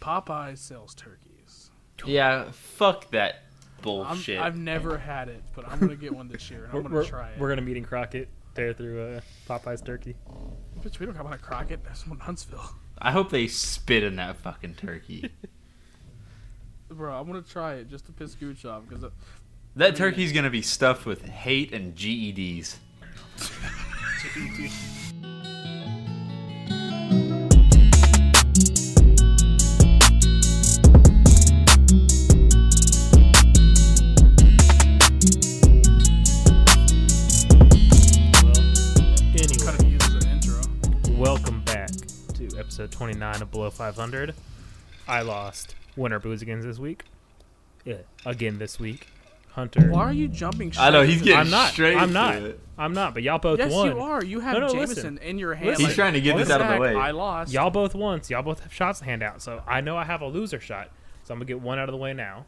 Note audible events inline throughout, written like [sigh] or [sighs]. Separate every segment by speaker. Speaker 1: Popeye sells turkeys.
Speaker 2: Yeah, fuck that
Speaker 1: I'm,
Speaker 2: bullshit.
Speaker 1: I've never had it, but I'm gonna get one this year, and I'm
Speaker 3: We're,
Speaker 1: gonna
Speaker 3: we're,
Speaker 1: try it.
Speaker 3: we're gonna meet in Crockett, tear through uh, Popeye's turkey.
Speaker 1: Bitch, we don't have one at Crockett. There's one in Huntsville. [laughs]
Speaker 2: I hope they spit in that fucking turkey.
Speaker 1: Bro, I'm gonna try it just to piss Gooch off because
Speaker 2: that turkey's gonna be stuffed with hate and E GEDs.
Speaker 3: Well,
Speaker 1: kind
Speaker 3: anyway,
Speaker 1: of uses an intro.
Speaker 3: welcome back to episode 29 of Below 500. I lost winner booze again this week. Yeah, again this week. Hunter.
Speaker 1: Why are you jumping? Straight
Speaker 2: I know he's getting
Speaker 3: I'm not.
Speaker 2: straight.
Speaker 3: I'm not.
Speaker 2: to it.
Speaker 3: I'm not. But y'all both
Speaker 1: Yes,
Speaker 3: won.
Speaker 1: you are. You have
Speaker 3: No, no,
Speaker 1: Jameson
Speaker 3: listen.
Speaker 1: in your hand.
Speaker 3: Listen.
Speaker 2: He's trying to get
Speaker 1: "Oh,
Speaker 2: this out of the
Speaker 1: Zach,
Speaker 2: way.
Speaker 1: I lost.
Speaker 3: Y'all both won. So y'all both have shots to hand out. So I know I have a loser shot. So I'm gonna get one out of the way now.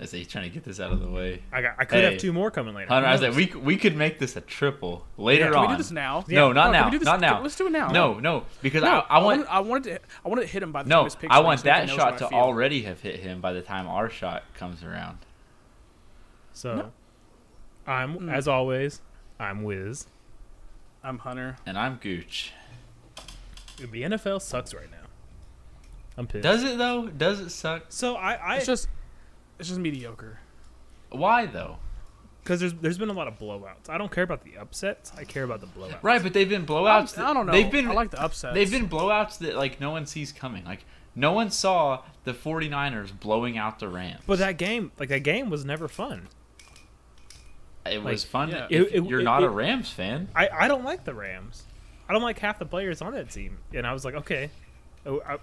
Speaker 2: I say he's trying to get this out of the way.
Speaker 3: I got. I could
Speaker 2: Hey.
Speaker 3: have two more coming later.
Speaker 2: Hunter,
Speaker 3: Who
Speaker 2: I was like,
Speaker 3: knows?
Speaker 2: we c- we could make this a triple later
Speaker 1: Can
Speaker 2: on.
Speaker 1: we do this now?
Speaker 2: No,
Speaker 3: Yeah.
Speaker 2: not
Speaker 1: No, can
Speaker 2: now.
Speaker 1: we do this-
Speaker 2: Not now.
Speaker 1: let's do it now.
Speaker 2: No, no, because
Speaker 1: No,
Speaker 2: I, I want
Speaker 1: wanted, I wanted to. I wanted to hit him by the time
Speaker 2: no,
Speaker 1: his pick
Speaker 2: I
Speaker 1: started
Speaker 2: want
Speaker 1: so he
Speaker 2: that
Speaker 1: knows
Speaker 2: shot
Speaker 1: how
Speaker 2: to
Speaker 1: I feel.
Speaker 2: already have hit him by the time our shot comes around.
Speaker 3: So I'm
Speaker 1: Hmm.
Speaker 3: as always. I'm Wiz.
Speaker 1: I'm Hunter.
Speaker 2: And I'm Gooch.
Speaker 3: The NFL sucks right now. I'm pissed.
Speaker 2: Does it though? Does it suck?
Speaker 3: so I, I
Speaker 1: It's just, it's just mediocre.
Speaker 2: Why though?
Speaker 3: because there's there's been a lot of blowouts. I don't care about the upsets. I care about the blowouts.
Speaker 2: Right, but they've been blowouts.
Speaker 1: I don't know.
Speaker 2: They've been
Speaker 1: I like the upsets.
Speaker 2: They've been blowouts that like no one sees coming. Like no one saw the 49ers blowing out the Rams.
Speaker 3: But that game, like that game, was never fun.
Speaker 2: it was fun.
Speaker 1: yeah.
Speaker 2: if
Speaker 3: It- it-
Speaker 2: you're
Speaker 3: it-
Speaker 2: not
Speaker 3: it-
Speaker 2: a Rams fan.
Speaker 3: I, I don't like the Rams. I don't like half the players on that team. And I was like, okay. Oh, I,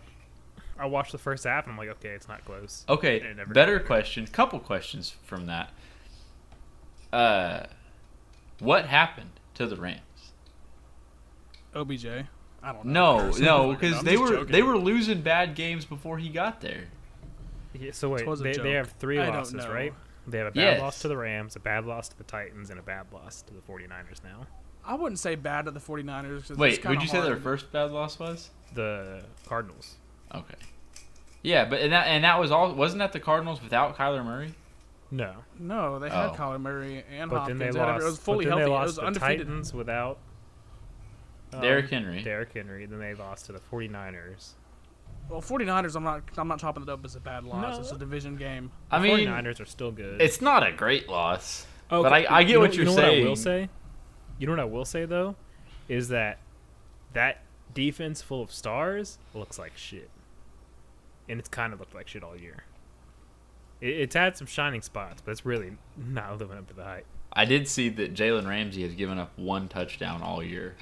Speaker 3: I watched the first half and I'm like, okay, it's not close.
Speaker 1: Oh,
Speaker 2: Okay,
Speaker 3: It never
Speaker 2: better question. Couple questions from that. Uh, what happened to the Rams?
Speaker 1: OBJ. I don't [laughs] know.
Speaker 2: No,
Speaker 1: Something
Speaker 2: no,
Speaker 1: like that.
Speaker 2: because
Speaker 1: Uh, I'm
Speaker 2: they
Speaker 1: just
Speaker 2: were
Speaker 1: joking.
Speaker 2: they were losing bad games before he got there.
Speaker 3: Yeah, so wait,
Speaker 1: was a
Speaker 3: they, they
Speaker 1: joke.
Speaker 3: have three
Speaker 1: I don't
Speaker 3: losses,
Speaker 1: know.
Speaker 3: right? They have a bad
Speaker 2: Yes.
Speaker 3: loss to the Rams, a bad loss to the Titans, and a bad loss to the 49ers now.
Speaker 1: I wouldn't say bad at the 49ers. 'cause it's
Speaker 2: Wait,
Speaker 1: kinda
Speaker 2: would you say their
Speaker 1: hard.
Speaker 2: first bad loss was?
Speaker 3: The Cardinals.
Speaker 2: Okay. Yeah, but and that and that was all. Wasn't that the Cardinals without Kyler Murray?
Speaker 3: No.
Speaker 1: No, they had
Speaker 2: Oh.
Speaker 1: Kyler Murray and
Speaker 3: But then
Speaker 1: Hopkins.
Speaker 3: they
Speaker 1: They had every-
Speaker 3: lost,
Speaker 1: it was fully
Speaker 3: but then
Speaker 1: healthy.
Speaker 3: they
Speaker 1: It
Speaker 3: lost
Speaker 1: was
Speaker 3: the
Speaker 1: undefeated.
Speaker 3: Titans without um,
Speaker 2: Derrick Henry.
Speaker 3: Derrick Henry. Then they lost to the 49ers.
Speaker 1: Well, 49ers, I'm not. I'm not chopping it up as a bad loss.
Speaker 3: No.
Speaker 1: It's a division game.
Speaker 3: The
Speaker 2: I mean,
Speaker 3: 49ers are still good.
Speaker 2: it's not a great loss.
Speaker 3: Oh,
Speaker 2: But I- I get
Speaker 3: you know-
Speaker 2: what
Speaker 3: you
Speaker 2: you're
Speaker 3: know What I will
Speaker 2: saying.
Speaker 3: say, you know what I will say though, is that that defense full of stars looks like shit, and it's kind of looked like shit all year. It, it's had some shining spots, but it's really not living up to the hype.
Speaker 2: I did see that Jalen Ramsey has given up one touchdown all year.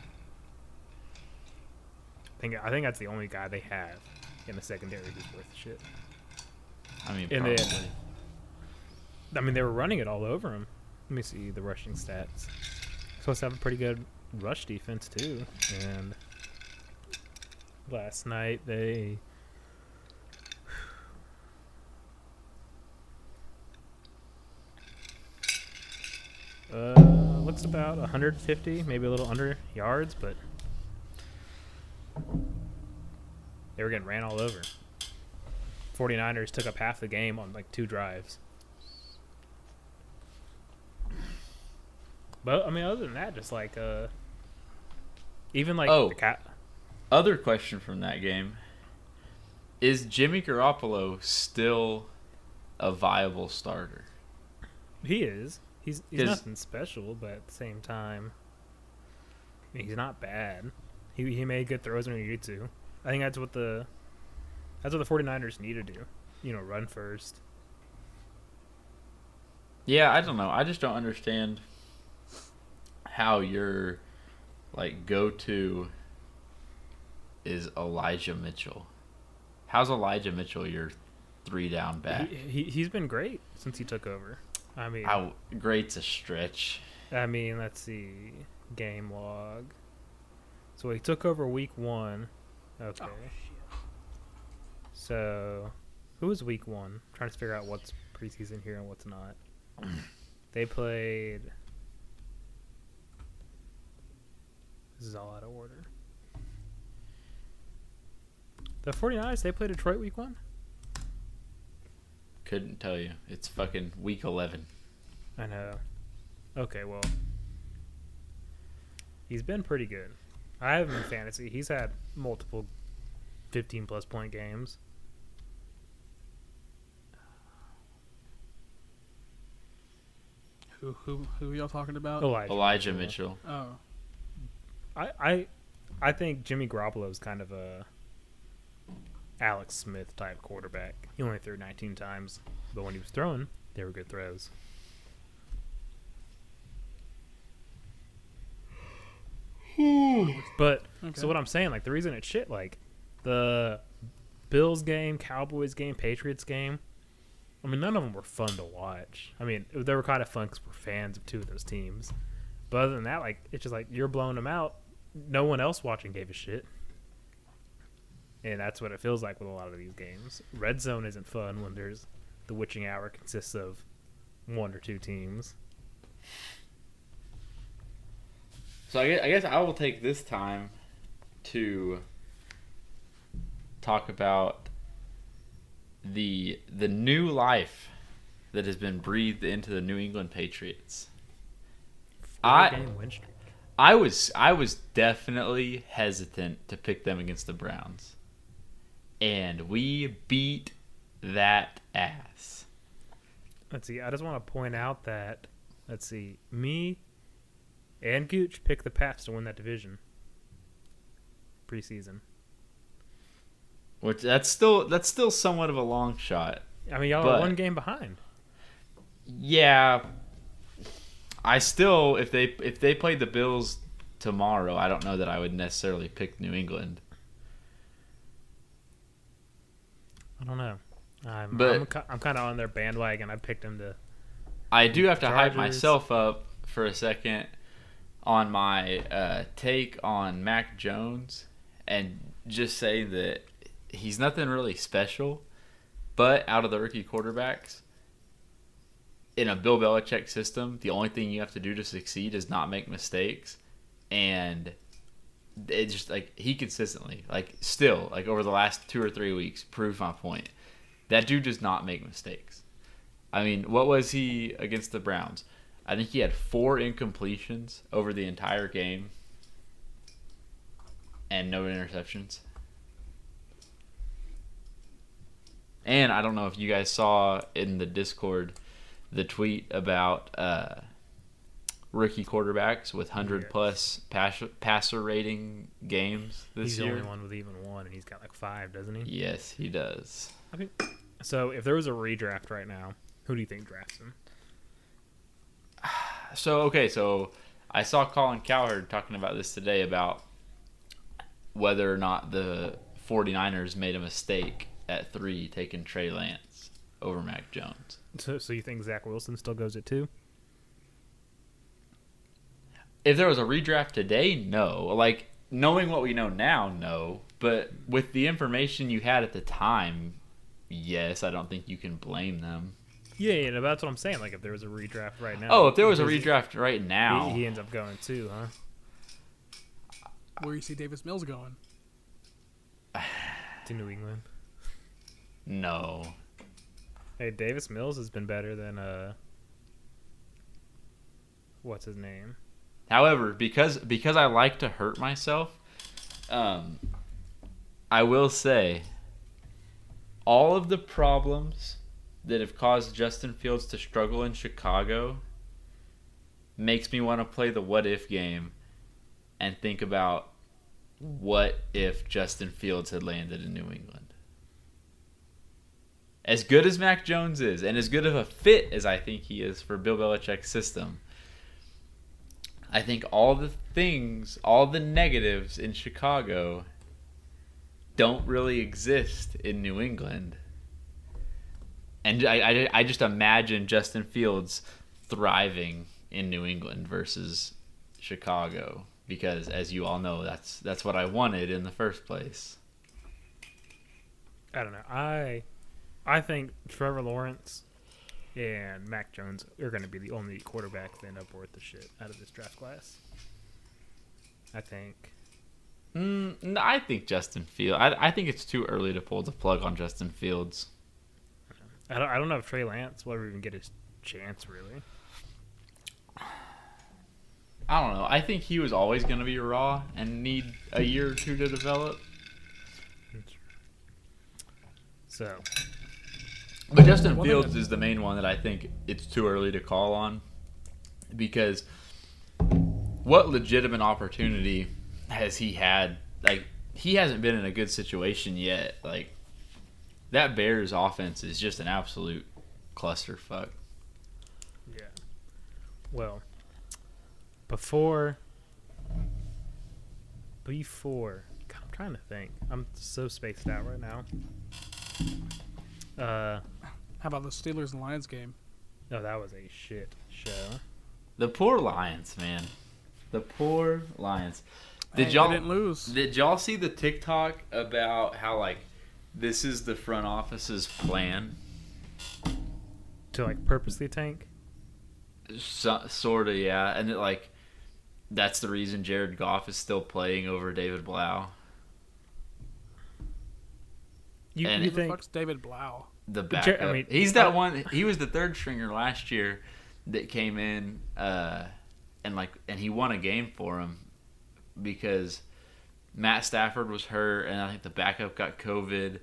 Speaker 3: I think I think that's the only guy they have in the secondary who's worth shit.
Speaker 2: I mean,
Speaker 3: And
Speaker 2: probably.
Speaker 3: they- I mean, they were running it all over him. Let me see the rushing stats. Supposed to have a pretty good rush defense too. And last night they uh, looks about 150, maybe a little under yards, but they were getting ran all over. 49ers took up half the game on like two drives. But I mean, other than that, just like uh, even like
Speaker 2: Oh.
Speaker 3: the cat.
Speaker 2: Other question from that game is Jimmy Garoppolo still a viable starter?
Speaker 3: He is. He's he's
Speaker 2: 'Cause-
Speaker 3: nothing special, but at the same time, I mean, he's not bad. He he made good throws when he needed to. I think that's what the that's what the 49ers need to do. You know, run first.
Speaker 2: Yeah, I don't know. I just don't understand how your like go to is Elijah Mitchell. How's Elijah Mitchell your three down back?
Speaker 3: He, he he's been great since he took over. I mean,
Speaker 2: How great's a stretch.
Speaker 3: I mean, let's see. Game log. So he took over week one. Okay. so, who was week one? I'm trying to figure out what's preseason here and what's not. they played. This is all out of order. The 49ers, they play Detroit week one?
Speaker 2: Couldn't tell you. It's fucking week 11.
Speaker 3: I know. Okay, well, he's been pretty good. I have him in fantasy. He's had multiple 15 plus point games.
Speaker 1: Who who who y'all talking about?
Speaker 3: Elijah.
Speaker 2: Elijah Mitchell.
Speaker 1: Oh,
Speaker 3: I, I, I think Jimmy Garoppolo's kind of a Alex Smith type quarterback. He only threw 19 times, but when he was throwing, they were good throws. but
Speaker 1: okay.
Speaker 3: So what I'm saying, like the reason it's shit, like the Bills game, Cowboys game, Patriots game. I mean, none of them were fun to watch. I mean, they were kind of fun because we're fans of two of those teams. But other than that, like it's just like you're blowing them out. No one else watching gave a shit. And that's what it feels like with a lot of these games. Red zone isn't fun when there's the witching hour consists of one or two teams.
Speaker 2: So I guess, I guess I will take this time to talk about the the new life that has been breathed into the New England Patriots. I-
Speaker 3: Four-game win streak.
Speaker 2: I was I was definitely hesitant to pick them against the Browns. And we beat that ass.
Speaker 3: Let's see. I just want to point out that let's see, me and Gooch picked the Pats to win that division preseason.
Speaker 2: Which that's still that's still somewhat of a long shot.
Speaker 3: I mean, y'all
Speaker 2: But-
Speaker 3: are one game behind.
Speaker 2: Yeah. I still if they if they played the Bills tomorrow, I don't know that I would necessarily pick New England.
Speaker 3: I don't know. I'm
Speaker 2: But-
Speaker 3: I'm, ki- I'm kind of on their bandwagon. I picked them to.
Speaker 2: I do have to hype
Speaker 3: Chargers.
Speaker 2: myself up for a second on my uh, take on Mac Jones and just say that he's nothing really special, but out of the rookie quarterbacks, in a Bill Belichick system, the only thing you have to do to succeed is not make mistakes. And it just like he consistently, like still, like over the last two or three weeks, proved my point. That dude does not make mistakes. I mean, what was he against the Browns? I think he had four incompletions over the entire game and no interceptions. And I don't know if you guys saw in the Discord the tweet about uh, rookie quarterbacks with 100
Speaker 3: Yes.
Speaker 2: plus pass- passer rating games this
Speaker 3: he's
Speaker 2: year.
Speaker 3: the only one with even one, and he's got like five, doesn't he?
Speaker 2: Yes, he does.
Speaker 3: So if there was a redraft right now, who do you think drafts him?
Speaker 2: So okay, so I saw Colin Cowherd talking about this today about whether or not the 49ers made a mistake at 3 taking Trey Lance over Mac Jones.
Speaker 3: So, so you think Zach Wilson still goes at two?
Speaker 2: If there was a redraft today, no. Like knowing what we know now, no, but with the information you had at the time, yes, I don't think you can blame them.
Speaker 3: Yeah, yeah, no, that's what I'm saying. Like if there was a redraft right now.
Speaker 2: Oh, if there was a
Speaker 3: does he-
Speaker 2: redraft right now,
Speaker 3: he, he ends up going two, huh?
Speaker 1: where you see Davis Mills going?
Speaker 3: To New England.
Speaker 2: no.
Speaker 3: Hey, Davis Mills has been better than uh, what's his name?
Speaker 2: However, because because I like to hurt myself, um, I will say all of the problems that have caused Justin Fields to struggle in Chicago makes me want to play the what if game and think about what if Justin Fields had landed in New England. As good as Mac Jones is, and as good of a fit as I think he is for Bill Belichick's system, I think all the things, all the negatives in Chicago don't really exist in New England. And I, I, I just imagine Justin Fields thriving in New England versus Chicago because, as you all know, that's that's what I wanted in the first place.
Speaker 3: I don't know. I I think Trevor Lawrence and Mac Jones are going to be the only quarterbacks that end up worth the shit out of this draft class. I think
Speaker 2: Mm, no, I think Justin Field. I, I think it's too early to pull the plug on Justin Fields.
Speaker 3: I don't, I don't know if Trey Lance will ever even get his chance, really.
Speaker 2: I don't know. I think he was always going to be raw and need a year or two to develop.
Speaker 3: So,
Speaker 2: But Justin
Speaker 1: One thing
Speaker 2: Fields
Speaker 1: that-
Speaker 2: is the main one that I think it's too early to call on because what legitimate opportunity has he had? Like he hasn't been in a good situation yet. Like that Bears offense is just an absolute clusterfuck.
Speaker 3: yeah. Well, before. Before. God, I'm trying to think. I'm so spaced out right now. Uh,
Speaker 1: How about the Steelers and Lions game?
Speaker 3: no, that was a shit show.
Speaker 2: The poor Lions, man. The poor Lions. Did
Speaker 1: Hey,
Speaker 2: y'all
Speaker 1: They didn't lose.
Speaker 2: Did y'all see the TikTok about how like this is the front office's plan?
Speaker 3: To like purposely tank?
Speaker 2: So, sort of, yeah. And it, like that's the reason Jared Goff is still playing over David Blau,
Speaker 3: You,
Speaker 2: And
Speaker 3: you
Speaker 1: Who the
Speaker 3: think
Speaker 1: fuck's David Blau?
Speaker 2: the
Speaker 3: But
Speaker 2: backup.
Speaker 3: Jer- I mean,
Speaker 2: He's that
Speaker 3: I-
Speaker 2: one. He was the third stringer last year that came in uh, and like and he won a game for him because Matt Stafford was hurt and I think the backup got COVID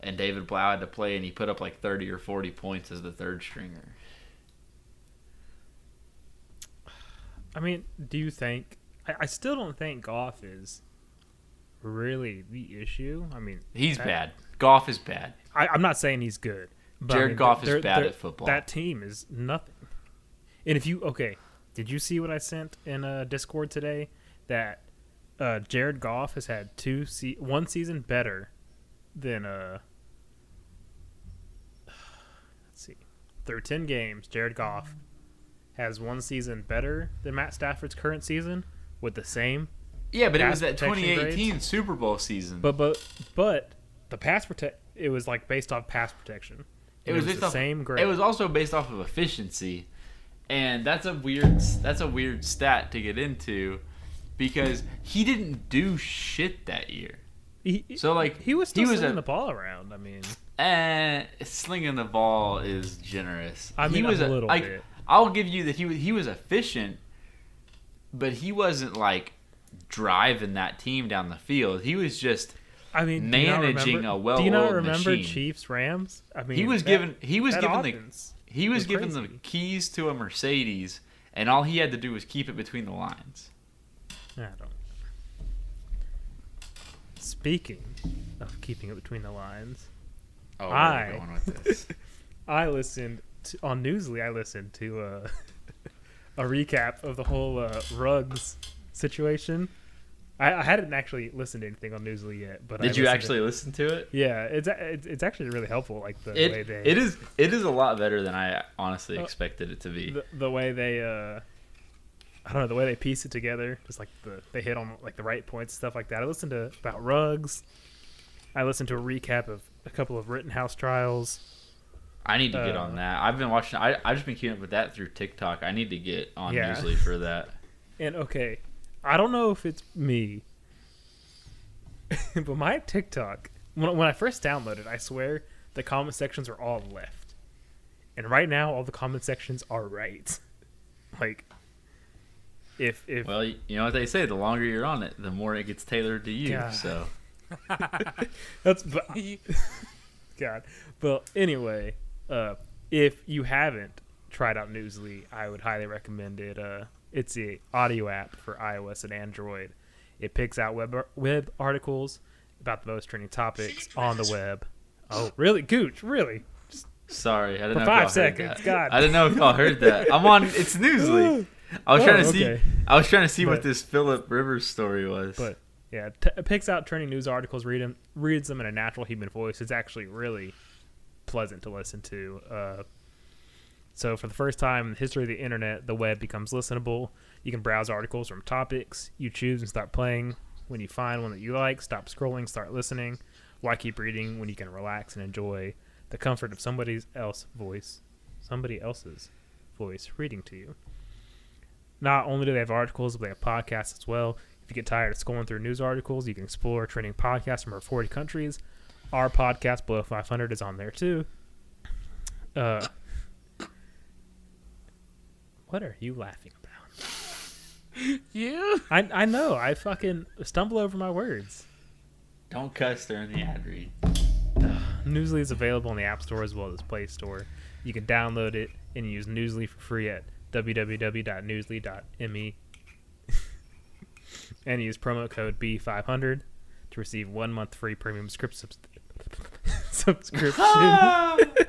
Speaker 2: and David Blau had to play and he put up like thirty or forty points as the third stringer.
Speaker 3: I mean, do you think? I, I still don't think Goff is really the issue. I mean,
Speaker 2: He's
Speaker 3: that-
Speaker 2: bad. Golf is bad.
Speaker 3: I, I'm not saying he's good. But
Speaker 2: Jared
Speaker 3: I mean,
Speaker 2: Goff is
Speaker 3: they're-
Speaker 2: bad
Speaker 3: they're-
Speaker 2: at football.
Speaker 3: That team is nothing. And if you okay, did you see what I sent in uh, Discord today? That uh, Jared Goff has had two se- one season better than uh. [sighs] Let's see, through ten games, Jared Goff has one season better than Matt Stafford's current season with the same
Speaker 2: Yeah, but it
Speaker 3: Pass
Speaker 2: was that
Speaker 3: protection
Speaker 2: 2018 Super Bowl season.
Speaker 3: But but but the pass protect it was like based off pass protection.
Speaker 2: it
Speaker 3: And
Speaker 2: was, based
Speaker 3: the
Speaker 2: off,
Speaker 3: same grade.
Speaker 2: It was also based off of efficiency, and that's a weird that's a weird stat to get into because he didn't do shit that year.
Speaker 3: he,
Speaker 2: So like
Speaker 3: he was still
Speaker 2: he was
Speaker 3: slinging
Speaker 2: a,
Speaker 3: the ball around. I mean,
Speaker 2: eh, slinging the ball is generous.
Speaker 3: I
Speaker 2: he
Speaker 3: mean,
Speaker 2: was
Speaker 3: a little
Speaker 2: like,
Speaker 3: bit.
Speaker 2: I'll give you that he was he was efficient, but he wasn't like driving that team down the field. He was just
Speaker 3: I mean, do you not
Speaker 2: managing
Speaker 3: remember-
Speaker 2: a
Speaker 3: Do you not
Speaker 2: well-oiled
Speaker 3: remember
Speaker 2: machine.
Speaker 3: Chiefs Rams? I mean,
Speaker 2: he was
Speaker 3: that-
Speaker 2: given he was
Speaker 3: that
Speaker 2: given the
Speaker 3: offense.
Speaker 2: He was
Speaker 3: was
Speaker 2: given the
Speaker 3: crazy.
Speaker 2: keys to a Mercedes, and all he had to do was keep it between the lines.
Speaker 3: I don't. Speaking of keeping it between the lines,
Speaker 2: Oh,
Speaker 3: where are we I- going
Speaker 2: with this?
Speaker 3: [laughs] I listened to, on Newsly. I listened to uh, [laughs] a recap of the whole uh, rugs situation. I, I hadn't actually listened to anything on Newsly yet, but I
Speaker 2: [laughs] Did you
Speaker 3: listened to-
Speaker 2: actually listen to it?
Speaker 3: yeah, it's, a- it's it's actually really helpful. Like the way
Speaker 2: It,
Speaker 3: they
Speaker 2: it is it is a lot better than I honestly
Speaker 3: Uh,
Speaker 2: expected it to be.
Speaker 3: the, the way they uh, I don't know the way they piece it together. Just like the they hit on like the right points, stuff like that. I listened to about rugs. I listened to a recap of a couple of Rittenhouse trials.
Speaker 2: I need to get
Speaker 3: uh,
Speaker 2: on that. I've been watching. I I've just been keeping up with that through TikTok. I need to get on
Speaker 3: Yeah.
Speaker 2: Newsly for
Speaker 3: [laughs]
Speaker 2: that.
Speaker 3: And okay, I don't know if it's me, [laughs] but my TikTok when when I first downloaded, I swear the comment sections were all left, and right now all the comment sections are right. [laughs] Like, if if
Speaker 2: Well, you you know what they say: the longer you're on it, the more it gets tailored to you.
Speaker 3: God.
Speaker 2: So
Speaker 3: [laughs] that's but God. But anyway, uh, if you haven't tried out Newsly, I would highly recommend it. Uh, it's a audio app for iOS and Android. It picks out web web articles about the most trending topics on the web. Oh, really, Gooch? Really?
Speaker 2: sorry, I didn't
Speaker 3: For
Speaker 2: know if
Speaker 3: five
Speaker 2: y'all heard
Speaker 3: seconds,
Speaker 2: that.
Speaker 3: God.
Speaker 2: I didn't know if y'all heard
Speaker 3: [laughs]
Speaker 2: that. I'm on. It's Newsly. I was
Speaker 3: Oh,
Speaker 2: trying to see.
Speaker 3: okay.
Speaker 2: I was trying to see what
Speaker 3: But-
Speaker 2: this Philip Rivers story was.
Speaker 3: But yeah, t- it picks out trending news articles, read 'em- reads them in a natural human voice. It's actually really pleasant to listen to. Uh, so for the first time in the history of the internet, the web becomes listenable. You can browse articles from topics you choose and start playing. When you find one that you like, stop scrolling, start listening. Why keep reading when you can relax and enjoy the comfort of somebody else's voice, somebody else's voice reading to you? Not only do they have articles, but they have podcasts as well. If you get tired of scrolling through news articles, you can explore trending podcasts from over 40 countries. Our podcast, Below 500, is on there too. Uh, what are you laughing about?
Speaker 1: [laughs] Yeah.
Speaker 3: I, I know. I fucking stumble over my words.
Speaker 2: Don't cuss during the ad read. [laughs]
Speaker 3: Newsly is available in the App Store as well as Play Store. You can download it and use Newsly for free at www.newsly.me [laughs] and use promo code B500 to receive one month free premium script subs- [laughs] subscription.
Speaker 1: That's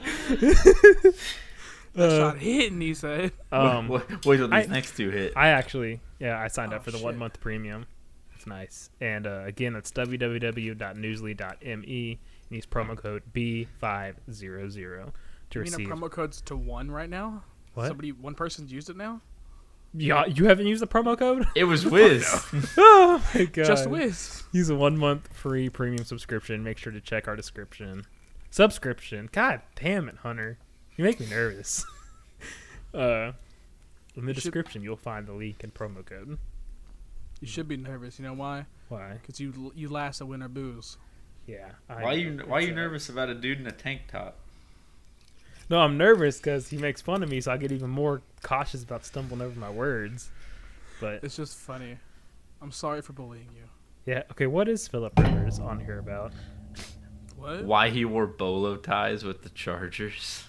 Speaker 3: [laughs] Uh,
Speaker 1: not hitting, he said.
Speaker 3: [laughs] um,
Speaker 2: wait, wait, wait till these
Speaker 3: I-
Speaker 2: next two hit.
Speaker 3: I actually, yeah, I signed up
Speaker 1: Oh,
Speaker 3: for the
Speaker 1: shit.
Speaker 3: one month premium. It's nice. And uh, again, that's www.newsly.me E, and use promo code B500 to
Speaker 1: You mean a
Speaker 3: receive.
Speaker 1: promo code's to one right now?
Speaker 3: What?
Speaker 1: Somebody, one person's used it now?
Speaker 3: yeah, you haven't used the promo code? [laughs]
Speaker 2: it was Wiz.
Speaker 3: oh my
Speaker 1: [laughs]
Speaker 3: god.
Speaker 1: Just Wiz.
Speaker 3: Use a one month free premium subscription. Make sure to check our description. Subscription. God damn it, Hunter. You make me nervous. [laughs] uh, in the
Speaker 1: You should-
Speaker 3: description, you'll find the link and promo code.
Speaker 1: You should be nervous. You know why?
Speaker 3: Why?
Speaker 1: Because you you last a winner booze.
Speaker 3: Yeah. I
Speaker 2: Why are you
Speaker 3: know.
Speaker 2: Why are you
Speaker 3: It's, uh,
Speaker 2: nervous about a dude in a tank top?
Speaker 3: No, I'm nervous because he makes fun of me, so I get even more cautious about stumbling over my words. But
Speaker 1: It's just funny. I'm sorry for bullying you.
Speaker 3: yeah, okay. What is Philip Rivers on here about?
Speaker 1: What?
Speaker 2: Why he wore bolo ties with the Chargers?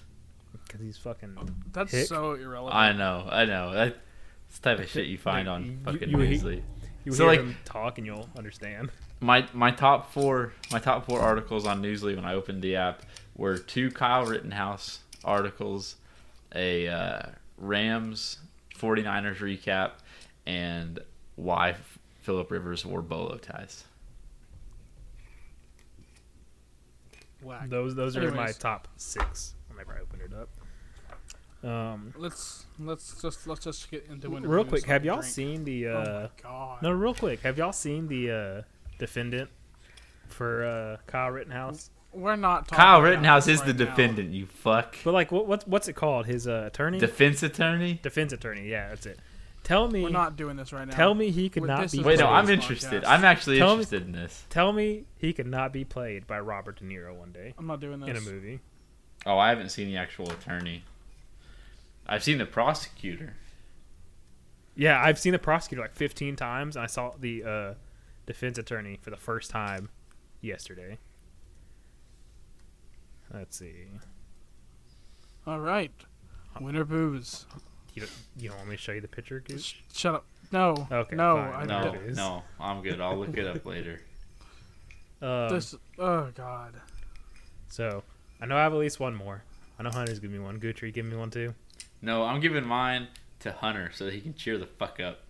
Speaker 3: Because he's fucking.
Speaker 1: That's
Speaker 3: Hick?
Speaker 1: so irrelevant.
Speaker 2: I know, I know. That, that's the type of shit you find
Speaker 3: Like,
Speaker 2: on
Speaker 3: you-
Speaker 2: fucking
Speaker 3: you hate-
Speaker 2: Newsly.
Speaker 3: You
Speaker 2: So,
Speaker 3: hear
Speaker 2: like-
Speaker 3: him talk and you'll understand.
Speaker 2: My my top four my top four articles on Newsly when I opened the app were two Kyle Rittenhouse articles, a uh, Rams 49ers recap, and why Philip Rivers wore bolo ties.
Speaker 1: Whack.
Speaker 3: Those those are my
Speaker 1: Anyways.
Speaker 3: top six whenever I open it up. Um,
Speaker 1: Let's let's just let's just get into winter
Speaker 3: real
Speaker 1: blues
Speaker 3: quick,
Speaker 1: so I
Speaker 3: have
Speaker 1: can
Speaker 3: y'all
Speaker 1: drink.
Speaker 3: seen the?
Speaker 1: Oh
Speaker 3: Uh,
Speaker 1: my god.
Speaker 3: no, real quick, have y'all seen the uh, defendant for uh, Kyle Rittenhouse?
Speaker 1: We're not. Talking
Speaker 2: Kyle
Speaker 1: about
Speaker 2: Rittenhouse
Speaker 1: this
Speaker 2: is the
Speaker 1: right now.
Speaker 2: defendant, you fuck.
Speaker 3: But like, what what's what's it called? His uh, attorney,
Speaker 2: Defense attorney?
Speaker 3: defense attorney. Yeah, that's it. Tell me,
Speaker 1: We're not doing this right now.
Speaker 3: tell me he could
Speaker 1: With
Speaker 3: not
Speaker 1: this
Speaker 3: be.
Speaker 1: is
Speaker 2: Wait, no,
Speaker 1: Please,
Speaker 2: I'm
Speaker 1: podcast.
Speaker 2: interested. I'm actually
Speaker 3: Tell me-
Speaker 2: interested in this.
Speaker 3: Tell me he could not be played by Robert De Niro one day
Speaker 1: I'm not doing this.
Speaker 3: in a movie.
Speaker 2: Oh, I haven't seen the actual attorney. I've seen the prosecutor.
Speaker 3: Yeah, I've seen the prosecutor like 15 times, and I saw the uh, defense attorney for the first time yesterday. Let's see.
Speaker 1: All right. Winter booze.
Speaker 3: You don't, you don't want me to show you the picture, Goose?
Speaker 1: Sh- shut up. No.
Speaker 3: Okay,
Speaker 1: No.
Speaker 3: fine.
Speaker 1: I,
Speaker 2: No,
Speaker 3: it is.
Speaker 2: no, I'm good. I'll look it
Speaker 3: [laughs]
Speaker 2: up later.
Speaker 3: Um,
Speaker 1: This. Oh god.
Speaker 3: so, I know I have at least one more. I know Hunter's giving me one. Gucci, give me one too.
Speaker 2: No, I'm giving mine to Hunter so that he can cheer the fuck up.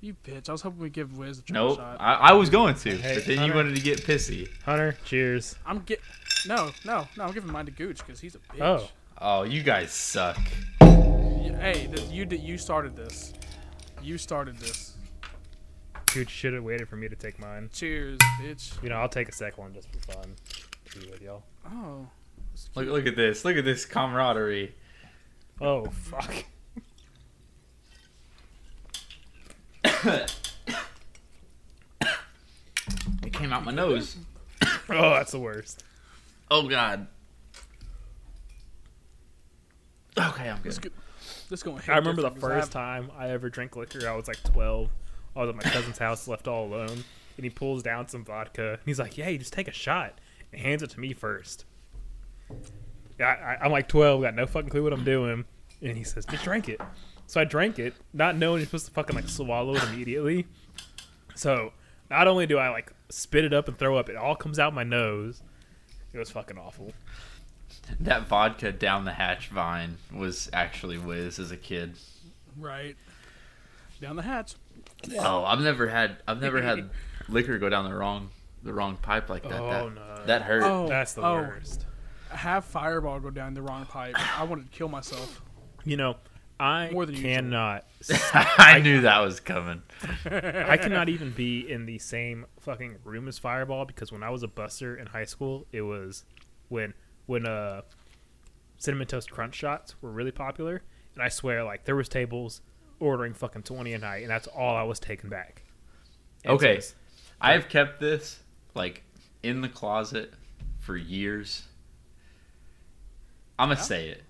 Speaker 1: You bitch. I was hoping we'd give Wiz a triple
Speaker 2: Nope,
Speaker 1: shot.
Speaker 2: I, I was going to,
Speaker 3: Hey,
Speaker 2: but then
Speaker 3: Hunter.
Speaker 2: you wanted to get pissy.
Speaker 3: Hunter, cheers.
Speaker 1: I'm get. No, no, no. I'm giving mine to Gooch because he's a bitch.
Speaker 3: Oh.
Speaker 2: Oh, you guys suck.
Speaker 1: Y- Hey, th- you did. You started this. You started this.
Speaker 3: Gucci should have waited for me to take mine.
Speaker 1: Cheers, bitch.
Speaker 3: You know, I'll take a second one just for fun. To be with y'all.
Speaker 1: Oh.
Speaker 2: Look, look at this. Look at this camaraderie.
Speaker 3: Oh, fuck. [laughs]
Speaker 2: It came out my nose.
Speaker 3: Oh, that's the worst.
Speaker 2: Oh God. Okay, I'm good.
Speaker 1: This, go- this going.
Speaker 3: I remember the first time I ever drank liquor. I was like 12. I was at my cousin's house, left all alone, and he pulls down some vodka. And he's like, "Yeah, you just take a shot." And hands it to me first. I, I, I'm like 12, got no fucking clue what I'm doing, and he says, "Just drink it." So I drank it, not knowing you're supposed to fucking like swallow it immediately. So not only do I like spit it up and throw up, it all comes out my nose. It was fucking awful.
Speaker 2: That vodka down the hatch vine was actually Wiz as a kid.
Speaker 1: Right. Down the hatch.
Speaker 2: Oh, I've never had I've never had
Speaker 3: [laughs]
Speaker 2: liquor go down the wrong the wrong pipe like that.
Speaker 3: Oh,
Speaker 2: that,
Speaker 3: no.
Speaker 2: that hurt.
Speaker 1: Oh,
Speaker 3: That's the
Speaker 1: oh,
Speaker 3: worst.
Speaker 1: Have fireball go down the wrong pipe. I wanted to kill myself.
Speaker 3: You know, I
Speaker 1: More than usual.
Speaker 3: cannot
Speaker 2: [laughs] I knew that was coming.
Speaker 3: I cannot even be in the same fucking room as Fireball because when I was a buster in high school, it was when when uh cinnamon toast crunch shots were really popular, and I swear like there was tables ordering fucking twenty a night, and that's all I was taking back.
Speaker 2: Okay.
Speaker 3: Exodus.
Speaker 2: I've kept this like in the closet for years. I'm gonna
Speaker 1: Yeah?
Speaker 2: say it.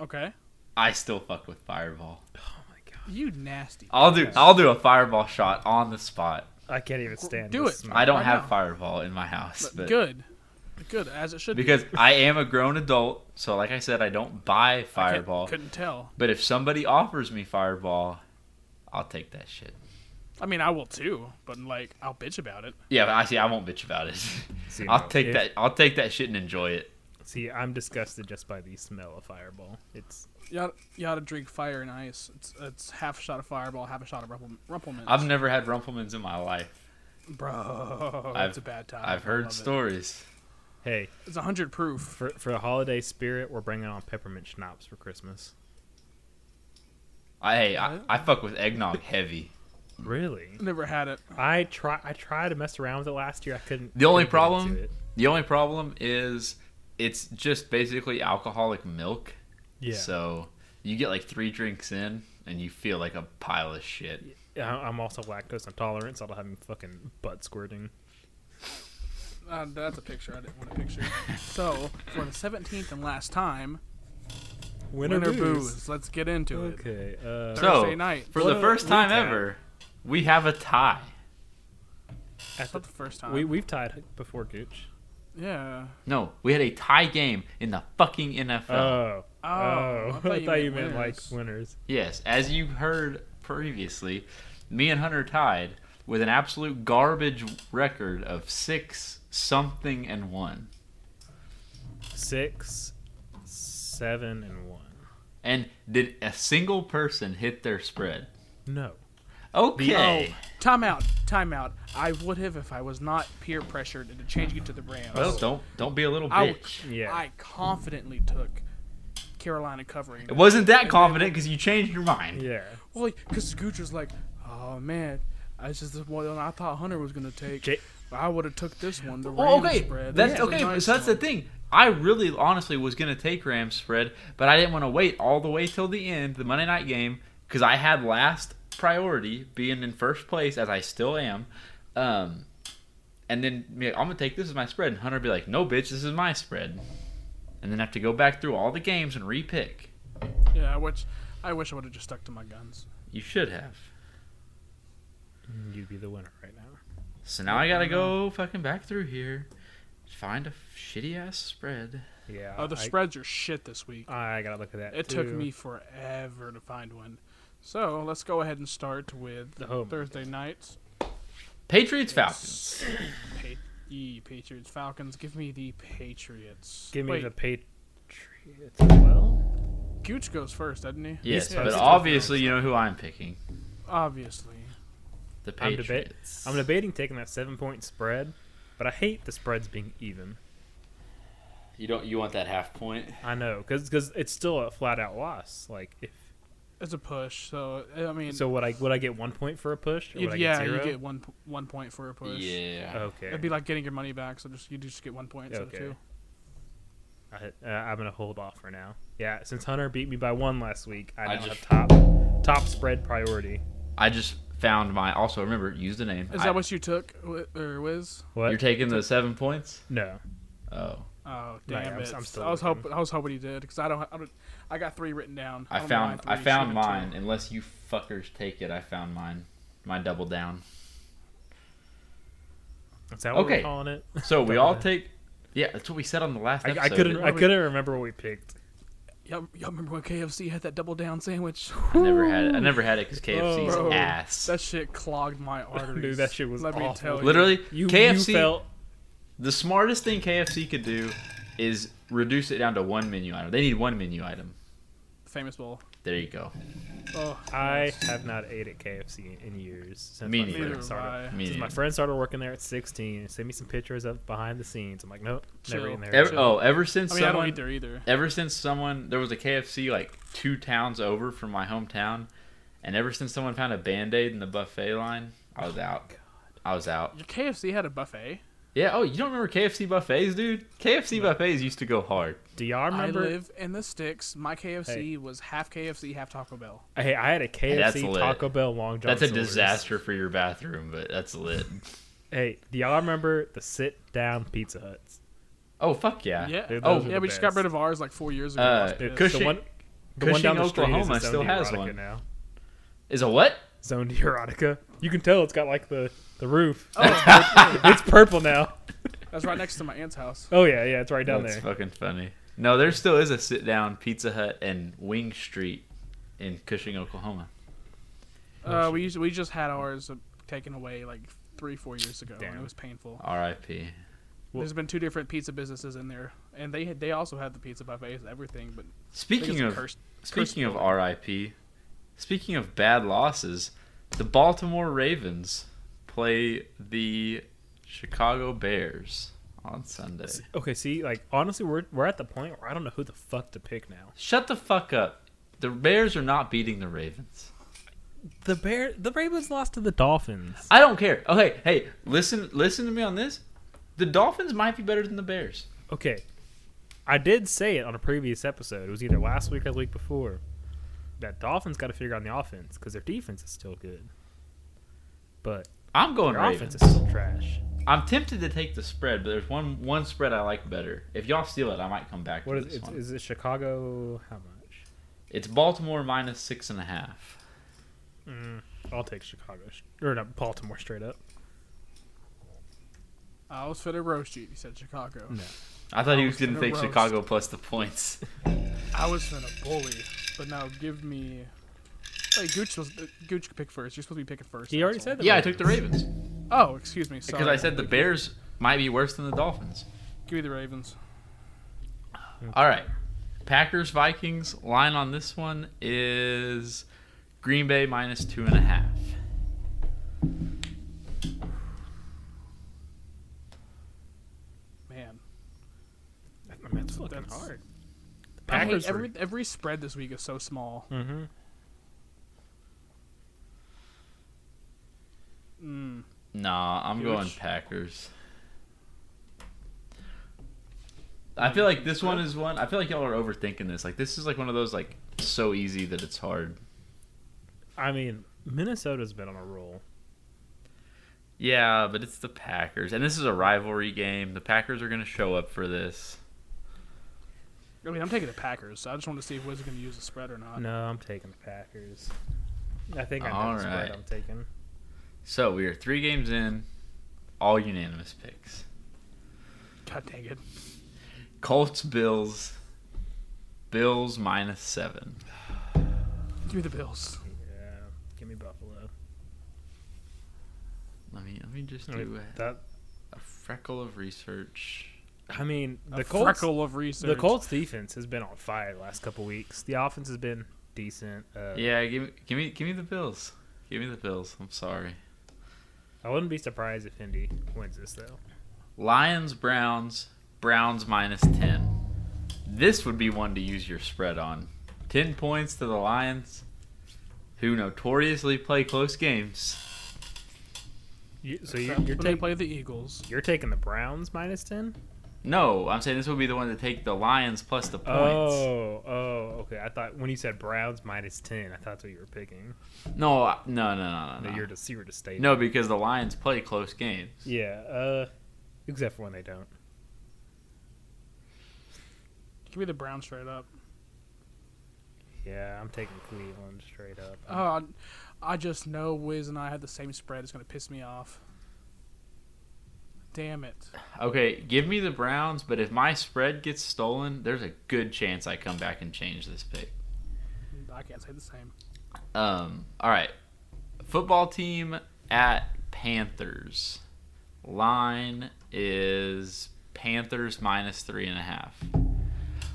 Speaker 1: Okay.
Speaker 2: I still fuck with Fireball.
Speaker 3: Oh my god.
Speaker 1: You nasty.
Speaker 2: I'll do I'll do a Fireball shot on the spot.
Speaker 3: I can't even stand.
Speaker 1: do
Speaker 3: this
Speaker 1: it.
Speaker 3: smell.
Speaker 2: I don't
Speaker 1: Right
Speaker 2: have
Speaker 1: now.
Speaker 2: Fireball in my house, but
Speaker 1: Good. Good as it should be.
Speaker 2: because I am a grown adult, so like I said, I don't buy
Speaker 1: I can't-
Speaker 2: Fireball.
Speaker 1: Couldn't tell.
Speaker 2: But if somebody offers me Fireball, I'll take that shit.
Speaker 1: I mean, I will too, but like, I'll bitch about it.
Speaker 2: Yeah, but I see. I won't bitch about
Speaker 1: [laughs]
Speaker 2: it.
Speaker 3: See,
Speaker 2: I'll
Speaker 3: no,
Speaker 2: take
Speaker 3: if-
Speaker 2: that. I'll take that shit and enjoy it.
Speaker 3: See, I'm disgusted just by the smell of Fireball. It's
Speaker 1: You ought, you ought to drink fire and ice. It's, it's half a shot of Fireball, half a shot of Rumpel, Rumpelmans.
Speaker 2: I've never had Rumplemans in my life.
Speaker 1: Bro,
Speaker 2: I've-
Speaker 1: it's a bad time.
Speaker 2: I've
Speaker 1: I
Speaker 2: heard
Speaker 1: love it.
Speaker 2: stories.
Speaker 3: hey,
Speaker 1: It's a hundred proof.
Speaker 3: for for the holiday spirit, we're bringing on peppermint schnapps for Christmas.
Speaker 2: I, hey, I,
Speaker 1: What?
Speaker 2: I fuck with eggnog heavy.
Speaker 3: Really?
Speaker 1: Never had it.
Speaker 3: I try I tried to mess around with it last year. I couldn't.
Speaker 2: The only
Speaker 3: couldn't get into
Speaker 2: problem-
Speaker 3: it.
Speaker 2: The only problem is it's just basically alcoholic milk.
Speaker 3: Yeah.
Speaker 2: So you get like three drinks in and you feel like a pile of shit.
Speaker 3: I- I'm also lactose intolerant, so I'll have fucking butt squirting.
Speaker 1: Uh, that's a picture. I didn't want a picture. so for the seventeenth and last time, winner, booze. Let's get into it.
Speaker 3: Okay.
Speaker 2: so
Speaker 3: Uh,
Speaker 1: Thursday night.
Speaker 2: for
Speaker 3: What
Speaker 2: the
Speaker 3: a
Speaker 2: first time
Speaker 3: recap.
Speaker 2: ever, we have a tie.
Speaker 1: That's not the first time.
Speaker 3: we we've tied before Gooch.
Speaker 1: yeah.
Speaker 2: No, we had a tie game in the fucking NFL.
Speaker 3: Oh.
Speaker 1: Oh, I
Speaker 3: [laughs]
Speaker 1: thought you meant winners.
Speaker 3: like winners.
Speaker 2: Yes, as you heard previously, me and Hunter tied with an absolute garbage record of six something and one.
Speaker 3: Six, seven, and one.
Speaker 2: And did a single person hit their spread?
Speaker 3: No.
Speaker 2: Okay.
Speaker 1: Oh, Time out. Time out. I would have if I was not peer pressured into changing it to the Rams.
Speaker 2: well, don't don't be a little
Speaker 1: I,
Speaker 2: bitch.
Speaker 3: Yeah.
Speaker 1: I confidently took Carolina covering.
Speaker 2: It wasn't that confident because you changed your mind.
Speaker 3: Yeah.
Speaker 1: Well, because Scooch was like, oh man, this is the one I thought Hunter was gonna take.
Speaker 3: J-
Speaker 1: I would have took this one. The
Speaker 2: Well,
Speaker 1: Rams
Speaker 2: okay,
Speaker 1: spread.
Speaker 2: Oh, that's
Speaker 1: This is a
Speaker 2: okay.
Speaker 1: nice
Speaker 2: so that's the
Speaker 1: one."
Speaker 2: thing. I really, honestly, was gonna take Rams spread, but I didn't want to wait all the way till the end, the Monday night game, because I had last priority being in first place, as I still am. Um, and then be like, I'm gonna take this as my spread, and Hunter would be like, "No, bitch, this is my spread," and then have to go back through all the games and repick.
Speaker 1: Yeah, I wish I wish I would have just stuck to my guns.
Speaker 2: You should have.
Speaker 3: You'd be the winner right now.
Speaker 2: So now I gotta
Speaker 1: Mm-hmm.
Speaker 2: go fucking back through here, find a shitty ass spread.
Speaker 3: Yeah.
Speaker 1: Oh, the
Speaker 3: I-
Speaker 1: spreads are shit this week.
Speaker 3: I gotta look at that.
Speaker 1: It took
Speaker 3: too.
Speaker 1: me forever to find one. So let's go ahead and start with
Speaker 3: The home.
Speaker 1: Thursday nights.
Speaker 2: Patriots Falcons.
Speaker 1: Pa- ye, Patriots Falcons. Give me the Patriots.
Speaker 3: Give me
Speaker 1: Wait,
Speaker 3: the Patriots as well.
Speaker 1: Gooch goes first, doesn't he?
Speaker 2: Yes,
Speaker 3: He's
Speaker 2: but
Speaker 3: supposed to-
Speaker 2: obviously you know who I'm picking.
Speaker 1: Obviously.
Speaker 2: The
Speaker 3: I'm, deba-
Speaker 2: Patriots.
Speaker 3: I'm debating taking that seven point spread, but I hate the spreads being even.
Speaker 2: You don't. You want that half point?
Speaker 3: I know, because it's still a flat out loss. Like, if
Speaker 1: It's a push. So I mean,
Speaker 3: so, would I would I get one point for a push? Or
Speaker 1: you
Speaker 3: would I
Speaker 1: yeah,
Speaker 3: get
Speaker 1: you
Speaker 3: zero?
Speaker 1: get one p- one point for a push.
Speaker 2: Yeah.
Speaker 3: okay.
Speaker 1: It'd be like getting your money back. So just you just get one point instead
Speaker 3: Okay.
Speaker 1: of two.
Speaker 3: I, uh, I'm gonna hold off for now. Yeah, since Hunter beat me by one last week, I,
Speaker 2: I
Speaker 3: now
Speaker 2: just-
Speaker 3: have top top spread priority.
Speaker 2: I just found my. Also, remember, use the name.
Speaker 1: Is
Speaker 2: I-
Speaker 1: that what you took, Wi- or Wiz?
Speaker 3: What?
Speaker 2: you're taking? The seven points?
Speaker 3: no.
Speaker 2: Oh,
Speaker 1: Oh
Speaker 3: No, yeah,
Speaker 1: damn
Speaker 3: I'm s-
Speaker 1: it! i
Speaker 3: I'm still
Speaker 1: was
Speaker 3: looking.
Speaker 1: hoping I was hoping he did because I don't, I don't I got three written down.
Speaker 2: I,
Speaker 1: don't know why
Speaker 2: found. I
Speaker 1: three,
Speaker 2: found
Speaker 1: should've
Speaker 2: mine.
Speaker 1: two.
Speaker 2: Unless you fuckers take it, I found mine. My double
Speaker 3: [laughs]
Speaker 2: down.
Speaker 3: Is that what
Speaker 2: Okay.
Speaker 3: we're calling it?
Speaker 2: So we
Speaker 3: Double
Speaker 2: all
Speaker 3: down.
Speaker 2: take. Yeah, that's what we said on the last.
Speaker 3: I,
Speaker 2: episode.
Speaker 3: I couldn't. I
Speaker 1: Wait.
Speaker 3: couldn't remember what we picked.
Speaker 1: Y'all, y'all remember when KFC had that double down
Speaker 3: [laughs]
Speaker 1: sandwich?
Speaker 2: I never had it. I never had
Speaker 3: Oh,
Speaker 2: it because KFC's
Speaker 1: Bro,
Speaker 2: ass.
Speaker 1: That shit clogged
Speaker 3: [laughs]
Speaker 1: my arteries.
Speaker 3: that shit was
Speaker 1: Let me
Speaker 3: awful.
Speaker 1: tell you.
Speaker 2: Literally,
Speaker 3: You
Speaker 2: KFC.
Speaker 3: You felt
Speaker 2: The smartest thing KFC could do is reduce it down to one menu item. They need one menu item.
Speaker 1: famous bowl.
Speaker 2: There you go.
Speaker 1: Oh,
Speaker 3: I have not ate at KFC in years. Since
Speaker 2: Me
Speaker 3: my
Speaker 2: neither.
Speaker 3: friend
Speaker 1: neither
Speaker 3: started.
Speaker 1: have I.
Speaker 2: Me
Speaker 3: Since my
Speaker 2: neither.
Speaker 3: friend started working there at 16, and sent me some pictures of behind the scenes. I'm like, nope, never
Speaker 1: Chill.
Speaker 3: in there.
Speaker 2: Ever,
Speaker 1: Chill.
Speaker 2: oh, ever since
Speaker 1: I mean, I don't
Speaker 2: someone
Speaker 1: eat there either.
Speaker 2: ever since someone there was a KFC like two towns over from my hometown, and ever since someone found a band aid in the buffet line, I was out. I was out.
Speaker 1: Your KFC had a buffet.
Speaker 2: Yeah. Oh, you don't remember KFC buffets, dude? KFC buffets used to go hard.
Speaker 3: Do y'all remember?
Speaker 1: I live in the sticks. My KFC
Speaker 3: Hey.
Speaker 1: was half KFC, half Taco Bell.
Speaker 3: hey, I had a
Speaker 2: that's
Speaker 3: KFC
Speaker 2: lit.
Speaker 3: Taco Bell Long John.
Speaker 2: that's a
Speaker 3: Silver's.
Speaker 2: disaster for your bathroom, but that's
Speaker 1: [laughs]
Speaker 2: lit.
Speaker 3: Hey, do y'all remember the sit down Pizza Huts?
Speaker 2: Oh fuck yeah.
Speaker 1: Yeah.
Speaker 3: Dude,
Speaker 1: oh,
Speaker 2: those are
Speaker 1: yeah.
Speaker 3: the
Speaker 1: We just got
Speaker 3: best.
Speaker 1: rid of ours like four years ago. I
Speaker 2: Uh,
Speaker 1: was pissed.
Speaker 2: Cushing,
Speaker 3: The one, the one
Speaker 2: Cushing,
Speaker 3: down the street
Speaker 2: Oklahoma
Speaker 3: is a
Speaker 2: still
Speaker 3: Zoned
Speaker 2: has
Speaker 3: Erotica
Speaker 2: one.
Speaker 3: now.
Speaker 2: is a what?
Speaker 3: Zoned Erotica. You can tell it's got like the the roof. Oh, [laughs] it's purple now.
Speaker 1: That's right next to my aunt's
Speaker 3: [laughs]
Speaker 1: house.
Speaker 3: Oh yeah, yeah, it's right down
Speaker 2: That's
Speaker 3: there.
Speaker 2: fucking funny. No, there still is a sit down Pizza Hut and Wing Street in Cushing, Oklahoma.
Speaker 3: Oh,
Speaker 1: Uh, we used, we just had ours uh, taken away like three four years ago, and
Speaker 3: Damn.
Speaker 1: it was painful.
Speaker 2: R.I.P.
Speaker 1: There's been two different pizza businesses in there, and they had- they also had the pizza buffets, everything. But I think
Speaker 2: Speaking
Speaker 1: it's
Speaker 2: of
Speaker 1: cursed.
Speaker 2: speaking of R.I.P. Speaking of bad losses, the Baltimore Ravens play the Chicago Bears on Sunday.
Speaker 3: Okay, see, like honestly, we're we're at the point where I don't know who the fuck to pick now.
Speaker 2: Shut the fuck up. The Bears are not beating the Ravens.
Speaker 3: The bear, the Ravens lost to the Dolphins.
Speaker 2: I don't care. Okay, hey, listen listen to me on this. The Dolphins might be better than the Bears.
Speaker 3: Okay, I did say it on a previous episode. It was either last week or the week before. That Dolphins got to figure out on the offense because their defense is still good, but
Speaker 2: I'm going
Speaker 3: their
Speaker 2: Ravens.
Speaker 3: offense is still trash.
Speaker 2: I'm tempted to take the spread, but there's one one spread I like better. If y'all steal it, I might come back
Speaker 3: What
Speaker 2: to
Speaker 3: is
Speaker 2: this
Speaker 3: it?
Speaker 2: one.
Speaker 3: Is it Chicago? How much?
Speaker 2: It's Baltimore minus six and a half.
Speaker 3: I'll take Chicago sh- or not Baltimore straight up.
Speaker 1: I was fit to roast you. You said Chicago.
Speaker 3: Mm.
Speaker 2: I thought he was
Speaker 1: was
Speaker 2: going to
Speaker 1: gonna
Speaker 2: take
Speaker 1: roast.
Speaker 2: Chicago plus the points.
Speaker 1: I was finna bully, but now give me. Wait, Gooch was Gooch could pick first. You're supposed to be picking first.
Speaker 3: He already
Speaker 1: asshole.
Speaker 3: said
Speaker 2: [laughs]
Speaker 3: that.
Speaker 2: yeah, I took the Ravens
Speaker 1: Oh, excuse me. Sorry.
Speaker 2: because I said the Bears might be worse than the Dolphins.
Speaker 1: Give me the Ravens.
Speaker 2: All right, Packers Vikings line on this one is Green Bay minus two and a half.
Speaker 1: Man,
Speaker 3: I mean, it's fucking
Speaker 1: That's-
Speaker 3: hard. The
Speaker 1: I hate
Speaker 3: Packers. were-
Speaker 1: every every spread this week is so small.
Speaker 3: Mhm.
Speaker 1: Mm.
Speaker 2: Nah, I'm
Speaker 1: Gooch.
Speaker 2: going Packers. I feel like this one is one. I feel like y'all are overthinking this. Like this is like one of those like so easy that it's hard.
Speaker 3: I mean, Minnesota's been on a roll.
Speaker 2: Yeah, but it's the Packers, and this is a rivalry game. The Packers are going to show up for this.
Speaker 1: I mean, I'm taking the Packers. So I just wanted to see if Wiz was going to use the spread or not.
Speaker 3: No, I'm taking the Packers. I think I know
Speaker 2: All
Speaker 3: the spread
Speaker 2: right.
Speaker 3: I'm taking.
Speaker 2: So we are three games in, all unanimous picks.
Speaker 1: God dang it.
Speaker 2: Colts, Bills, Bills minus seven.
Speaker 1: Give me the Bills.
Speaker 3: Yeah, give me Buffalo.
Speaker 2: Let me let me just
Speaker 3: I mean,
Speaker 2: do a,
Speaker 3: that,
Speaker 2: a freckle of research.
Speaker 3: I mean the
Speaker 1: a
Speaker 3: Colts.
Speaker 1: freckle of research.
Speaker 3: The Colts defense has been on fire the last couple weeks. The offense has been decent. Uh,
Speaker 2: Yeah, give me give me give me the Bills. Give me the Bills. I'm sorry.
Speaker 3: I wouldn't be surprised if Indy wins this though.
Speaker 2: Lions, Browns, Browns minus ten. This would be one to use your spread on. Ten points to the Lions, who notoriously play close games.
Speaker 3: You, so you,
Speaker 1: Except
Speaker 3: you're
Speaker 1: when they
Speaker 3: taking
Speaker 1: play the Eagles.
Speaker 3: you're taking the Browns minus ten.
Speaker 2: No, I'm saying this would be the one to take the Lions plus the points.
Speaker 3: Oh, oh, okay. I thought when you said Browns minus ten, I thought that's what you were picking.
Speaker 2: No, I- no, no, no, no.
Speaker 3: That
Speaker 2: No,
Speaker 3: you're just you were just stating.
Speaker 2: Uh, no because the Lions play close games.
Speaker 3: Yeah. Uh, except for when they don't.
Speaker 1: Give me the Browns straight up.
Speaker 3: Yeah, I'm taking Cleveland straight up.
Speaker 2: Uh,
Speaker 1: Oh, I, I just know Wiz and I had the same spread. It's going to piss me off. Damn it.
Speaker 2: Okay, give me the Browns, but if my spread gets stolen, there's a good chance I come back and change this pick.
Speaker 1: I can't say the same.
Speaker 2: Um, all right. Football team at Panthers. Line is Panthers minus three and a half.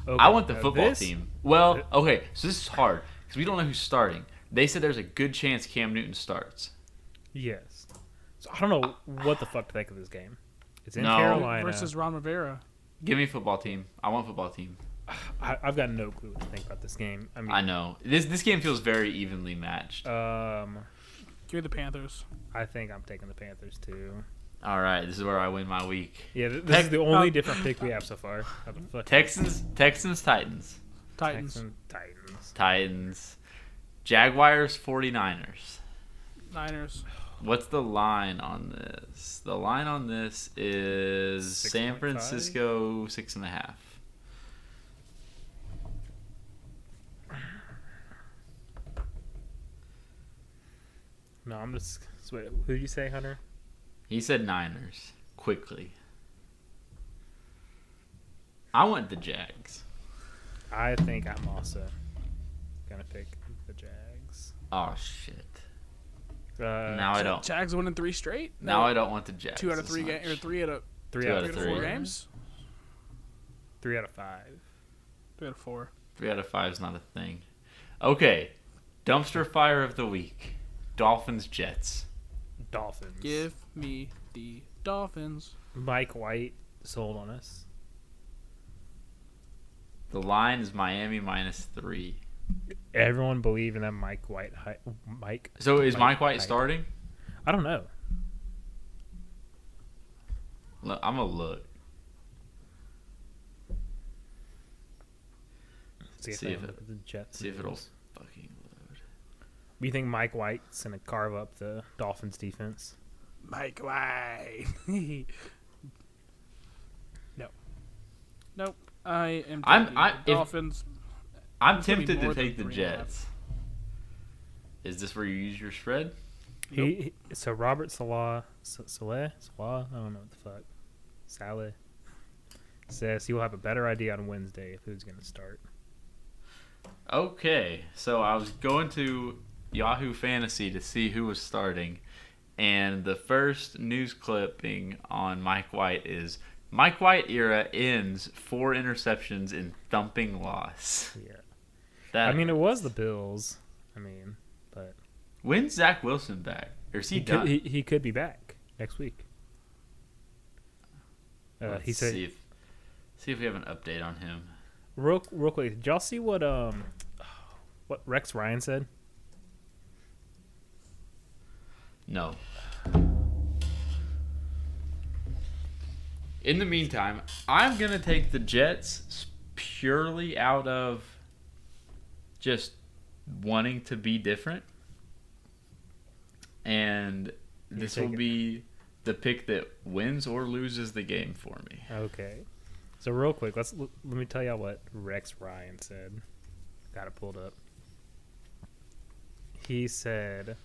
Speaker 2: I want the football team. Well, okay, so this is hard because we don't know who's starting. They said there's a good chance Cam Newton starts.
Speaker 3: Yes. So I don't know what the fuck to think of this game. It's in
Speaker 2: No.
Speaker 3: Carolina.
Speaker 1: Versus Ron Rivera.
Speaker 2: Give me football team. I want football team.
Speaker 3: I, I've got no clue what to think about this game. I mean,
Speaker 2: I know this this game feels very evenly matched.
Speaker 3: um,
Speaker 1: Give me the Panthers.
Speaker 3: I think I'm taking the Panthers too.
Speaker 2: All right, this is where I win my week.
Speaker 3: Yeah, th- this is the only different pick we have so far. How the fuck?
Speaker 2: Texans, Texans, Titans,
Speaker 1: Titans.
Speaker 3: Texans, Titans.
Speaker 2: Titans, Jaguars, 49ers.
Speaker 1: Niners.
Speaker 2: What's the line on this? The line on this is
Speaker 3: Six
Speaker 2: San
Speaker 3: point five?
Speaker 2: Francisco six and a half.
Speaker 3: No, I'm just. so Wait, who do you say, Hunter?
Speaker 2: He said Niners quickly. I want the Jags.
Speaker 3: I think I'm also gonna pick the Jags.
Speaker 2: Oh shit!
Speaker 3: Uh,
Speaker 2: now I don't.
Speaker 1: Jags winning three straight.
Speaker 2: Now I don't want the Jags.
Speaker 1: Two out of
Speaker 2: as
Speaker 1: three
Speaker 2: much.
Speaker 1: games or three out of
Speaker 3: three
Speaker 2: two out
Speaker 1: three out
Speaker 3: out of
Speaker 2: of
Speaker 1: of
Speaker 2: three.
Speaker 1: four games.
Speaker 3: three out of five.
Speaker 1: Three out of four.
Speaker 2: Three out of five is not a thing. Okay, dumpster fire of the week: Dolphins Jets.
Speaker 3: Dolphins.
Speaker 1: Give me the Dolphins.
Speaker 3: Mike White sold on us.
Speaker 2: The line is Miami minus three.
Speaker 3: Everyone believed in that Mike White. Hi- Mike.
Speaker 2: So is Mike,
Speaker 3: Mike
Speaker 2: White
Speaker 3: White.
Speaker 2: starting?
Speaker 3: I don't know.
Speaker 2: Look, I'm gonna look.
Speaker 3: See if,
Speaker 2: See
Speaker 3: they
Speaker 2: if
Speaker 3: have
Speaker 2: it-
Speaker 3: the Jets.
Speaker 2: See if it'll
Speaker 3: lose.
Speaker 2: fucking load.
Speaker 3: We think Mike White's gonna carve up the Dolphins defense.
Speaker 1: Mike White. [laughs] no. Nope. I am.
Speaker 2: I'm-
Speaker 1: taking
Speaker 2: I-
Speaker 1: the
Speaker 2: if-
Speaker 1: Dolphins.
Speaker 2: I'm
Speaker 1: It's gonna be
Speaker 2: tempted to
Speaker 1: more than
Speaker 2: take the
Speaker 1: three and a half.
Speaker 2: Jets. Is this where you use your spread?
Speaker 3: He, he so Robert Salah Sa- Saleh Salah I don't know what the fuck Saleh says he will have a better idea on Wednesday of who's going to start.
Speaker 2: Okay, so I was going to Yahoo Fantasy to see who was starting, and the first news clipping on Mike White is Mike White era ends four interceptions in thumping loss. [laughs]
Speaker 3: Yeah,
Speaker 2: That
Speaker 3: I mean it was the Bills. I mean, but
Speaker 2: when's Zach Wilson back? Or is he,
Speaker 3: he
Speaker 2: done?
Speaker 3: could, he, he could be back next week. Uh,
Speaker 2: Let's
Speaker 3: he said
Speaker 2: See if, see if we have an update on him.
Speaker 3: real real quick. Did y'all see what um what Rex Ryan said?
Speaker 2: No. In the meantime, I'm going to take the Jets s- purely out of just wanting to be different. And
Speaker 3: You're
Speaker 2: this will
Speaker 3: taking-
Speaker 2: be the pick that wins or loses the game for me.
Speaker 3: Okay, so real quick, let's let me tell y'all what Rex Ryan said. Got it pulled up. He said,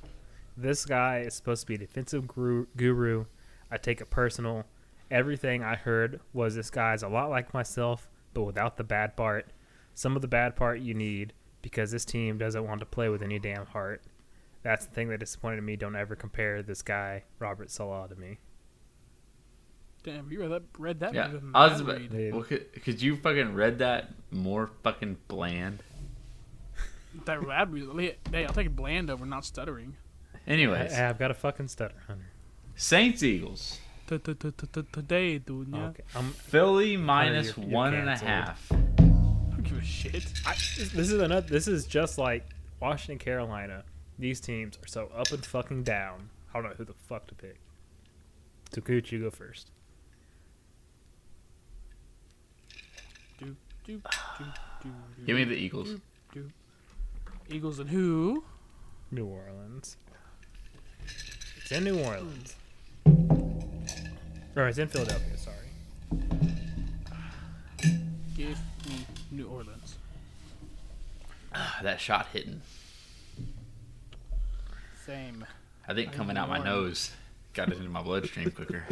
Speaker 3: "This guy is supposed to be a defensive guru. guru. I take it personal. Everything I heard was this guy's a lot like myself, but without the bad part. Some of the bad part you need because this team doesn't want to play with any damn heart. That's the thing that disappointed me. Don't ever compare this guy Robert Salah to me.
Speaker 1: Damn, you read that? Read that?
Speaker 2: Yeah.
Speaker 1: better than
Speaker 2: I was
Speaker 1: I
Speaker 2: about,
Speaker 1: read.
Speaker 3: Dude.
Speaker 2: well, could, could you fucking read that more fucking bland?
Speaker 1: That rad music. Hey, I'll take bland over not stuttering.
Speaker 2: Anyways,
Speaker 3: I, I've got a fucking stutter, Hunter."
Speaker 2: Saints Eagles.
Speaker 1: Today, dunya.
Speaker 3: Okay. Um,
Speaker 2: Philly minus
Speaker 3: you're- you're
Speaker 2: one and a
Speaker 3: canceled.
Speaker 2: half.
Speaker 1: I don't give a shit.
Speaker 3: I, this is another. This is just like Washington, Carolina. These teams are so up and fucking down. I don't know who the fuck to pick. So, Cooch, you go first.
Speaker 1: Do, do, do, do, do,
Speaker 2: Give me the Eagles.
Speaker 1: Mm. do. Eagles and who?
Speaker 3: New Orleans. It's in New Orleans. Or it's in Philadelphia. Sorry.
Speaker 1: Give me New Orleans.
Speaker 2: Ah, That shot hitting.
Speaker 1: Same.
Speaker 2: I think
Speaker 1: I
Speaker 2: coming out my
Speaker 1: know.
Speaker 2: nose got it into my bloodstream
Speaker 1: [laughs]
Speaker 2: quicker.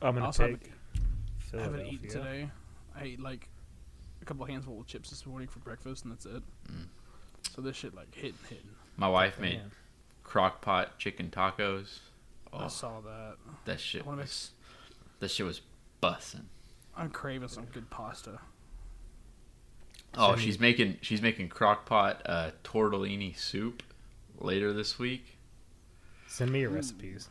Speaker 3: I'm
Speaker 1: I
Speaker 3: gonna
Speaker 1: also
Speaker 3: pick
Speaker 1: haven't, I
Speaker 3: Philadelphia.
Speaker 1: haven't eaten today. I ate like a couple handful of chips this morning for breakfast, and that's it.
Speaker 2: Mm.
Speaker 1: So this shit like hitting, hitting.
Speaker 2: My wife made
Speaker 3: Man.
Speaker 2: crock pot chicken tacos.
Speaker 1: I
Speaker 2: Oh,
Speaker 1: saw that.
Speaker 2: that
Speaker 1: I
Speaker 2: shit
Speaker 1: wanna
Speaker 2: was that shit was bussin'.
Speaker 1: I'm craving some good pasta.
Speaker 2: Oh,
Speaker 3: Send me-
Speaker 2: she's making she's making crock pot uh, tortellini soup later this week.
Speaker 3: Send me your recipes.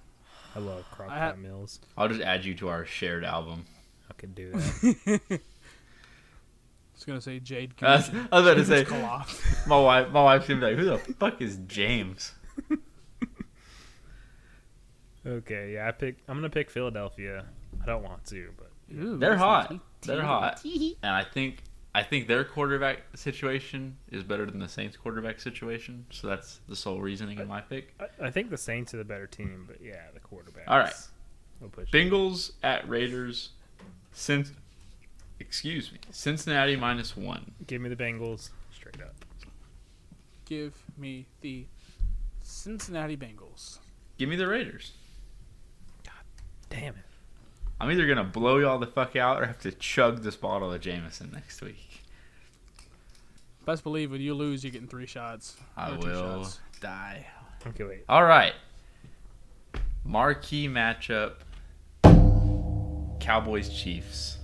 Speaker 3: I love crock
Speaker 1: Hmm. I ha-
Speaker 3: pot meals.
Speaker 2: I'll just add you to our shared album.
Speaker 3: I could do that.
Speaker 1: was gonna say Jade.
Speaker 2: [laughs] [laughs] I was,
Speaker 1: Commission.
Speaker 2: I was about to say,
Speaker 1: Koloff.
Speaker 2: my wife, my wife's gonna be like, "Who the fuck is James?"
Speaker 3: [laughs] Okay, yeah, I pick. I'm gonna pick Philadelphia. I don't want to, but
Speaker 1: Ooh,
Speaker 2: They're
Speaker 1: that's
Speaker 2: hot.
Speaker 1: nasty.
Speaker 2: They're hot, and I think I think their quarterback situation is better than the Saints' quarterback situation. So that's the sole reasoning in my pick.
Speaker 3: I, I think the Saints are the better team. But yeah, the quarterback.
Speaker 2: All right.
Speaker 3: We'll push. it.
Speaker 2: Bengals at Raiders. Since, excuse me, Cincinnati minus one.
Speaker 3: Give me the Bengals straight up.
Speaker 1: Give me the Cincinnati Bengals.
Speaker 2: Give me the Raiders.
Speaker 3: Damn it.
Speaker 2: I'm either gonna blow y'all the fuck out or have to chug this bottle of Jameson next week.
Speaker 1: Best believe when you lose, you're getting three shots.
Speaker 2: I
Speaker 1: Or two
Speaker 2: will
Speaker 1: shots.
Speaker 2: die.
Speaker 3: Okay, wait.
Speaker 2: All right. Marquee matchup. Cowboys Chiefs.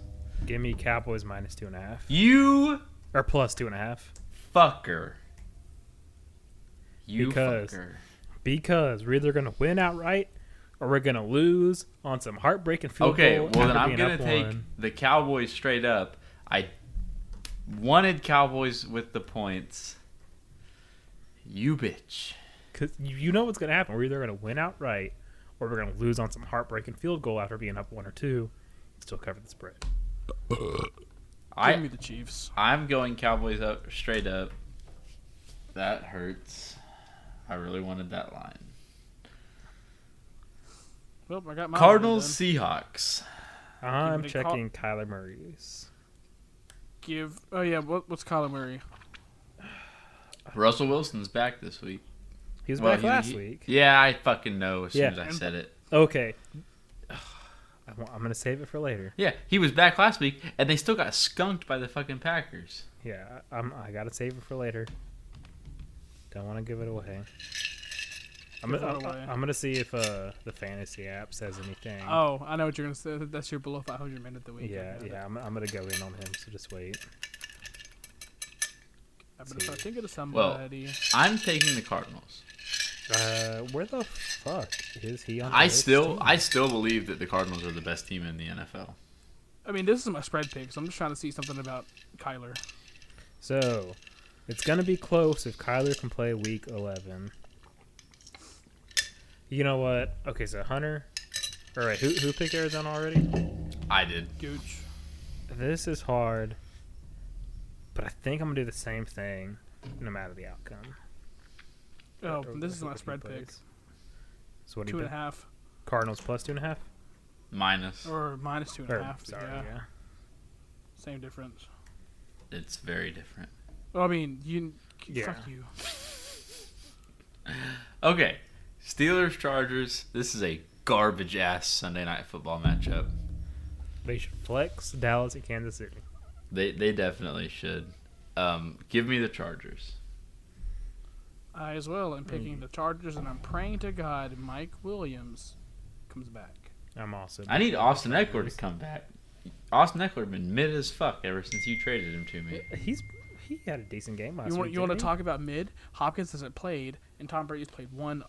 Speaker 3: Give me Cowboys minus two and a half
Speaker 2: You
Speaker 3: or plus two and a half
Speaker 2: fucker. You
Speaker 3: Because-
Speaker 2: fucker.
Speaker 3: because we're either gonna win outright or we're gonna lose on some heartbreaking field
Speaker 2: Okay,
Speaker 3: goal
Speaker 2: well then
Speaker 3: after
Speaker 2: I'm
Speaker 3: being
Speaker 2: gonna
Speaker 3: up
Speaker 2: take
Speaker 3: one.
Speaker 2: the Cowboys straight up. I wanted Cowboys with the points. You bitch.
Speaker 3: Because you you know what's going to happen. We're either going to win outright or we're going to lose on some heartbreaking field goal after being up one or two and still cover the spread.
Speaker 1: Give
Speaker 2: I
Speaker 1: me the Chiefs.
Speaker 2: I'm going Cowboys up straight up. That hurts. I really wanted that line.
Speaker 1: Well, I got my
Speaker 2: Cardinals Seahawks.
Speaker 3: I'm
Speaker 1: it a
Speaker 3: checking Kyler Murray's.
Speaker 1: Give. Oh yeah. What, what's Colin Murray?
Speaker 2: Russell Wilson's back this week.
Speaker 3: He was
Speaker 2: Well,
Speaker 3: back
Speaker 2: he-
Speaker 3: last
Speaker 2: he-
Speaker 3: week.
Speaker 2: Yeah, I fucking know as
Speaker 3: Yeah.
Speaker 2: soon as I said it.
Speaker 3: Okay. [sighs] I wa- I'm going to save it for later.
Speaker 2: Yeah, he was back last week, and they still got skunked by the fucking Packers.
Speaker 3: Yeah, I- I'm, I got to save it for later. Don't want to give it away. I'm,
Speaker 1: Give it
Speaker 3: gonna-
Speaker 1: away.
Speaker 3: I'm, I'm going to see if uh, the fantasy app says anything.
Speaker 1: Oh, I know what you're gonna say. That's your below 500 minute of the week. I
Speaker 3: yeah,
Speaker 1: got it.
Speaker 3: yeah, I'm, I'm going to go in on him, so just wait.
Speaker 1: I'm gonna start thinking of
Speaker 2: Well,
Speaker 1: somebody.
Speaker 2: I'm taking the Cardinals.
Speaker 3: Uh, where the fuck is he on? the
Speaker 2: I
Speaker 3: list?
Speaker 2: still, I still believe that the Cardinals are the best team in the NFL.
Speaker 1: I mean, this is my spread pick, so I'm just trying to see something about Kyler.
Speaker 3: So, it's going to be close if Kyler can play week 11. You know what? Okay, so Hunter. All right, who, who picked Arizona already?
Speaker 2: I did.
Speaker 1: Gooch.
Speaker 3: This is hard, but I think I'm going to do the same thing no matter the outcome.
Speaker 1: Oh,
Speaker 3: Or- or
Speaker 1: this is my
Speaker 3: whoever he
Speaker 1: spread pick.
Speaker 3: plays. So, what do
Speaker 1: Two
Speaker 3: you
Speaker 1: and a
Speaker 3: pick?
Speaker 1: half
Speaker 3: Cardinals plus two and a half?
Speaker 2: Minus.
Speaker 1: or minus two and
Speaker 3: Or,
Speaker 1: a half.
Speaker 3: sorry,
Speaker 1: yeah,
Speaker 3: yeah.
Speaker 1: same difference.
Speaker 2: It's very different.
Speaker 1: Well, I mean, you.
Speaker 3: Yeah.
Speaker 1: Fuck you.
Speaker 2: Okay, Steelers Chargers. This is a garbage ass Sunday night football matchup.
Speaker 3: They should flex Dallas and Kansas City.
Speaker 2: They, they definitely should. Um, give me the Chargers.
Speaker 1: I as well am
Speaker 3: Mm.
Speaker 1: picking the Chargers, and I'm praying to God Mike Williams comes back.
Speaker 3: I'm also.
Speaker 2: I need Austin Eckler to come back. Austin Eckler been mid as fuck ever since you traded him to me.
Speaker 3: He's he had a decent game last
Speaker 1: You want
Speaker 3: week.
Speaker 1: you want to
Speaker 3: didn't he?
Speaker 1: talk about mid? Hopkins hasn't played, and Tom Brady's played one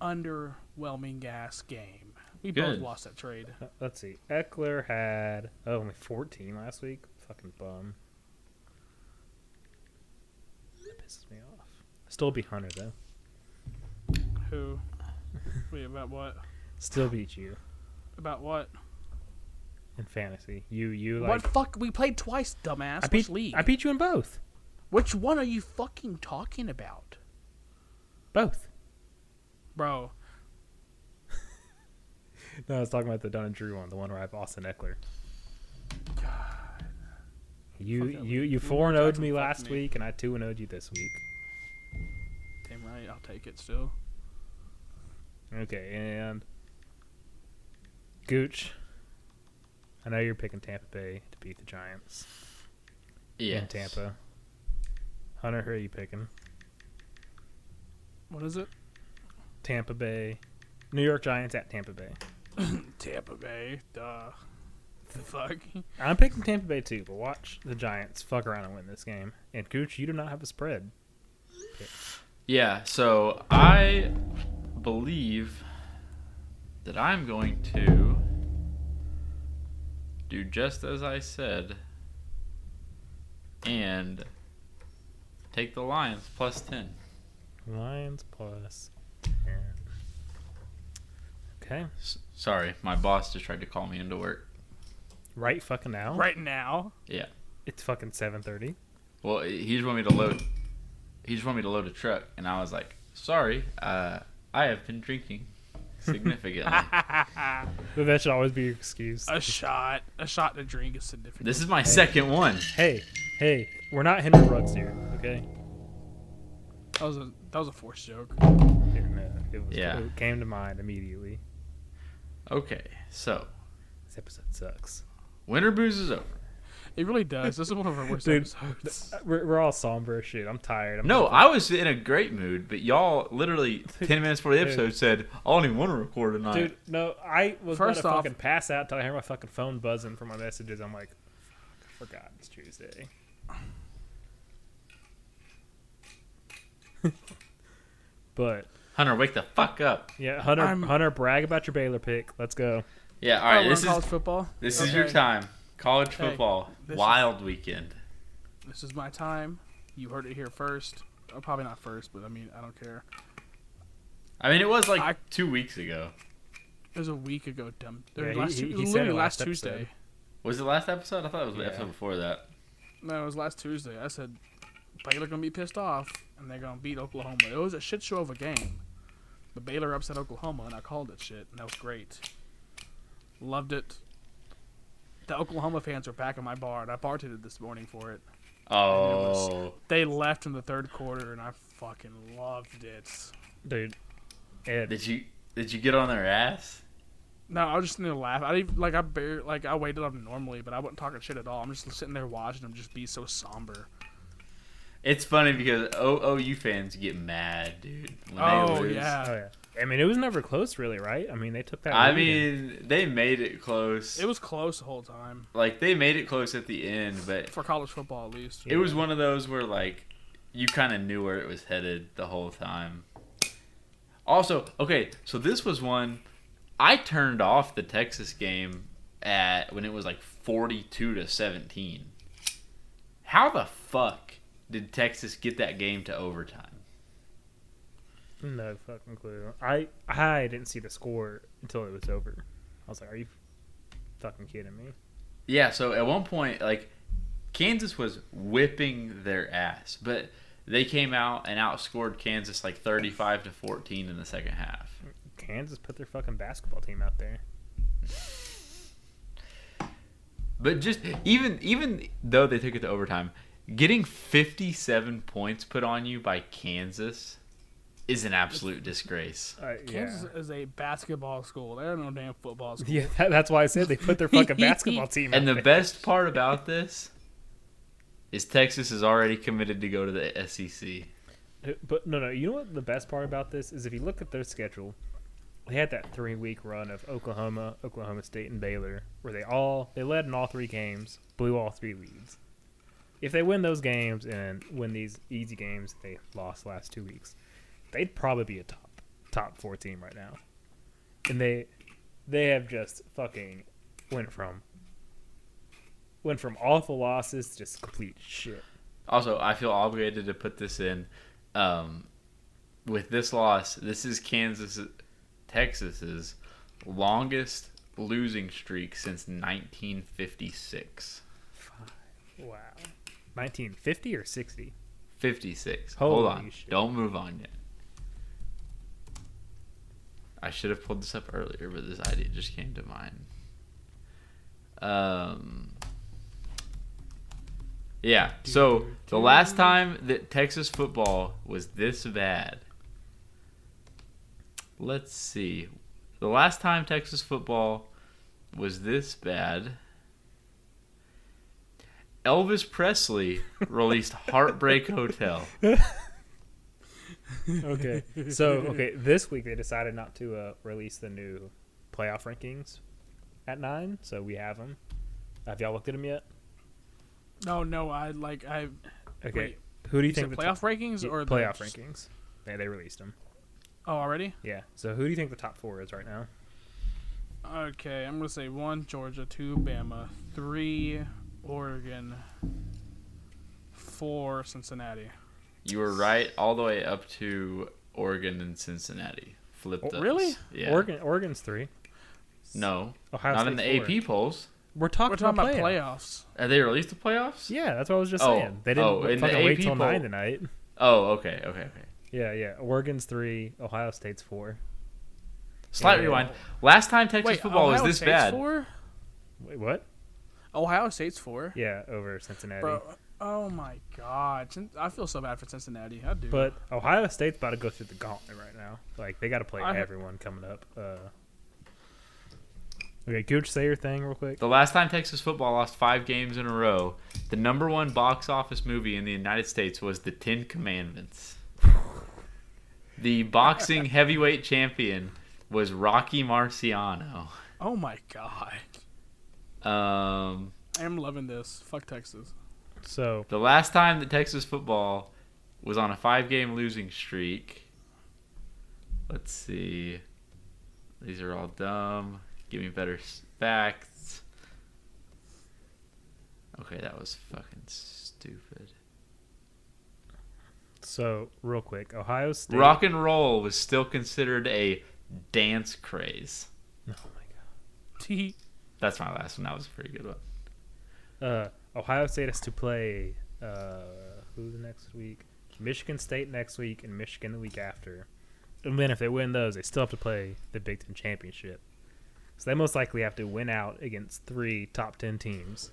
Speaker 1: underwhelming gas game. We
Speaker 2: Good.
Speaker 1: both lost that trade.
Speaker 3: Uh, Let's see. Eckler had oh, only 14 last week. Fucking bum. That pisses me off. Still beat Hunter though.
Speaker 1: Who? Wait, about what?
Speaker 3: Still beat you
Speaker 1: About what?
Speaker 3: in fantasy. You you like
Speaker 1: what fuck? We played twice, dumbass.
Speaker 3: I beat
Speaker 1: Which league?
Speaker 3: I beat you in both.
Speaker 1: Which one are you fucking talking about,
Speaker 3: Both.
Speaker 1: bro?
Speaker 3: No, I was talking about the Don and Drew one, the one where I have Austin Eckler. You
Speaker 1: Fuck that
Speaker 3: you you
Speaker 1: Lamar
Speaker 3: four and would
Speaker 1: Jackson
Speaker 3: me
Speaker 1: fucked
Speaker 3: last
Speaker 1: me.
Speaker 3: week, and I two and would you this week.
Speaker 1: Damn right, I'll take it still.
Speaker 3: Okay, and Gooch. I know you're picking Tampa Bay to beat the Giants.
Speaker 2: Yeah.
Speaker 3: in Tampa. Hunter, who are you picking?
Speaker 1: What is it?
Speaker 3: Tampa Bay, New York Giants at Tampa Bay.
Speaker 1: Tampa Bay. Duh. The fuck?
Speaker 3: I'm picking Tampa Bay too, but watch the Giants fuck around and win this game. And Gooch, you do not have a spread.
Speaker 2: Yeah, so I believe that I'm going to do just as I said and take the Lions plus 10.
Speaker 3: Lions plus. Okay.
Speaker 2: S- sorry, my boss just tried to call me into work.
Speaker 3: Right fucking now.
Speaker 1: Right now, [laughs]
Speaker 2: Yeah.
Speaker 3: It's fucking seven thirty.
Speaker 2: Well, he just wanted me to load. He just wanted me to load a truck, and I was like, "Sorry, uh, I have been drinking [laughs] significantly.
Speaker 3: That should always be your excuse.
Speaker 1: a shot, a shot to drink is significant.
Speaker 2: this is my second one."
Speaker 3: hey, hey, we're not Henry Ruggs here, okay?
Speaker 1: That was a that was a forced joke.
Speaker 3: Here, no, it, was,
Speaker 2: Yeah.
Speaker 3: it came to mind immediately.
Speaker 2: Okay, so
Speaker 3: This episode sucks.
Speaker 2: winter booze is over.
Speaker 1: It really does. This is one of our worst
Speaker 3: Dude, [laughs]
Speaker 1: episodes.
Speaker 3: We're, we're all somber as shit. I'm tired. I'm
Speaker 2: No, I was in a great mood, but y'all
Speaker 1: [laughs]
Speaker 2: literally ten minutes before the
Speaker 3: Dude.
Speaker 2: episode said, "I don't even want to record tonight."
Speaker 3: Dude, no, I was
Speaker 1: First
Speaker 3: gonna
Speaker 1: off-
Speaker 3: fucking pass out till I heard my fucking phone buzzing for my messages. I'm like, I forgot it's Tuesday. [laughs] but
Speaker 2: Hunter, wake the fuck up.
Speaker 3: yeah, Hunter,
Speaker 1: I'm-
Speaker 3: Hunter, brag about your Baylor pick. Let's go.
Speaker 2: Yeah, all
Speaker 1: Oh,
Speaker 2: right.
Speaker 1: we're
Speaker 2: this
Speaker 1: on
Speaker 2: is
Speaker 1: college football.
Speaker 2: this is your
Speaker 1: Okay.
Speaker 2: time. College
Speaker 1: Okay.
Speaker 2: football,
Speaker 1: This is-
Speaker 2: wild weekend.
Speaker 1: This is my time. You heard it here first. Or probably not first, but I mean, I don't care.
Speaker 2: I mean, it was like
Speaker 1: I-
Speaker 2: two weeks ago.
Speaker 1: It was a week ago, dumb.
Speaker 3: Yeah,
Speaker 1: or
Speaker 3: he-
Speaker 1: last, Tu-
Speaker 3: he- he said
Speaker 1: literally
Speaker 3: it last
Speaker 1: last
Speaker 3: episode.
Speaker 1: Tuesday.
Speaker 2: Was it last episode? I thought it was the
Speaker 3: Yeah.
Speaker 2: episode before that.
Speaker 1: No, it was last Tuesday. I said Baylor gonna be pissed off, and they're gonna beat Oklahoma. It was a shit show of a game, but Baylor upset Oklahoma, and I called it shit, and that was great. Loved it. The Oklahoma fans were back in my bar, and I bartended this morning for it. was-
Speaker 2: Oh,
Speaker 1: They left in the third quarter, and I fucking loved it.
Speaker 3: Dude, Ed,
Speaker 2: did you did you get on their ass?
Speaker 1: No, I was just sitting there laughing. I didn't even- like I bare like I waited up normally, but I wasn't talking shit at all. I'm just sitting there watching them just be so somber.
Speaker 2: It's funny because OU fans get mad, dude. When
Speaker 1: Oh
Speaker 2: they lose.
Speaker 1: yeah,
Speaker 3: oh yeah. I mean, it was never close, really, right? I mean, they took that.
Speaker 2: I
Speaker 3: lead and-
Speaker 2: mean, they made it close.
Speaker 1: it was close the whole time
Speaker 2: like they made it close at the end, but
Speaker 1: for college football at least.
Speaker 2: it was one of those where like you kind of knew where it was headed the whole time. Also, okay, so this was one I turned off the Texas game at when it was like 42 to 17. How the fuck did Texas get that game to overtime?
Speaker 3: no fucking clue. I I didn't see the score until it was over. I was like, are you fucking kidding me?
Speaker 2: Yeah, so at one point, like Kansas was whipping their ass, but they came out and outscored Kansas like thirty-five to fourteen in the second half.
Speaker 3: Kansas put their fucking basketball team out there.
Speaker 2: But just even even though they took it to overtime, getting fifty-seven points put on you by Kansas is an absolute disgrace.
Speaker 3: Uh,
Speaker 1: Kansas
Speaker 3: yeah.
Speaker 1: is a basketball school. They're no damn football school.
Speaker 3: Yeah, [laughs] that, that's why I said they put
Speaker 1: [laughs]
Speaker 3: their fucking basketball team.
Speaker 2: And the
Speaker 3: out there.
Speaker 2: best part about this is Texas is already committed to go to the E SEC.
Speaker 3: Uh, but no, no. You know what the best part about this is? If you look at their schedule, they had that three-week run of Oklahoma, Oklahoma State, and Baylor, where they all they led in all three games, blew all three leads. If they win those games and win these easy games they lost last two weeks, they'd probably be a top top four team right now. And they they have just fucking went from went from awful losses to just complete shit.
Speaker 2: Also, I feel obligated to put this in. Um, with this loss, this is Kansas, Texas's longest losing streak since 1956.
Speaker 3: Wow. 1950 or 60?
Speaker 2: 56. Hold
Speaker 3: Holy
Speaker 2: on.
Speaker 3: shit.
Speaker 2: Don't move on yet. I should have pulled this up earlier, but this idea just came to mind. Um, yeah. So the last time that Texas football was this bad, let's see. The last time Texas football was this bad, Elvis
Speaker 3: [laughs]
Speaker 2: Presley released Heartbreak Hotel.
Speaker 3: [laughs] Okay. so, okay, this week they decided not to uh, release the new playoff rankings at 9, so we have them. Have y'all looked at them yet?
Speaker 1: No, no, I like I. You,
Speaker 3: Okay.
Speaker 1: Wait,
Speaker 3: Who do you,
Speaker 1: said
Speaker 3: think the
Speaker 1: playoff rankings
Speaker 3: top,
Speaker 1: or the-
Speaker 3: playoff rankings? Yeah, they released them.
Speaker 1: Oh, already?
Speaker 3: Yeah. So, who do you think the top 4 is right now?
Speaker 1: Okay, I'm gonna say one Georgia, two Bama, three Oregon, for Cincinnati.
Speaker 2: You were right all the way up to Oregon and Cincinnati. Flip
Speaker 3: Oh,
Speaker 2: those.
Speaker 1: really?
Speaker 2: Yeah.
Speaker 3: Oregon, Oregon's three.
Speaker 2: No.
Speaker 3: Ohio
Speaker 2: not in the
Speaker 3: State's four.
Speaker 2: AP polls.
Speaker 3: We're talking,
Speaker 1: We're talking about
Speaker 3: playoffs.
Speaker 1: playoffs.
Speaker 2: Have they released the playoffs?
Speaker 3: Yeah, that's what I was just
Speaker 2: Oh,
Speaker 3: saying. They didn't
Speaker 2: oh, in the
Speaker 3: fucking
Speaker 2: AP
Speaker 3: wait till
Speaker 2: poll.
Speaker 3: nine tonight.
Speaker 2: Oh, okay, okay, okay.
Speaker 3: Yeah, yeah. Oregon's three, Ohio State's four.
Speaker 2: Slight
Speaker 3: Yeah.
Speaker 2: rewind. Last time Texas
Speaker 1: Wait,
Speaker 2: football was
Speaker 1: Ohio
Speaker 2: this
Speaker 1: State's
Speaker 2: bad.
Speaker 1: Four?
Speaker 3: Wait, what?
Speaker 1: Ohio State's four.
Speaker 3: Yeah, over Cincinnati.
Speaker 1: Bro, oh my god. Cin- I feel so bad for Cincinnati. I do.
Speaker 3: But Ohio State's about to go through the gauntlet right now. Like they got to play
Speaker 1: I-
Speaker 3: everyone coming up. Uh, okay, Gooch, say your thing real quick.
Speaker 2: The last time Texas football lost five games in a row, the number one box office movie in the United States was The Ten Commandments. the
Speaker 3: [laughs]
Speaker 2: boxing heavyweight champion was Rocky Marciano.
Speaker 1: oh my god.
Speaker 2: Um,
Speaker 1: I am loving this. Fuck Texas.
Speaker 3: So
Speaker 2: the last time that Texas football was on a five game losing streak, let's see. These are all dumb. Give me better s- facts. Okay, that was fucking stupid.
Speaker 3: so real quick, Ohio State.
Speaker 2: Rock and roll was still considered a dance craze.
Speaker 3: Oh my
Speaker 2: That's my last one. That was a pretty good one.
Speaker 3: god. Uh, Ohio State has to play uh, who the next week? Michigan State next week, and Michigan the week after. And then if they win those, they still have to play the Big Ten championship. So they most likely have to win out against three top ten teams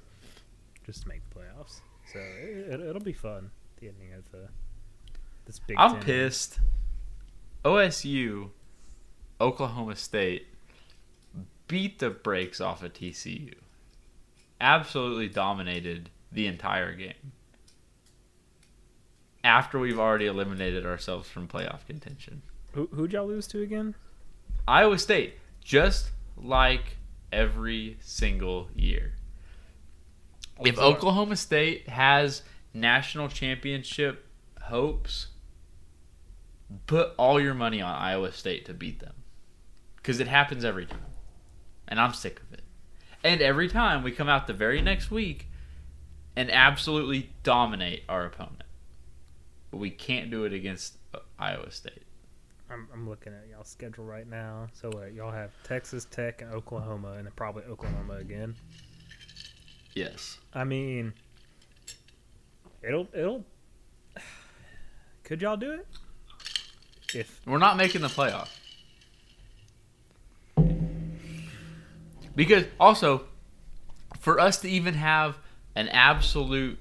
Speaker 3: just to make the playoffs. So it, it, will be fun. The ending of the this Big.
Speaker 2: I'm
Speaker 3: Ten.
Speaker 2: pissed. OSU, Oklahoma State beat the brakes off of TCU. Absolutely dominated the entire game. After we've already eliminated ourselves from playoff contention.
Speaker 3: Who who'd y'all lose to again?
Speaker 2: Iowa State, just like every single year. If
Speaker 1: Sorry.
Speaker 2: Oklahoma State has national championship hopes, put all your money on Iowa State to beat them. Because it happens every time. And I'm sick of it. And every time we come out the very next week and absolutely dominate our opponent. But we can't do it against uh, Iowa State.
Speaker 3: I'm, I'm looking at y'all schedule right now. So uh, y'all have Texas Tech and Oklahoma, and then probably Oklahoma again.
Speaker 2: Yes.
Speaker 3: I mean, it'll it'll. Could y'all do it? If
Speaker 2: We're not making the playoff. Because also, for us to even have an absolute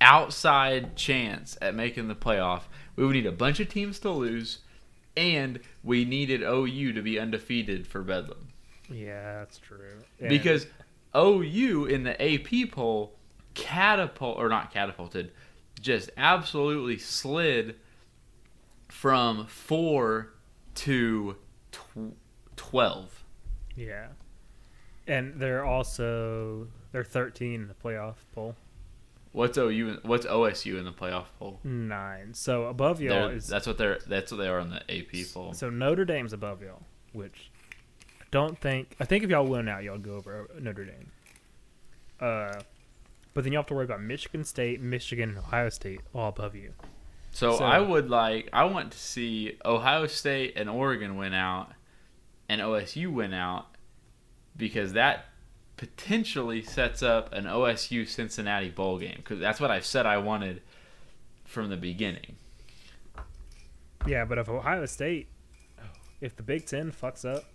Speaker 2: outside chance at making the playoff, we would need a bunch of teams to lose, and we needed OU to be undefeated for Bedlam.
Speaker 3: yeah, that's true. And-
Speaker 2: Because OU in the AP poll catapult or not catapulted, just absolutely slid from four to tw- twelve.
Speaker 3: yeah, and they're also they're 13 in the playoff poll
Speaker 2: What's OU? in- What's OSU in the playoff poll?
Speaker 3: nine. So above y'all
Speaker 2: They're-
Speaker 3: is
Speaker 2: that's what they're. That's what they are in the AP poll.
Speaker 3: so Notre Dame's above y'all, which I don't think I think if y'all win out, y'all go over Notre Dame. Uh, but then you have to worry about Michigan State, Michigan, and Ohio State all above you.
Speaker 2: So,
Speaker 3: So-
Speaker 2: I would like I want to see Ohio State and Oregon win out and OSU win out because that potentially sets up an OSU Cincinnati bowl game cuz that's what I've said I wanted from the beginning.
Speaker 3: Yeah, but if Ohio State, Oh. if the Big Ten fucks up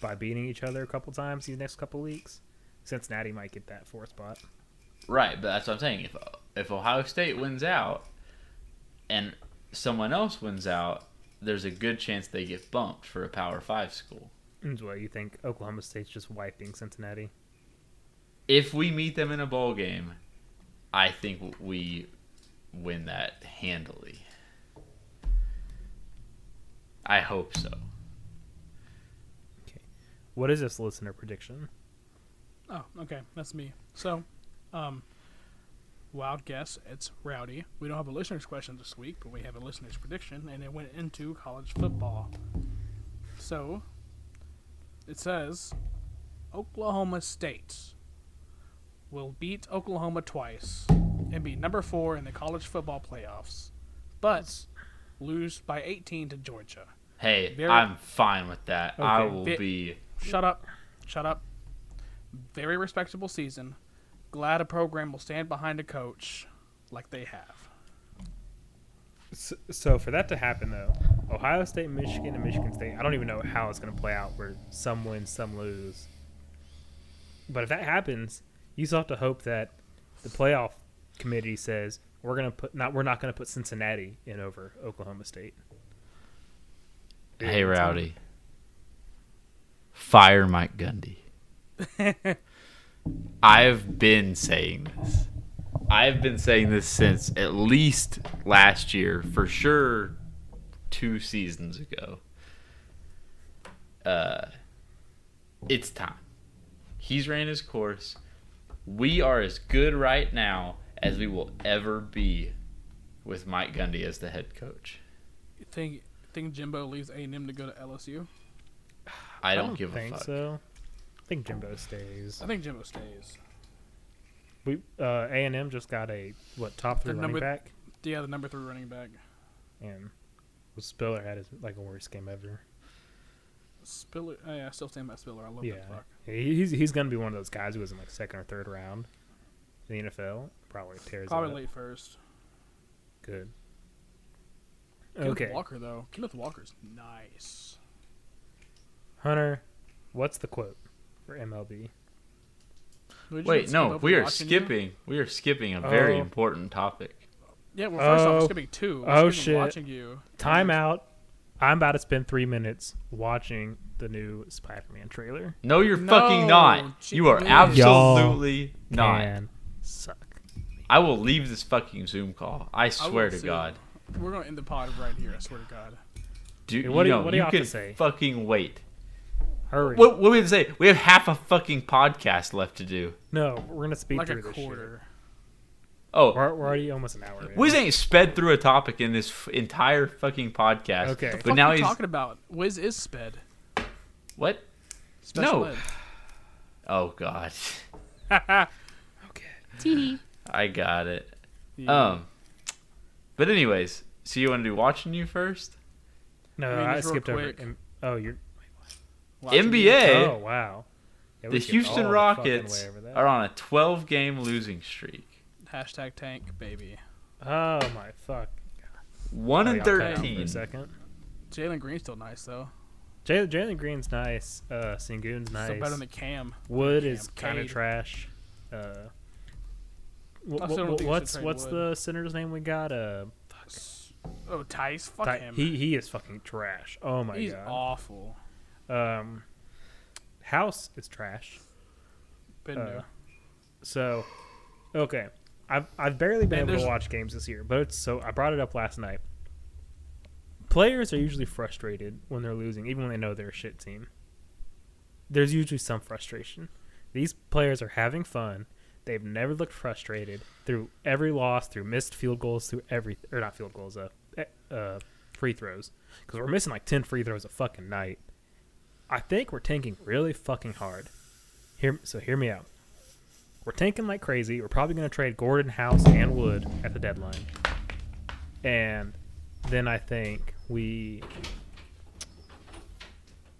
Speaker 3: by beating each other a couple times these next couple weeks, Cincinnati might get that four spot.
Speaker 2: Right, but that's what I'm saying. If if Ohio State wins out and someone else wins out, there's a good chance they get bumped for a Power 5 school.
Speaker 3: That's why you think Oklahoma State's just wiping Cincinnati.
Speaker 2: if we meet them in a bowl game, I think we win that handily. I hope so.
Speaker 3: What is this listener prediction?
Speaker 1: Oh, okay. That's me. So, um, wild guess. It's Rowdy. We don't have a listener's question this week, but we have a listener's prediction, and it went into college football. So, it says Oklahoma State will beat Oklahoma twice and be number four in the college football playoffs, but lose by 18 to Georgia.
Speaker 2: Hey,
Speaker 1: Very-
Speaker 2: I'm fine with that. I
Speaker 3: Okay.
Speaker 2: will
Speaker 1: Ve-
Speaker 2: be.
Speaker 1: Shut up. Shut up. Very respectable season. Glad a program will stand behind a coach like they have.
Speaker 3: So, so for that to happen, though, Ohio State, Michigan, and Michigan State, I don't even know how it's going to play out where some win, some lose. But if that happens, you still have to hope that the playoff committee says we're going to put not we're not going to put Cincinnati in over Oklahoma State.
Speaker 2: Hey, Rowdy. Fire Mike Gundy. I've been saying this. I've been saying this since at least last year, for sure, two seasons ago. Uh, it's time. He's ran his course. We are as good right now as we will ever be with Mike Gundy as the head coach.
Speaker 1: You think think Jimbo leaves A&M to go to LSU?
Speaker 2: I don't, give
Speaker 3: think
Speaker 2: a fuck.
Speaker 3: so. I think Jimbo stays.
Speaker 1: I think Jimbo stays.
Speaker 3: We uh, A and M just got a what top three
Speaker 1: Their
Speaker 3: running
Speaker 1: number-
Speaker 3: back,
Speaker 1: Yeah, the number three running back.
Speaker 3: and Spiller had his like a worst game ever.
Speaker 1: Spiller. Oh, yeah, I still stand by Spiller. I love
Speaker 3: Yeah,
Speaker 1: that fuck.
Speaker 3: He- he's he's gonna be one of those guys who was in like second or third round in the NFL. Probably tears. it
Speaker 1: Probably
Speaker 3: up.
Speaker 1: late first.
Speaker 3: Good.
Speaker 1: Kenneth
Speaker 3: Okay,
Speaker 1: Walker though. Kenneth Walker's nice.
Speaker 3: Hunter, what's the quote for MLB?
Speaker 1: Would you
Speaker 2: Wait,
Speaker 1: skip
Speaker 2: no,
Speaker 1: over
Speaker 2: we are
Speaker 1: watching you?
Speaker 2: skipping. We are skipping a very
Speaker 3: Oh.
Speaker 2: important topic.
Speaker 1: Yeah, well, first off,
Speaker 3: Oh.
Speaker 1: we're skipping two. We're
Speaker 3: Oh,
Speaker 1: skipping
Speaker 3: shit.
Speaker 1: Watching you.
Speaker 3: Timeout. I'm about to spend three minutes watching the new Spider-Man trailer.
Speaker 2: No, you're fucking
Speaker 1: No,
Speaker 2: not. You are
Speaker 1: jeez.
Speaker 2: absolutely not.
Speaker 3: Can suck.
Speaker 2: I will leave this fucking Zoom call. I
Speaker 1: I will
Speaker 2: swear to
Speaker 1: see.
Speaker 2: God.
Speaker 1: We're gonna end the pod right here. I swear to God.
Speaker 2: Do,
Speaker 3: Hey, what do
Speaker 2: you
Speaker 3: you-
Speaker 2: know,
Speaker 3: what do
Speaker 2: you
Speaker 3: you have to
Speaker 2: can
Speaker 3: say?
Speaker 2: fucking wait.
Speaker 3: Hurry.
Speaker 2: What, what do we have to say? We have half a fucking podcast left to do.
Speaker 3: No, we're gonna speed
Speaker 1: Like a
Speaker 3: through this shit.
Speaker 1: quarter.
Speaker 2: Oh,
Speaker 3: We're, we're already almost an hour. in.
Speaker 2: Wiz ain't sped through a topic in this f- entire fucking podcast.
Speaker 3: Okay. The
Speaker 2: but
Speaker 1: Fuck
Speaker 2: now
Speaker 1: you
Speaker 2: he's
Speaker 1: talking about Wiz is sped.
Speaker 2: what?
Speaker 1: Special
Speaker 2: No.
Speaker 1: ed.
Speaker 2: Oh
Speaker 1: [laughs]
Speaker 2: God,
Speaker 3: Okay.
Speaker 2: I got it.
Speaker 1: Yeah.
Speaker 2: Um, but anyways, so you want to do watching you first?
Speaker 3: No,
Speaker 1: I mean,
Speaker 3: I,
Speaker 1: just real
Speaker 3: skipped over.
Speaker 1: quick.
Speaker 3: M- oh, you're.
Speaker 1: Watching you.
Speaker 2: NBA.
Speaker 3: Oh wow. Yeah, we
Speaker 2: the
Speaker 3: skipped
Speaker 2: Houston
Speaker 3: all the fucking
Speaker 2: Rockets
Speaker 3: way over that.
Speaker 2: are on a 12 game losing streak.
Speaker 1: Hashtag tank baby.
Speaker 3: Oh my fuck.
Speaker 2: 1
Speaker 3: Sorry,
Speaker 2: and
Speaker 3: Oh, I'll cut out For
Speaker 2: 13.
Speaker 3: a second.
Speaker 1: Jalen Green's still nice though.
Speaker 3: Jalen, Jalen Green's nice. Uh, Sengun's nice.
Speaker 1: Still better than Cam.
Speaker 3: Wood is
Speaker 1: Cam
Speaker 3: kind of
Speaker 1: Cade.
Speaker 3: trash. Uh, wh-
Speaker 1: I still don't
Speaker 3: wh-
Speaker 1: think you should
Speaker 3: what's
Speaker 1: trade
Speaker 3: what's
Speaker 1: Wood.
Speaker 3: the center's name we got? Uh,
Speaker 1: Oh, Tice. Fuck
Speaker 3: Ty-
Speaker 1: him.
Speaker 3: he he is fucking trash. Oh my
Speaker 1: He's
Speaker 3: god.
Speaker 1: awful.
Speaker 3: Um, House is trash.
Speaker 1: Been
Speaker 3: Uh,
Speaker 1: new.
Speaker 3: So, okay, I've I've barely been
Speaker 1: And
Speaker 3: able to
Speaker 1: there's-
Speaker 3: watch games this year, but it's so I brought it up last night. Players are usually frustrated when they're losing, even when they know they're a shit team. There's usually some frustration. These players are having fun. They've never looked frustrated through every loss, through missed field goals, through every or not field goals, uh, eh, uh free throws. Because we're missing like ten free throws a fucking night. I think we're tanking really fucking hard. Here, so hear me out. We're tanking like crazy. We're probably going to trade Gordon, House, and Wood at the deadline. And then I think we.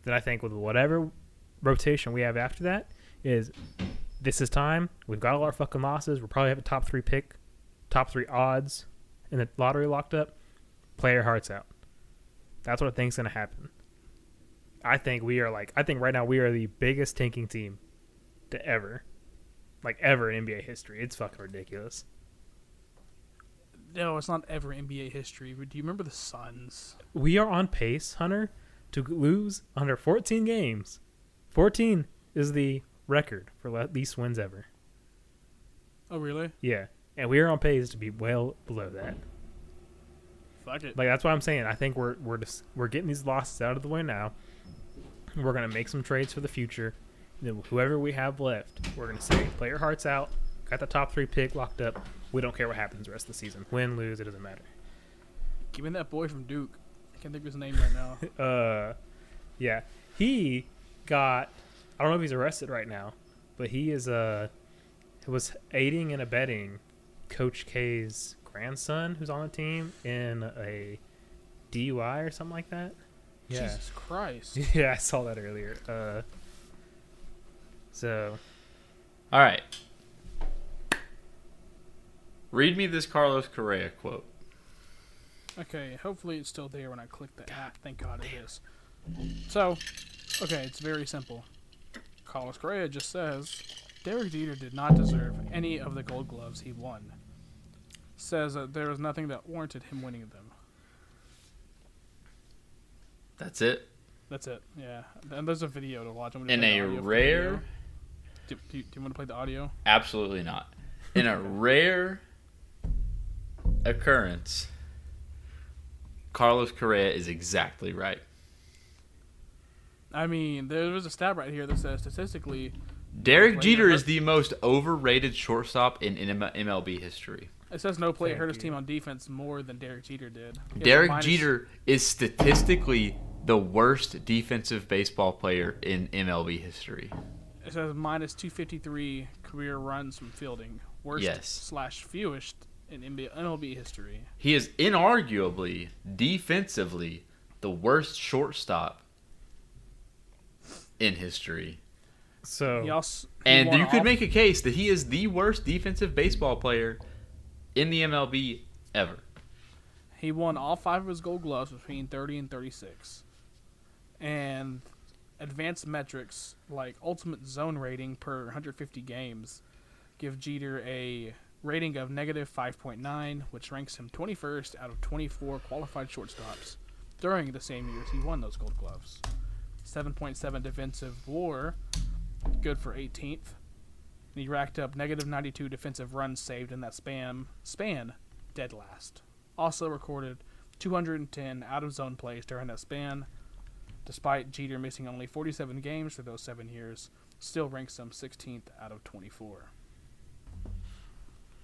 Speaker 3: Then I think with whatever rotation we have after that is this is time. We've got all our fucking losses. We'll probably have a top three pick, top three odds in the lottery locked up. Play your hearts out. That's what I think's going to happen. I think we are like, I think right now we are the biggest tanking team to ever like ever in NBA history. It's fucking ridiculous.
Speaker 1: No, it's not ever NBA history. Do you remember the Suns?
Speaker 3: We are on pace, Hunter, to lose under 14 games. 14 is the record for le- least wins ever.
Speaker 1: Oh, really?
Speaker 3: Yeah, and we are on pace to be well below that.
Speaker 1: Fuck it.
Speaker 3: Like that's what I'm saying. I think we're we're just we're getting these losses out of the way now. We're gonna make some trades for the future. And then whoever we have left, we're gonna say, play your hearts out. Got the top three pick locked up. We don't care what happens the rest of the season. Win, lose, it doesn't matter.
Speaker 1: Give me that boy from Duke. I can't think of his name right now.
Speaker 3: uh yeah he got i don't know if he's arrested right now but he is uh was aiding and abetting Coach K's grandson who's on the team in a DUI or something like that. [laughs] Yeah.
Speaker 1: Jesus Christ.
Speaker 3: [laughs] Yeah, I saw that earlier. Uh, so
Speaker 2: All right. Read me this Carlos Correa quote.
Speaker 1: Okay, hopefully it's still there when I click the app. Thank God it is. So, okay, it's very simple. Carlos Correa just says Derek Jeter did not deserve any of the gold gloves he won. Says that there was nothing that warranted him winning them.
Speaker 2: That's it.
Speaker 1: That's it. Yeah. And there's a video to watch. I'm gonna
Speaker 2: In
Speaker 1: play
Speaker 2: a
Speaker 1: the audio for the
Speaker 2: rare,
Speaker 1: video. Do, do, you- do you want to play the audio?
Speaker 2: absolutely not. In
Speaker 3: [laughs]
Speaker 2: a rare occurrence, Carlos Correa is exactly right.
Speaker 1: I mean, there was a stat right here that says statistically,
Speaker 2: Derek
Speaker 1: Wait,
Speaker 2: Jeter
Speaker 1: I-
Speaker 2: is the most overrated shortstop in NM MLB history.
Speaker 1: it says no player
Speaker 3: Thank
Speaker 1: hurt his
Speaker 3: you.
Speaker 1: team on defense more than Derek Jeter did. He has a
Speaker 2: Derek
Speaker 1: minus-
Speaker 2: Jeter is statistically the worst defensive baseball player in MLB history.
Speaker 1: It says minus 253 career runs from fielding. Worst
Speaker 2: Yes.
Speaker 1: slash fewest in NBA, MLB history.
Speaker 2: He is inarguably, defensively, the worst shortstop in history.
Speaker 3: so
Speaker 1: He also, he
Speaker 2: And
Speaker 1: won
Speaker 2: you could
Speaker 1: all-
Speaker 2: make a case that he is the worst defensive baseball player in the MLB ever.
Speaker 1: He won all five of his gold gloves between 30 and 36. And advanced metrics like ultimate zone rating per 150 games give Jeter a rating of negative 5.9, which ranks him 21st out of 24 qualified shortstops during the same years he won those gold gloves. 7.7 defensive war, good for 18th. And he racked up negative 92 defensive runs saved in that spam span, dead last also recorded 210 out of zone plays during that span. Despite Jeter missing only 47 games for those seven years, still ranks him 16th out of 24.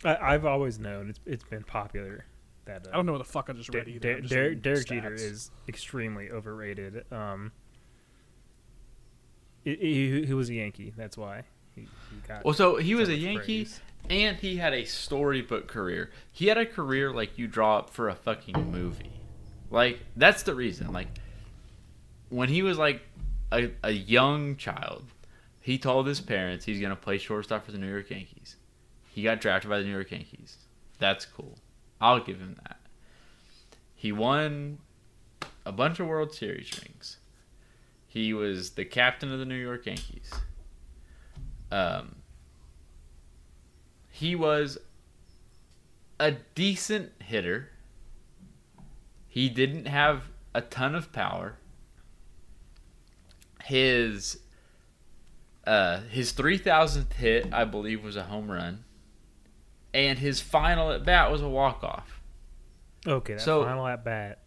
Speaker 3: I, I've always known it's it's been popular that uh,
Speaker 1: I don't know what the fuck I just read
Speaker 3: Der-
Speaker 1: either.
Speaker 3: Der-
Speaker 1: I'm just
Speaker 3: Der-
Speaker 1: reading
Speaker 3: Derek
Speaker 1: stats.
Speaker 3: Jeter is extremely overrated. Um, he- he, he was a Yankee. That's why he, he got.
Speaker 2: Well, so he
Speaker 3: so
Speaker 2: was a
Speaker 3: much
Speaker 2: Yankee,
Speaker 3: praise.
Speaker 2: and he had a storybook career. He had a career like you draw up for a fucking movie. Like that's the reason. Like when he was like a, a young child, he told his parents he's gonna play shortstop for the New York Yankees. He got drafted by the New York Yankees. That's cool. I'll give him that. He won a bunch of World Series rings. He was the captain of the New York Yankees. Um, he was a decent hitter. He didn't have a ton of power. His uh, his 3000th hit, I believe, was a home run. And his final at bat was a walk off.
Speaker 3: Okay, that
Speaker 2: so-
Speaker 3: final at bat,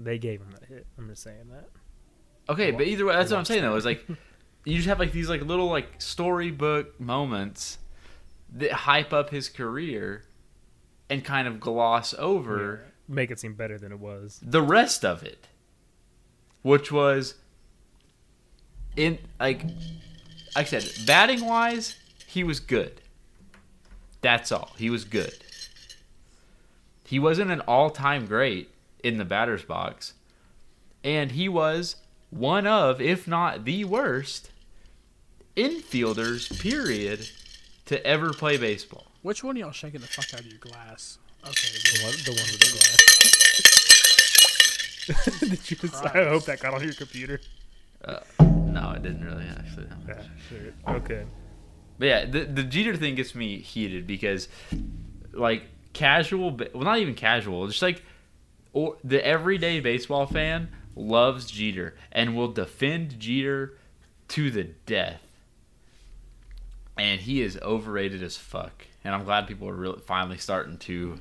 Speaker 3: they gave him that hit. I'm just saying that.
Speaker 2: Okay,
Speaker 3: Wa-
Speaker 2: but either way, that's
Speaker 3: I
Speaker 2: what I'm
Speaker 3: watched
Speaker 2: saying though. Is like you just have like these like little like storybook moments that hype up his career and kind of gloss over
Speaker 3: Make it seem better than it was.
Speaker 2: the rest of it, which was in like like I said, batting wise, he was good. That's all. He was good. He wasn't an all-time great in the batter's box, and he was one of, if not the worst, infielders. Period, to ever play baseball.
Speaker 1: Which one of y'all shaking the fuck out of your glass? Okay,
Speaker 3: The
Speaker 1: good.
Speaker 3: one, the one with the glass. [laughs] Did you just- I
Speaker 1: Christ.
Speaker 3: hope that got on your computer.
Speaker 2: No, it didn't really actually.
Speaker 3: Yeah, sure. Okay.
Speaker 2: But yeah, the, the Jeter thing gets me heated because, like, casual, ba- well, not even casual, just like or the everyday baseball fan loves Jeter and will defend Jeter to the death. And he is overrated as fuck. And I'm glad people are real finally starting to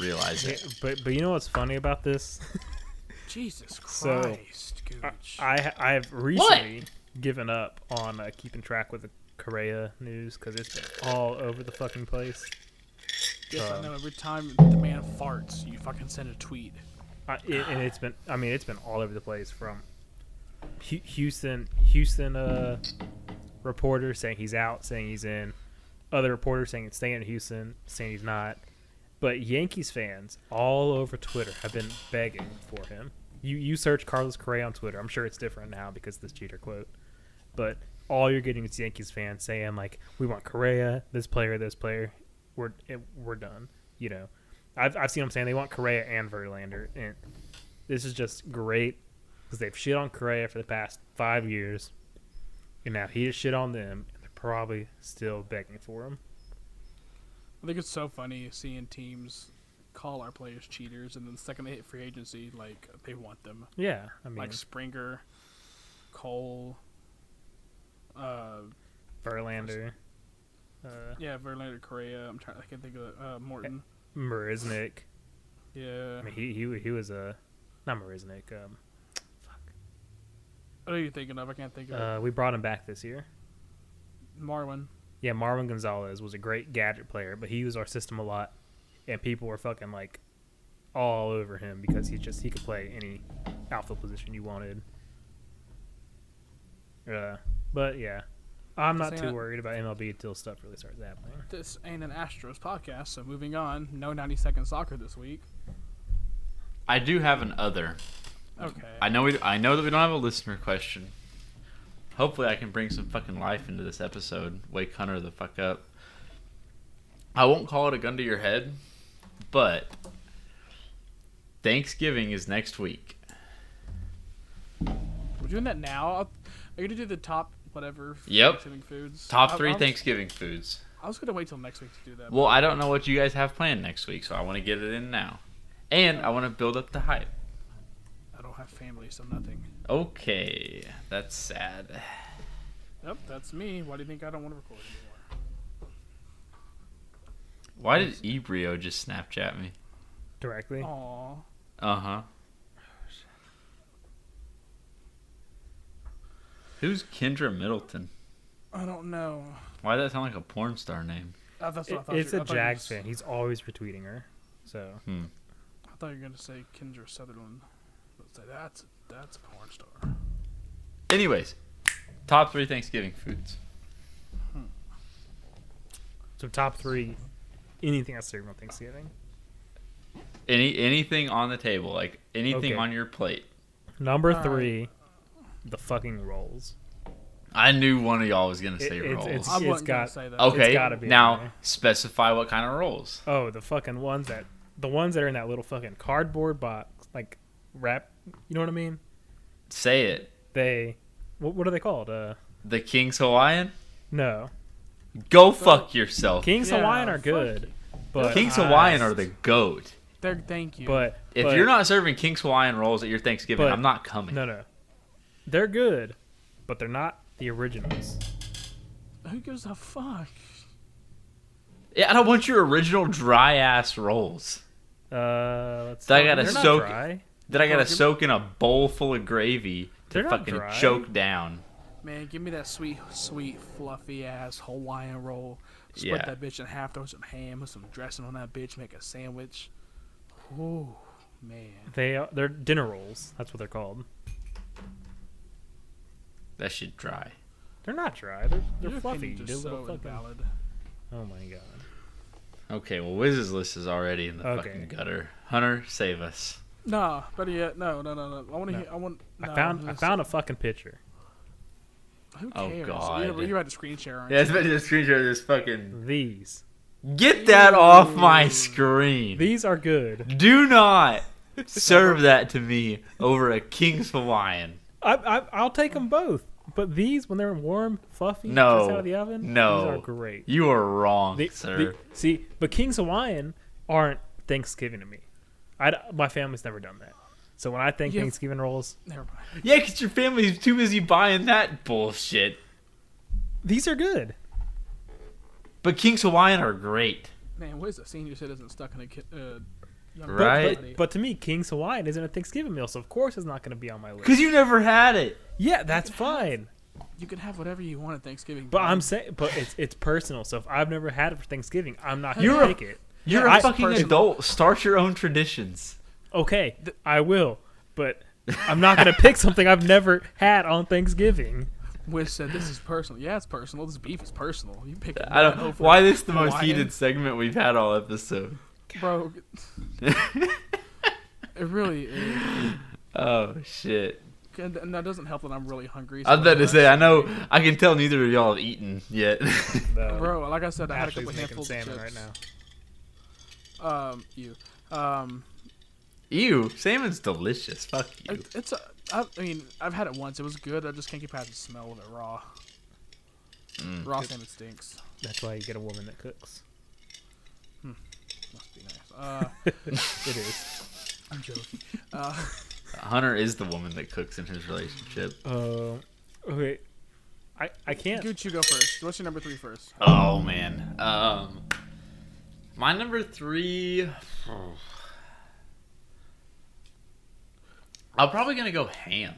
Speaker 2: realize
Speaker 3: Yeah,
Speaker 2: it.
Speaker 3: but but you know what's funny about [laughs] this?
Speaker 1: Jesus
Speaker 3: So,
Speaker 1: Christ, Gooch.
Speaker 3: I I've recently given up on uh, keeping track with the Korea news because it's been all over the fucking place.
Speaker 1: Yes, I
Speaker 3: um,
Speaker 1: know. Every time the man farts, you fucking send a tweet.
Speaker 3: I, it, and it's been I mean it's been all over the place from Hu- Houston Houston uh reporter saying he's out, saying he's in. other reporters saying it's staying in Houston, saying he's not. But Yankees fans all over Twitter have been begging for him. You you search Carlos Correa on Twitter. I'm sure it's different now because of this cheater quote. But all you're getting is Yankees fans saying like, "We want Correa, this player, this player. We're eh, we're done." You know, I've I've seen them saying they want Correa and Verlander, and this is just great because they've shit on Correa for the past five years, and now he has shit on them, and they're probably still begging for him.
Speaker 1: I think it's so funny seeing teams call our players cheaters, and then the second they hit free agency, like they want them,
Speaker 3: Yeah, I mean
Speaker 1: like Springer, Cole, uh,
Speaker 3: Verlander, uh,
Speaker 1: yeah, Verlander, Correa. I'm trying. I can think of uh, Morton.
Speaker 3: Marisnik.
Speaker 1: Yeah.
Speaker 3: I mean, he he he was a not Marisnik. Um,
Speaker 1: What are you thinking of? I can't think of it.
Speaker 3: uh, we brought him back this year.
Speaker 1: Marwin.
Speaker 3: Yeah, Marvin Gonzalez was a great gadget player, but he used our system a lot, and people were fucking like all over him because he just he could play any outfield position you wanted. Uh, but yeah, I'm not
Speaker 1: Saying
Speaker 3: too
Speaker 1: that-
Speaker 3: worried about MLB until stuff really starts happening.
Speaker 1: This ain't an Astros podcast, so moving on. No 90 second soccer this week.
Speaker 2: I do have an other.
Speaker 1: Okay.
Speaker 2: I know we. I know that we don't have a listener question. Hopefully, I can bring some fucking life into this episode. Wake Hunter the fuck up. I won't call it a gun to your head, but Thanksgiving is next week.
Speaker 1: We're doing that now. I'll- Are you gonna do the top whatever
Speaker 2: Yep.
Speaker 1: Thanksgiving foods? I-
Speaker 2: Top
Speaker 1: I
Speaker 2: three
Speaker 1: was-
Speaker 2: Thanksgiving foods.
Speaker 1: I was gonna wait till next week to do that.
Speaker 2: Well, I don't know what you guys have planned next week, so I want to get it in now, and I want to build up the hype.
Speaker 1: I don't have family, so nothing.
Speaker 2: Okay, that's sad.
Speaker 1: Yep, that's me. Why do you think I don't want to record anymore?
Speaker 2: Why did Ebrio just Snapchat me?
Speaker 3: Directly,
Speaker 1: Aw.
Speaker 2: Uh huh. Who's Kendra Middleton?
Speaker 1: I don't know.
Speaker 2: Why does that sound like a porn star name?
Speaker 1: Uh, that's what I
Speaker 3: It-
Speaker 1: thought.
Speaker 3: it's
Speaker 1: you,
Speaker 3: a
Speaker 1: I thought you
Speaker 3: Jags
Speaker 1: was-
Speaker 3: fan. He's always retweeting her. So
Speaker 1: I thought you were gonna say Kendra Sutherland. Let's say that's that's a porn star.
Speaker 2: Anyways, top three Thanksgiving foods.
Speaker 3: so top three, anything I serve on Thanksgiving.
Speaker 2: Any anything on the table, like anything
Speaker 3: Okay.
Speaker 2: on your plate.
Speaker 3: Number
Speaker 1: right.
Speaker 3: three, the fucking rolls.
Speaker 2: I knew one of y'all was gonna
Speaker 3: It-
Speaker 2: say
Speaker 3: it's-
Speaker 2: rolls.
Speaker 3: [laughs] it's-
Speaker 1: I wasn't gonna
Speaker 3: got-
Speaker 1: say that.
Speaker 2: okay,
Speaker 3: gotta be
Speaker 2: now
Speaker 3: on there.
Speaker 2: specify what kind of rolls.
Speaker 3: Oh, the fucking ones that the ones that are in that little fucking cardboard box, like wrap. You know what I mean?
Speaker 2: Say it.
Speaker 3: They, what, what are they called? Uh,
Speaker 2: The King's Hawaiian.
Speaker 3: no,
Speaker 2: Go fuck yourself.
Speaker 3: Kings
Speaker 1: Yeah,
Speaker 3: Hawaiian are
Speaker 1: fuck
Speaker 3: good, but
Speaker 2: King's
Speaker 3: I-
Speaker 2: Hawaiian are the goat.
Speaker 1: There, thank you.
Speaker 3: But
Speaker 2: If
Speaker 3: but-
Speaker 2: you're not serving King's Hawaiian rolls at your Thanksgiving,
Speaker 3: but-
Speaker 2: I'm not coming.
Speaker 3: no, no, they're good, but they're not the originals.
Speaker 1: who gives a fuck?
Speaker 2: Yeah, I don't want your original dry ass rolls
Speaker 3: Uh, let's
Speaker 2: They
Speaker 3: see.
Speaker 2: gotta
Speaker 3: They're not
Speaker 2: soak-
Speaker 3: dry.
Speaker 2: that I gotta
Speaker 1: Fuck 'em.
Speaker 2: soak in a bowl full of gravy
Speaker 3: They're
Speaker 2: to
Speaker 3: not
Speaker 2: fucking
Speaker 3: dry.
Speaker 2: choke down.
Speaker 1: Man, give me that sweet, sweet, fluffy ass Hawaiian roll. Split
Speaker 2: Yeah.
Speaker 1: that bitch in half, throw some ham, put some dressing on that bitch, make a sandwich. Ooh, man.
Speaker 3: They are, they're dinner rolls. That's what they're called.
Speaker 2: That shit dry.
Speaker 3: They're not dry. They're they're
Speaker 1: Your
Speaker 3: fluffy.
Speaker 1: opinion's
Speaker 3: They're
Speaker 1: Just
Speaker 3: little
Speaker 1: so
Speaker 3: fucking-
Speaker 1: invalid.
Speaker 3: Oh my god.
Speaker 2: Okay, well Wiz's list is already in the
Speaker 3: Okay.
Speaker 2: fucking gutter. Hunter, save us.
Speaker 1: No, better yet, no, no, no, no. I want to
Speaker 3: No.
Speaker 1: hear. I want. No,
Speaker 3: I found I
Speaker 1: this-
Speaker 3: found a fucking picture.
Speaker 1: Who
Speaker 2: Oh,
Speaker 1: cares?
Speaker 2: God.
Speaker 1: You, you had a screen share. aren't
Speaker 2: Yeah,
Speaker 1: you?
Speaker 2: it's been a screenshot of this fucking.
Speaker 3: These
Speaker 2: Get that off my
Speaker 1: Ew.
Speaker 2: screen.
Speaker 3: these are good.
Speaker 2: Do
Speaker 3: [laughs]
Speaker 2: not serve that to me over a King's Hawaiian.
Speaker 3: I, I I'll take them both. But these, when they're warm, fluffy,
Speaker 2: No.
Speaker 3: just out of the oven,
Speaker 2: No.
Speaker 3: these are great.
Speaker 2: You are wrong,
Speaker 3: The-
Speaker 2: sir.
Speaker 3: the- see, but King's Hawaiian aren't Thanksgiving to me. I my family's never done that. So when I think
Speaker 1: Yeah.
Speaker 3: Thanksgiving rolls,
Speaker 1: Never mind.
Speaker 2: Yeah, 'cause your family's too busy buying that bullshit.
Speaker 3: these are good.
Speaker 2: But King's Hawaiian are great.
Speaker 1: Man, what is a senior citizen stuck in a kid? Uh, young
Speaker 3: But,
Speaker 2: Right.
Speaker 3: But, but to me, King's Hawaiian isn't a Thanksgiving meal, so of course it's not going to be on my list.
Speaker 2: Because you never had it.
Speaker 3: Yeah, that's fine.
Speaker 1: you can have whatever you want at Thanksgiving.
Speaker 3: But
Speaker 1: man.
Speaker 3: I'm saying, but it's it's personal. So if I've never had it for Thanksgiving, I'm not going
Speaker 2: You're
Speaker 3: to
Speaker 2: a-
Speaker 3: take it.
Speaker 2: You're
Speaker 3: I-
Speaker 2: a fucking
Speaker 1: personal.
Speaker 2: adult. Start your own traditions.
Speaker 3: Okay, I will, but I'm not gonna pick something I've never had on Thanksgiving.
Speaker 1: Wish said, "This is personal. Yeah, it's personal. This beef is personal. You pick.
Speaker 2: I
Speaker 1: that
Speaker 2: don't.
Speaker 1: over
Speaker 2: Why this the most
Speaker 1: Oh, Hawaiian?
Speaker 2: heated segment we've had all episode?
Speaker 1: bro?
Speaker 3: [laughs]
Speaker 1: It really is.
Speaker 2: oh shit!
Speaker 1: And, and that doesn't help that I'm really hungry. so
Speaker 2: I was about to
Speaker 1: that's-
Speaker 2: say. I know. I can tell neither of y'all have eaten yet. [laughs]
Speaker 3: No.
Speaker 1: bro. Like I said, I had a
Speaker 3: Ashley's
Speaker 1: couple
Speaker 3: making
Speaker 1: handfuls of
Speaker 3: salmon
Speaker 1: chips.
Speaker 3: right now.
Speaker 1: now. Um, you. Um,
Speaker 2: Ew, salmon's delicious. Fuck you.
Speaker 1: it, it's. A, I, I mean, I've had it once. It was good. I just can't get past the smell of it raw.
Speaker 2: Mm.
Speaker 1: Raw salmon stinks.
Speaker 3: That's why you get a woman that cooks.
Speaker 1: Must be nice.
Speaker 3: [laughs]
Speaker 1: Uh,
Speaker 3: It is.
Speaker 1: I'm joking. Uh,
Speaker 2: Hunter is the woman that cooks in his relationship.
Speaker 3: Um. okay. I I can't.
Speaker 1: Gooch, you go first. What's your number three first?
Speaker 2: Oh man. Um, my number three. [sighs] I'm probably gonna go ham.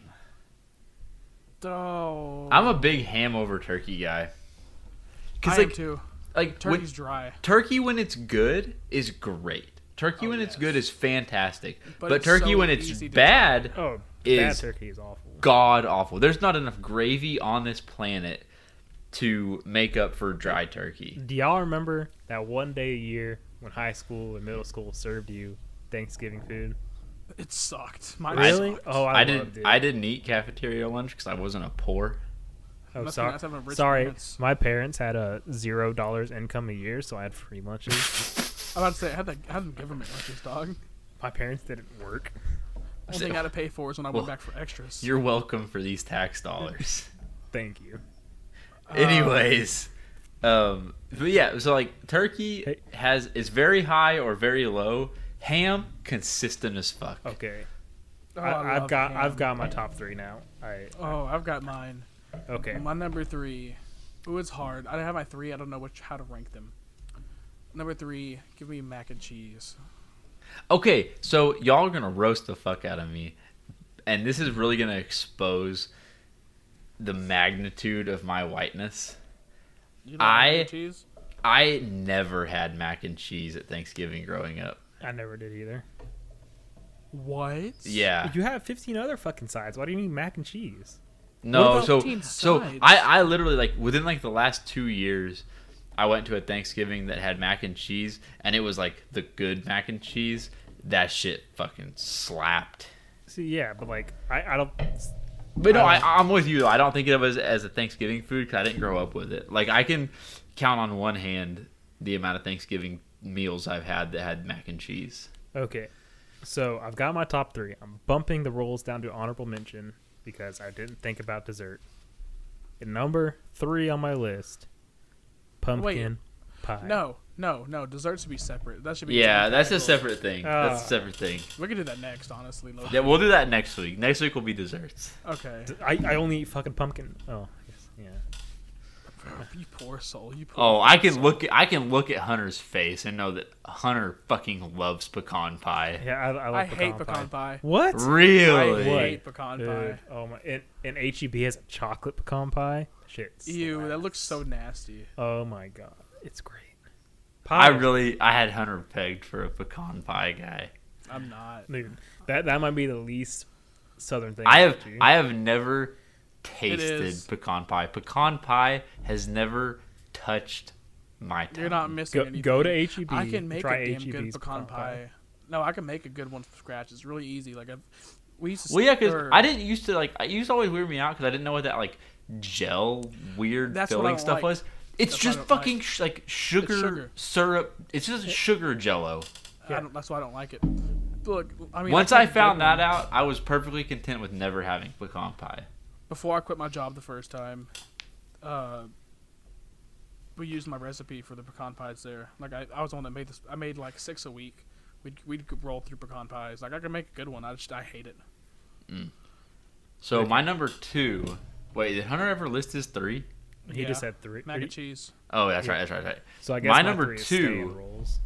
Speaker 1: Oh,
Speaker 2: I'm a big ham over turkey guy. Cause
Speaker 1: I am
Speaker 2: like
Speaker 1: too.
Speaker 2: like when-
Speaker 1: Turkey's dry.
Speaker 2: turkey when it's good is great. Turkey
Speaker 1: Oh,
Speaker 2: when it's
Speaker 1: yes.
Speaker 2: good is fantastic.
Speaker 1: But
Speaker 2: But,
Speaker 1: it's
Speaker 2: turkey
Speaker 1: so
Speaker 2: when it's
Speaker 1: easy to
Speaker 2: bad,
Speaker 3: Oh, bad
Speaker 2: Is-
Speaker 3: turkey is awful.
Speaker 2: god awful. There's not enough gravy on this planet to make up for dry turkey.
Speaker 3: Do y'all remember that one day a year when high school and middle school served you Thanksgiving food?
Speaker 1: It sucked. Mine
Speaker 3: Really?
Speaker 1: sucked.
Speaker 3: Oh, I,
Speaker 2: I,
Speaker 3: loved
Speaker 2: didn't.
Speaker 3: it.
Speaker 2: I didn't eat cafeteria lunch because I wasn't a poor.
Speaker 3: Oh,
Speaker 1: Must be
Speaker 3: sorry.
Speaker 1: nice having rich
Speaker 3: sorry.
Speaker 1: parents.
Speaker 3: My parents had a zero dollars income a year, so I had free lunches.
Speaker 1: I'm about to say I had that. I had them government lunches, dog.
Speaker 3: my parents didn't work.
Speaker 1: Only thing I had to pay for is when I
Speaker 2: Well,
Speaker 1: went back for extras.
Speaker 2: You're welcome for these tax dollars.
Speaker 1: [laughs]
Speaker 3: Thank you.
Speaker 2: Anyways, um, but yeah, so like turkey
Speaker 3: Hey.
Speaker 2: has is very high or very low. Ham consistent as fuck.
Speaker 3: Okay.
Speaker 1: Oh,
Speaker 3: I, I've
Speaker 1: love
Speaker 3: got
Speaker 1: ham.
Speaker 3: I've got my top three now. I
Speaker 1: Oh, I've got mine.
Speaker 3: okay.
Speaker 1: My number three. Ooh, it's hard. I have my three. I don't know which how to rank them. Number three, give me mac and cheese.
Speaker 2: Okay, so y'all are gonna roast the fuck out of me, and this is really gonna expose the magnitude of my whiteness.
Speaker 1: You like
Speaker 2: I-
Speaker 1: mac and cheese?
Speaker 2: I never had mac and cheese at Thanksgiving growing up.
Speaker 3: I never did either.
Speaker 1: What?
Speaker 2: Yeah,
Speaker 3: You have 15 other fucking sides. Why do you need mac and cheese?
Speaker 1: What
Speaker 2: No,
Speaker 1: about
Speaker 2: so
Speaker 1: teen
Speaker 2: so
Speaker 1: sides?
Speaker 2: I I literally like within like the last two years, I went to a Thanksgiving that had mac and cheese, and it was like the good mac and cheese. That shit fucking slapped.
Speaker 3: See, yeah, but like I, I don't.
Speaker 2: But no, I,
Speaker 3: I-
Speaker 2: I'm with you though. I don't think of it was as a Thanksgiving food because I didn't grow up with it. Like I can count on one hand the amount of Thanksgiving meals I've had that had mac and cheese.
Speaker 3: Okay, so I've got my top three. I'm bumping the rolls down to honorable mention because I didn't think about dessert. And number three on my list, pumpkin pie.
Speaker 1: No, no, no. Desserts should be separate. That should be. its
Speaker 2: Yeah,
Speaker 1: own
Speaker 2: that's a
Speaker 1: category.
Speaker 2: separate thing.
Speaker 3: Ah.
Speaker 2: that's a separate thing.
Speaker 1: We can do that next, honestly. Logan.
Speaker 2: Yeah, we'll do that next week. Next week will be desserts.
Speaker 1: Okay.
Speaker 3: I, I only eat fucking pumpkin. Oh, I guess, yeah.
Speaker 1: You poor soul. You poor.
Speaker 2: Oh, I can look. At, I can look at Hunter's face and know that Hunter fucking loves pecan pie.
Speaker 3: Yeah, I, I,
Speaker 1: I
Speaker 3: like
Speaker 1: hate pecan pie.
Speaker 3: What?
Speaker 1: I
Speaker 2: Really?
Speaker 1: hate pecan pie.
Speaker 3: Dude, oh my! And, and HEB has a chocolate pecan pie. Shit.
Speaker 1: Ew, that
Speaker 3: slaps.
Speaker 1: looks so nasty.
Speaker 3: Oh my god, it's great.
Speaker 2: I really. I had Hunter pegged for a pecan pie guy.
Speaker 1: I'm not.
Speaker 3: Dude, that that might be the least southern thing.
Speaker 2: I have.
Speaker 3: about E you.
Speaker 2: I have never
Speaker 1: is.
Speaker 2: tasted pecan pie. Pecan pie has never touched my tongue.
Speaker 1: You're not missing
Speaker 3: go,
Speaker 1: anything.
Speaker 3: go to HEB.
Speaker 1: I can make
Speaker 3: try E
Speaker 1: a damn
Speaker 3: HEB's
Speaker 1: good pecan pie. No, I can make a good one from scratch. It's really easy. Like I've, we used to.
Speaker 2: Well, yeah,
Speaker 1: stir-
Speaker 2: because I didn't used to like. It used to always weird me out because I didn't know what that like gel weird
Speaker 1: That's what I
Speaker 2: filling
Speaker 1: don't
Speaker 2: stuff
Speaker 1: like.
Speaker 2: was. It's
Speaker 1: That's what I
Speaker 2: just
Speaker 1: don't like.
Speaker 2: fucking sh- like sugar,
Speaker 1: sugar.
Speaker 2: syrup. It's just sugar jello.
Speaker 1: I don't, that's why I don't like it. Look, I mean.
Speaker 2: Once I,
Speaker 1: couldn't
Speaker 2: found
Speaker 1: get one
Speaker 2: that out, I was perfectly content with never having pecan pie.
Speaker 1: before I quit my job the first time, uh, we used my recipe for the pecan pies there. Like I, I was the one that made this. I made like six a week. We'd we'd roll through pecan pies. Like I could make a good one. I just I hate it.
Speaker 2: So my number two. Wait, did Hunter ever list his three?
Speaker 3: He
Speaker 1: Yeah.
Speaker 3: just had three.
Speaker 1: Mac and
Speaker 3: three-
Speaker 1: cheese.
Speaker 2: Oh, that's
Speaker 3: Yeah.
Speaker 2: right. That's right. That's right.
Speaker 3: So I guess
Speaker 2: My
Speaker 3: my,
Speaker 2: number
Speaker 3: three is stay
Speaker 2: two-
Speaker 3: in rolls.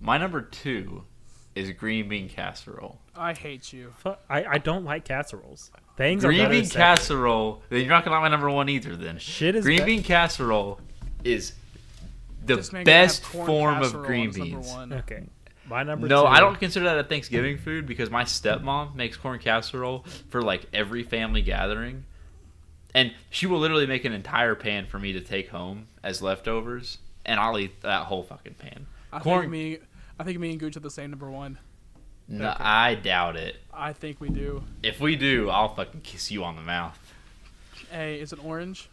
Speaker 2: My number two is green bean casserole.
Speaker 1: I hate you.
Speaker 3: Fu- I, I don't like casseroles. Things are
Speaker 2: green
Speaker 3: better
Speaker 2: bean
Speaker 3: separate.
Speaker 2: casserole. Then you're not gonna like my number one either. Then
Speaker 3: Shit is
Speaker 2: green
Speaker 3: be-
Speaker 2: bean casserole is the
Speaker 1: This man can have
Speaker 2: best
Speaker 1: corn
Speaker 2: form of
Speaker 1: casserole
Speaker 2: green
Speaker 1: as number
Speaker 2: beans.
Speaker 1: one.
Speaker 3: Okay. My number
Speaker 2: No,
Speaker 3: two.
Speaker 2: I don't consider that a Thanksgiving food because my stepmom makes corn casserole for like every family gathering, and she will literally make an entire pan for me to take home as leftovers, and I'll eat that whole fucking pan.
Speaker 1: I
Speaker 2: Corn-
Speaker 1: think me, I think me and Gooch are the same number one.
Speaker 2: No,
Speaker 3: Okay.
Speaker 2: I doubt it.
Speaker 1: I think we do.
Speaker 2: If we do, I'll fucking kiss you on the mouth.
Speaker 1: Hey, is it orange?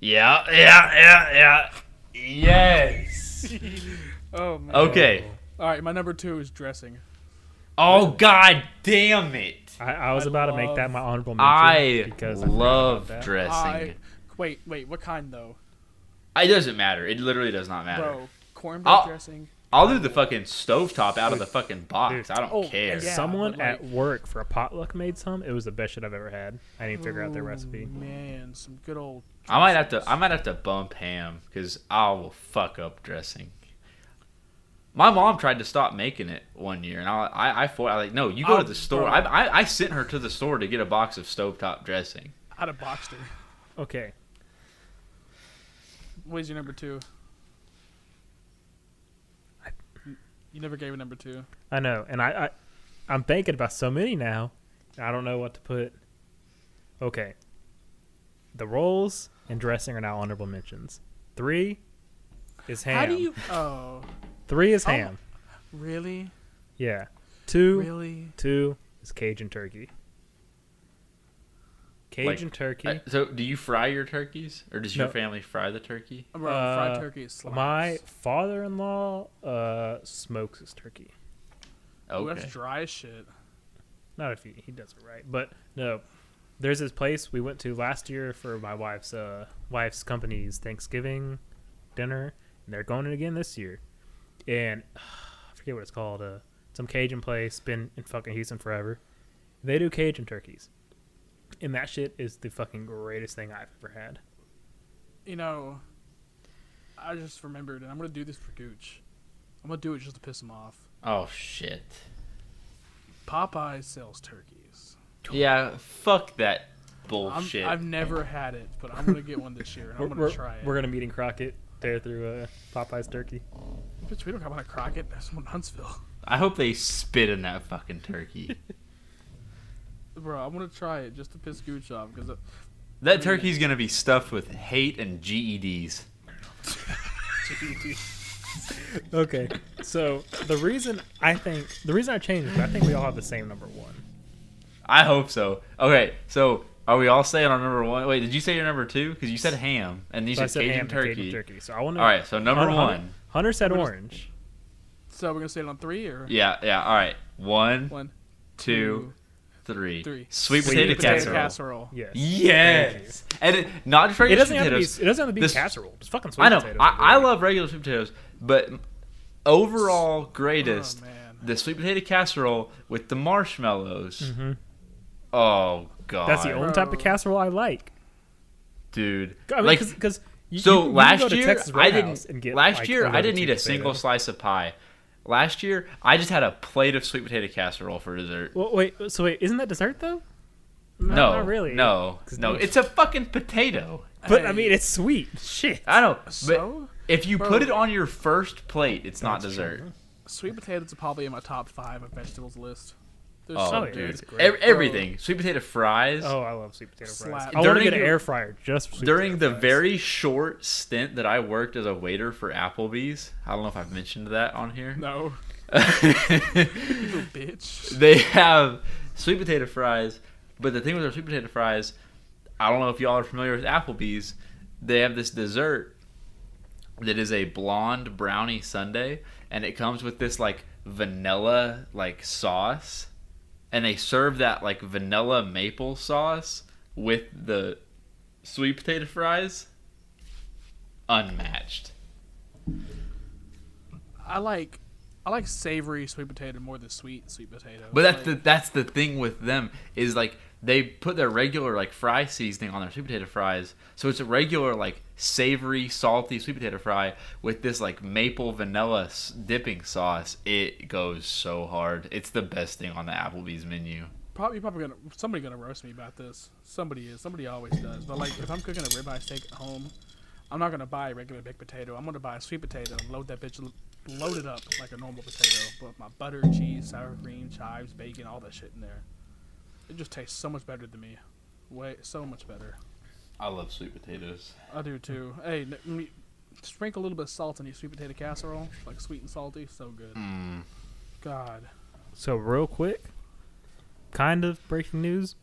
Speaker 2: Yeah, yeah, yeah, yeah. Yes.
Speaker 1: Oh
Speaker 2: [laughs]
Speaker 1: man.
Speaker 2: Okay.
Speaker 1: All right, my number two is dressing.
Speaker 2: Oh god damn it.
Speaker 3: I, I was
Speaker 1: I
Speaker 3: about to make that
Speaker 1: love-
Speaker 3: my honorable mention
Speaker 2: I
Speaker 3: because I forgot
Speaker 2: love
Speaker 3: about that.
Speaker 2: dressing.
Speaker 1: I wait, wait, what kind though,
Speaker 2: It doesn't matter. It literally does not matter. Ah.
Speaker 1: bro? Cornbread
Speaker 2: I'll-
Speaker 1: dressing.
Speaker 2: I'll do the fucking stovetop out of the fucking box.
Speaker 3: Dude.
Speaker 2: I don't
Speaker 1: Oh,
Speaker 2: care.
Speaker 1: yeah.
Speaker 3: Someone
Speaker 1: but,
Speaker 3: at work for a potluck made some. It was the best shit I've ever had. I didn't even figure out their
Speaker 1: Ooh,
Speaker 3: recipe.
Speaker 1: Man, some good old.
Speaker 2: I might have to. I might have to bump ham because I will fuck up dressing. My mom tried to stop making it one year, and I I, I fought. I like no, you go
Speaker 1: Oh,
Speaker 2: to the store.
Speaker 1: bro.
Speaker 2: I, I I sent her to the store to get a box of stovetop dressing.
Speaker 1: I'd have boxed her.
Speaker 3: Okay,
Speaker 1: What is your number two? You never gave a number two.
Speaker 3: I know, and I, I I'm thinking about so many now. and I don't know what to put. Okay, the rolls and dressing are now honorable mentions. Three is ham.
Speaker 1: How do you? Oh,
Speaker 3: Three is
Speaker 1: Oh.
Speaker 3: ham.
Speaker 1: really?
Speaker 3: Yeah. Two
Speaker 1: Really?
Speaker 3: two is Cajun turkey. Cajun turkey.
Speaker 2: I- Uh, so do you fry your turkeys, or does your
Speaker 3: No.
Speaker 2: family fry the turkey?
Speaker 1: Bro, fried
Speaker 3: Uh,
Speaker 1: turkey is slaps.
Speaker 3: My father-in-law uh, smokes his turkey.
Speaker 1: Ooh,
Speaker 2: Okay.
Speaker 1: that's dry as shit.
Speaker 3: Not if he, he does it right, but no. There's this place we went to last year for my wife's uh, wife's company's Thanksgiving dinner, and they're going again this year. And [sighs] I forget what it's called. Uh, some Cajun place been in fucking Houston forever. They do Cajun turkeys, and that shit is the fucking greatest thing I've ever had.
Speaker 1: You know, I just remembered, and I'm gonna do this for Gooch. I'm gonna do it just to piss him off.
Speaker 2: oh shit.
Speaker 1: Popeyes sells turkeys.
Speaker 2: Yeah. Fuck that
Speaker 1: I'm,
Speaker 2: bullshit.
Speaker 1: I've never had it, but I'm gonna get one this year, and I'm
Speaker 3: We're,
Speaker 1: gonna
Speaker 3: we're,
Speaker 1: try it.
Speaker 3: we're gonna meet in Crockett there through uh, Popeye's turkey.
Speaker 1: Bitch, we don't have one at Crockett. That's one in Huntsville. [laughs]
Speaker 2: I hope they spit in that fucking turkey.
Speaker 1: Bro, I'm gonna try it just to piss Gooch off uh, because
Speaker 2: that turkey's gonna be stuffed with hate and E GEDs.
Speaker 3: [laughs] Okay, so the reason I think the reason I changed, is I think we all have the same number one.
Speaker 2: I hope so. Okay, so are we all saying our number one? Wait, did you say your number two? Because you said ham, and you
Speaker 3: So I
Speaker 2: said, Cajun
Speaker 3: ham and
Speaker 2: turkey.
Speaker 3: turkey. So I want to.
Speaker 2: All right, so number
Speaker 3: Hunter,
Speaker 2: one.
Speaker 3: Hunter, Hunter said orange.
Speaker 1: so we're gonna say it on three or
Speaker 2: Yeah, yeah. All right, one,
Speaker 1: one,
Speaker 2: two, three.
Speaker 1: three.
Speaker 2: Sweet potato, casserole.
Speaker 3: Yes.
Speaker 2: Yes, and it, not just regular
Speaker 3: It
Speaker 2: sweet
Speaker 3: doesn't have to be.
Speaker 2: potatoes.
Speaker 3: It doesn't have to be
Speaker 2: This-
Speaker 3: casserole. Just fucking sweet
Speaker 2: I know.
Speaker 3: potatoes.
Speaker 2: I, I love regular sweet potatoes, but overall
Speaker 3: Oh,
Speaker 2: greatest,
Speaker 1: man.
Speaker 2: the sweet potato casserole with the marshmallows. Oh god,
Speaker 3: Mm. Mm-hmm. That's the only type of
Speaker 1: Bro.
Speaker 3: casserole I like.
Speaker 2: dude.
Speaker 3: I mean,
Speaker 2: like
Speaker 3: because
Speaker 2: So
Speaker 3: go
Speaker 2: last
Speaker 3: to
Speaker 2: year
Speaker 3: Texas
Speaker 2: I
Speaker 3: Roadhouse
Speaker 2: didn't.
Speaker 3: and get,
Speaker 2: last
Speaker 3: like,
Speaker 2: year I
Speaker 3: loaded
Speaker 2: didn't eat
Speaker 3: sweet
Speaker 2: a single
Speaker 3: potato.
Speaker 2: slice of pie. Last year I just had a plate of sweet potato casserole for dessert.
Speaker 3: Well, wait. So wait, isn't that dessert though?
Speaker 2: no,
Speaker 3: not really.
Speaker 2: No,
Speaker 3: 'Cause
Speaker 2: no,
Speaker 3: those-
Speaker 2: it's a fucking potato.
Speaker 3: But I
Speaker 1: Hey.
Speaker 3: mean, it's sweet. Shit.
Speaker 2: I know. But
Speaker 1: So?
Speaker 2: if you
Speaker 1: Bro.
Speaker 2: put it on your first plate, it's not
Speaker 3: That's
Speaker 2: dessert.
Speaker 3: true.
Speaker 1: Sweet potatoes are probably in my top five of vegetables list. There's
Speaker 2: Oh,
Speaker 1: some
Speaker 3: yeah,
Speaker 2: dude,
Speaker 3: it's great.
Speaker 2: Ev- everything. Sweet potato fries.
Speaker 3: Oh, I love sweet potato fries.
Speaker 1: Slap.
Speaker 3: I want to
Speaker 2: During
Speaker 3: get an
Speaker 2: your-
Speaker 3: air fryer just for sweet
Speaker 2: During the
Speaker 3: potato fries.
Speaker 2: very short stint that I worked as a waiter for Applebee's, I don't know if I've mentioned that on here. [laughs]
Speaker 1: No, [laughs] you bitch.
Speaker 2: they have sweet potato fries, but the thing with their sweet potato fries, I don't know if y'all are familiar with Applebee's. They have this dessert that is a blonde brownie sundae, and it comes with this like vanilla like sauce, and they serve that like vanilla maple sauce with the sweet potato fries. Unmatched.
Speaker 1: I like, I like savory sweet potato more than sweet sweet potato.
Speaker 2: But that's the
Speaker 1: Like,
Speaker 2: that's the thing with them is like they put their regular like fry seasoning on their sweet potato fries, so it's a regular like savory, salty sweet potato fry with this like maple vanilla s- dipping sauce. It goes so hard. It's the best thing on the Applebee's menu.
Speaker 1: probably you're probably gonna somebody gonna roast me about this. Somebody is. Somebody always does. But like, if I'm cooking a ribeye steak at home, I'm not gonna buy a regular baked potato. I'm gonna buy a sweet potato and load that bitch, load it up like a normal potato, but with my butter, cheese, sour cream, chives, bacon, all that shit in there. It just tastes so much better than me. Way so much better.
Speaker 2: I love sweet potatoes.
Speaker 1: I do too. Hey, n- me- sprinkle a little bit of salt in your sweet potato casserole, like sweet and salty, so good.
Speaker 2: Mm.
Speaker 1: God,
Speaker 3: So real quick, kind of breaking news.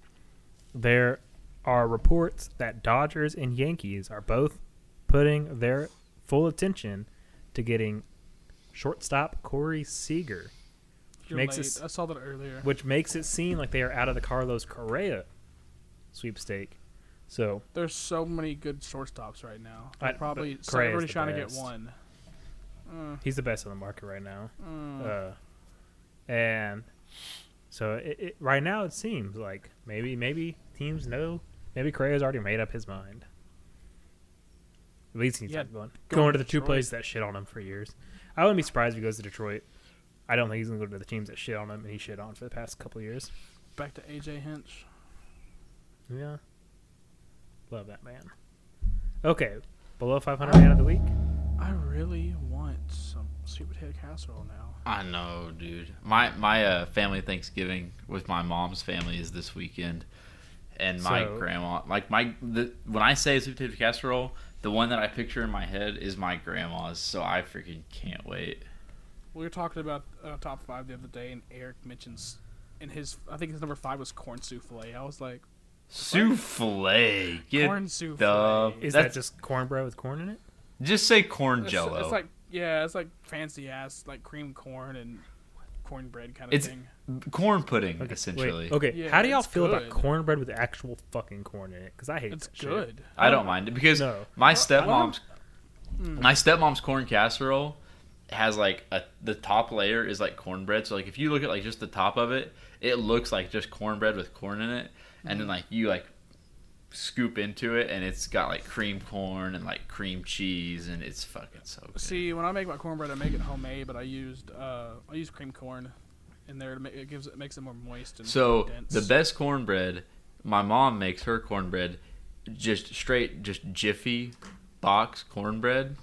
Speaker 3: There are reports that Dodgers and Yankees are both putting their full attention to getting shortstop Corey Seager,
Speaker 1: you're
Speaker 3: Makes
Speaker 1: late.
Speaker 3: us-
Speaker 1: I saw that earlier.
Speaker 3: which makes it seem like they are out of the Carlos Correa sweepstake. So
Speaker 1: There's so many good shortstops right now.
Speaker 3: I-
Speaker 1: They're probably
Speaker 3: but
Speaker 1: so
Speaker 3: Correa's
Speaker 1: everybody's
Speaker 3: the
Speaker 1: trying to
Speaker 3: best.
Speaker 1: get one. Mm,
Speaker 3: he's the best on the market right now.
Speaker 1: mm.
Speaker 3: Uh, and so it, it, right now it seems like maybe maybe teams know maybe Correa's already made up his mind. At least he's
Speaker 1: Yeah,
Speaker 3: not going
Speaker 1: going
Speaker 3: going
Speaker 1: to
Speaker 3: to the two
Speaker 1: Detroit.
Speaker 3: places that shit on him for years. I wouldn't be surprised if he goes to Detroit. I don't think he's gonna go to the teams that shit on him and he shit on for the past couple of years.
Speaker 1: Back to AJ Hinch.
Speaker 3: Yeah, love that man. Okay, below 500 man of the week.
Speaker 1: I really want some sweet potato casserole now.
Speaker 2: I know, dude. My my uh, family Thanksgiving with my mom's family is this weekend, and my
Speaker 3: So-
Speaker 2: grandma like my the, when I say sweet potato casserole, the one that I picture in my head is my grandma's. So I freaking can't wait.
Speaker 1: We were talking about uh, top five the other day, and Eric mentions in his I think his number five was corn souffle. I was like,
Speaker 2: Souffle. Get
Speaker 1: corn
Speaker 2: the
Speaker 1: souffle.
Speaker 3: Is
Speaker 2: That's-
Speaker 3: that just cornbread with corn in it?
Speaker 2: just say corn
Speaker 1: It's-
Speaker 2: jello.
Speaker 1: It's like yeah, it's like fancy ass like cream corn and cornbread kind of
Speaker 2: It's-
Speaker 1: thing.
Speaker 2: corn pudding
Speaker 3: Okay, wait,
Speaker 2: essentially.
Speaker 3: okay,
Speaker 1: Yeah,
Speaker 3: how do y'all
Speaker 1: it's
Speaker 3: feel
Speaker 1: good.
Speaker 3: about cornbread with actual fucking corn in it? Because I hate
Speaker 1: It's
Speaker 3: that shit.
Speaker 1: good.
Speaker 2: I don't mind it because
Speaker 3: No.
Speaker 2: my
Speaker 1: I
Speaker 2: stepmom's
Speaker 1: want-
Speaker 2: my stepmom's corn casserole has like a the top layer is like cornbread. So like if you look at like just the top of it, it looks like just cornbread with corn in it, and then like you like scoop into it and it's got like cream corn and like cream cheese and it's fucking so good.
Speaker 1: See, when I make my cornbread, I make it homemade, but I used uh, I used cream corn in there to make it gives it makes it more moist and
Speaker 2: so
Speaker 1: dense.
Speaker 2: the best cornbread, my mom makes her cornbread just straight just jiffy box cornbread,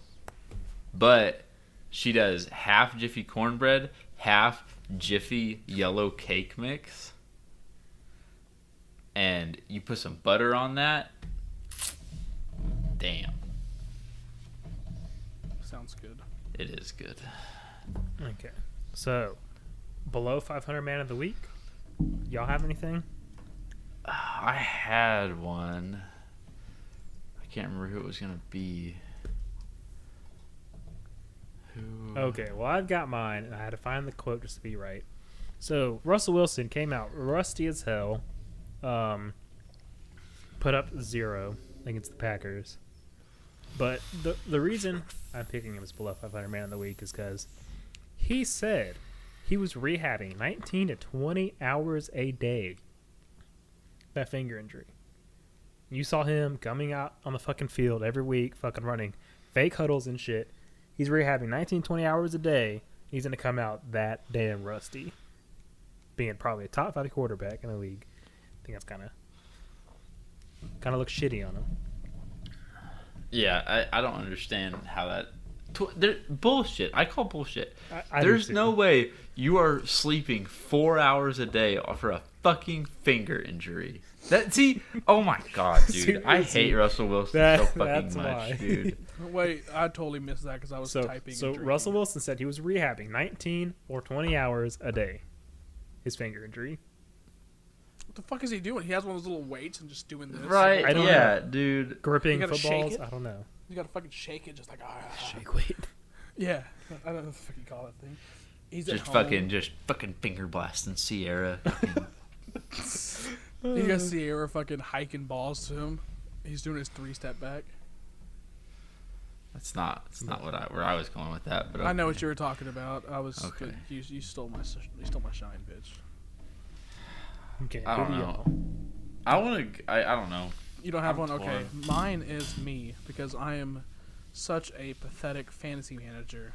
Speaker 2: but she does half jiffy cornbread, half jiffy yellow cake mix. And you put some butter on that. Damn,
Speaker 1: sounds good.
Speaker 2: it is good.
Speaker 3: Okay. So, below 500 man of the week, y'all have anything?
Speaker 2: I had one. I can't remember who it was gonna be. Who?
Speaker 3: Okay. Well, I've got mine, and I had to find the quote just to be right. So, Russell Wilson came out rusty as hell, um, put up zero against the Packers. But the, the reason I'm picking him as below 500 man of the week is because he said he was rehabbing 19 to 20 hours a day that finger injury. You saw him coming out on the fucking field every week, fucking running fake huddles and shit. He's rehabbing 19, 20 hours a day. He's going to come out that damn rusty, being probably a top five quarterback in the league. I think that's kind of kind of looks shitty on him.
Speaker 2: Yeah, I, I don't understand how that. Tw- there, bullshit. I call bullshit.
Speaker 3: I, I do
Speaker 2: There's
Speaker 3: too.
Speaker 2: no way you are sleeping four hours a day for a fucking finger injury. That see, oh
Speaker 3: [laughs]
Speaker 2: my god, dude, I
Speaker 3: Seriously.
Speaker 2: hate Russell Wilson so
Speaker 3: That-
Speaker 2: fucking
Speaker 3: that's
Speaker 2: much,
Speaker 3: why.
Speaker 2: dude.
Speaker 1: Wait, I totally missed that because I was
Speaker 3: so
Speaker 1: typing.
Speaker 3: so
Speaker 1: and drinking.
Speaker 3: Russell Wilson said he was rehabbing 19 or 20 hours a day, his finger injury.
Speaker 1: what the fuck is he doing? He has one of those little weights and just doing this.
Speaker 2: Right?
Speaker 3: [laughs] I don't
Speaker 2: yeah, dude.
Speaker 3: Gripping
Speaker 1: You gotta shake
Speaker 3: footballs,
Speaker 1: it?
Speaker 3: I don't know.
Speaker 1: You gotta fucking shake it, just like ah.
Speaker 3: Shake weight.
Speaker 1: Yeah, I don't know what the fuck you call that thing. He's at
Speaker 2: Just
Speaker 1: home.
Speaker 2: fucking, just fucking finger blasting Sierra.
Speaker 1: [laughs]
Speaker 2: fucking-
Speaker 1: You got Sierra fucking hiking balls to him. He's doing his three step back.
Speaker 2: That's not. That's not what I where I was going with that. But
Speaker 1: I know
Speaker 2: okay.
Speaker 1: what you were talking about. I was.
Speaker 2: Okay.
Speaker 1: You, you stole my. sh- You stole my shine, bitch.
Speaker 3: Okay,
Speaker 2: I
Speaker 3: who
Speaker 2: don't
Speaker 3: do
Speaker 2: know.
Speaker 3: y'all-
Speaker 2: I want to. I, I don't know.
Speaker 1: You don't have
Speaker 2: I'm
Speaker 1: one? Okay.
Speaker 2: torn.
Speaker 1: Mine is me because I am such a pathetic fantasy manager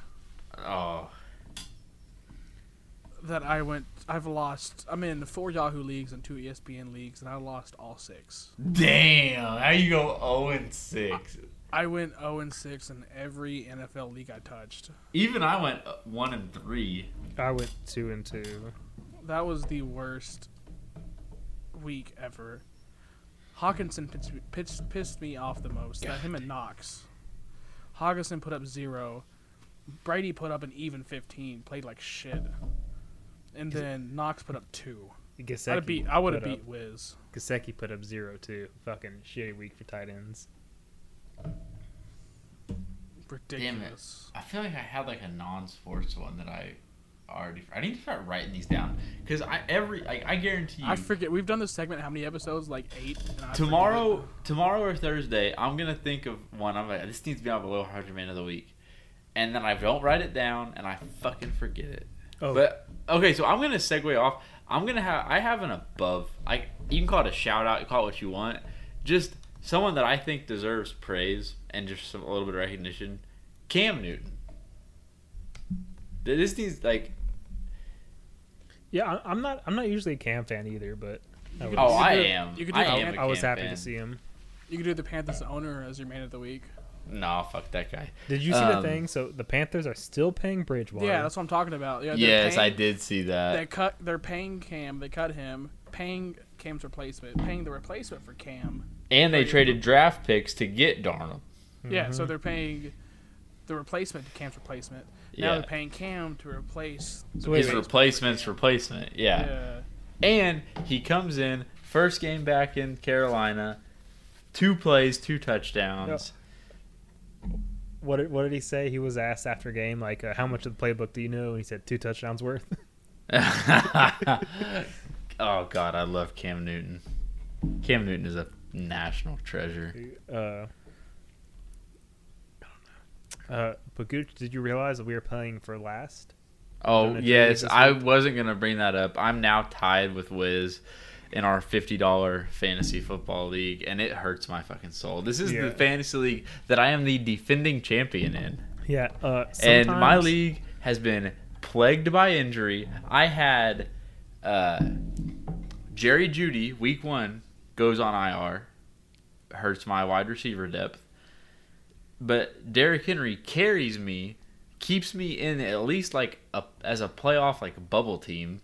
Speaker 2: Oh,
Speaker 1: that I went. I've lost. I'm in four Yahoo leagues and two E ESPN leagues, and I lost all six.
Speaker 2: damn! How you go zero and six?
Speaker 1: I went 0 and 6 in every NFL league I touched.
Speaker 2: Even I went uh, one and three.
Speaker 3: I went two and two.
Speaker 1: That was the worst week ever. Hawkinson pissed, me- pissed, pissed me off the most. That him and Knox. Hawkinson put up zero. Brady put up an even 15. Played like shit. And then Knox put up two. I'd have
Speaker 3: Gasecki
Speaker 1: beat, I would have
Speaker 3: put up-
Speaker 1: beat Wiz.
Speaker 3: Gasecki put up zero too. Fucking shitty week for tight ends.
Speaker 1: Ridiculous.
Speaker 2: I feel like I had like a non-sports one that I already. I need to start writing these down because I every I, I guarantee you
Speaker 1: I forget. We've done this segment how many episodes? Like eight. and I forget.
Speaker 2: tomorrow tomorrow or Thursday I'm gonna think of one. I'm like this needs to be on below hundred man of the week, and then I don't write it down and I fucking forget it.
Speaker 3: Oh,
Speaker 2: But okay, so I'm gonna segue off. I'm gonna have I have an above. I you can call it a shout out, you call it what you want. Just someone that I think deserves praise and just some a little bit of recognition. Cam Newton. Th- This needs like
Speaker 3: yeah, I, I'm not. I'm not usually a Cam fan either, but I, was,
Speaker 2: oh
Speaker 1: could
Speaker 2: I
Speaker 1: do-
Speaker 2: am.
Speaker 1: you could do
Speaker 2: I
Speaker 1: the
Speaker 2: am.
Speaker 1: Cam-
Speaker 2: a
Speaker 3: I was
Speaker 2: Cam
Speaker 3: happy
Speaker 2: fan.
Speaker 3: to see him.
Speaker 1: You can do the Panthers owner as your man of the week.
Speaker 2: Nah, fuck that guy.
Speaker 3: Did you see the
Speaker 2: Um,
Speaker 3: thing? So the Panthers are still paying Bridgewater.
Speaker 1: Yeah, that's what I'm talking about. Yeah, they're
Speaker 2: Yes, I
Speaker 1: paying-
Speaker 2: did see that.
Speaker 1: They cut. They're paying Cam. They cut him. Paying Cam's replacement. Paying the replacement for Cam.
Speaker 2: and they traded draft picks to get Darnold.
Speaker 1: Yeah. So they're paying the replacement to Cam's replacement. Now
Speaker 2: Yeah.
Speaker 1: they're paying Cam to replace. the
Speaker 3: So wait,
Speaker 2: His
Speaker 3: wait.
Speaker 1: replacement for
Speaker 2: replacement's replacement.
Speaker 1: Cam.
Speaker 2: Yeah.
Speaker 1: Yeah.
Speaker 2: And he comes in first game back in Carolina, two plays, two touchdowns.
Speaker 3: What did, what did he say? He was asked after game like, uh, "How much of the playbook do you know?" And he said, two touchdowns worth."
Speaker 2: [laughs] oh God, I love Cam Newton. Cam Newton is a national treasure.
Speaker 3: [laughs] uh, uh, but Gooch, did you realize that we were playing for last?
Speaker 2: Oh
Speaker 3: Done a trade
Speaker 2: yes,
Speaker 3: this
Speaker 2: I wasn't gonna bring that up. I'm now tied with Wiz in our fifty dollar fantasy football league, and it hurts my fucking soul. This is
Speaker 3: Yeah.
Speaker 2: the fantasy league that I am the defending champion in.
Speaker 3: Yeah. Uh,
Speaker 2: and my
Speaker 3: sometimes-
Speaker 2: league has been plagued by injury. I had uh, Jerry Judy week one goes on IR, hurts my wide receiver depth. But Derrick Henry carries me, keeps me in at least like a, as a playoff like bubble team.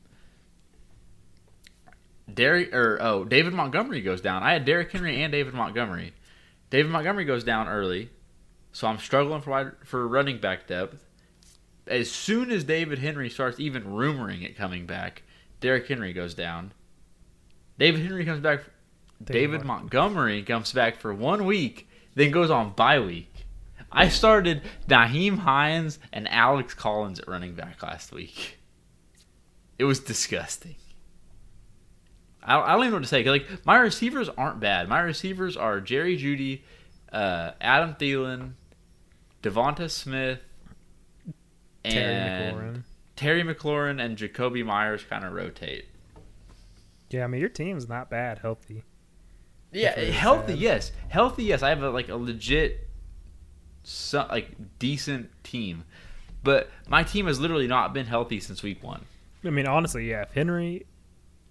Speaker 2: Derrick or oh David Montgomery goes down. I had Derrick Henry and David Montgomery. David Montgomery goes down early. So I'm struggling for wide, for running back depth. As soon as David Henry starts even rumoring it coming back, Derrick Henry goes down. David Henry comes back. David,
Speaker 3: Mon-
Speaker 2: Montgomery comes back for one week, then goes on bye week. I started Naheem Hines and Alex Collins at running back last week. It was disgusting. I, I don't even know what to say. 'cause, Like my receivers aren't bad. My receivers are Jerry Judy, uh, Adam Thielen, Devonta Smith, and
Speaker 3: Terry McLaurin.
Speaker 2: Terry McLaurin and Jacoby Myers kind of rotate.
Speaker 3: Yeah, I mean your team's not bad, healthy.
Speaker 2: Yeah,
Speaker 3: That's what it
Speaker 2: healthy.
Speaker 3: said.
Speaker 2: Yes, healthy. Yes, I have a, like a legit, so, like decent team, but my team has literally not been healthy since week one.
Speaker 3: I mean, honestly, yeah. If Henry,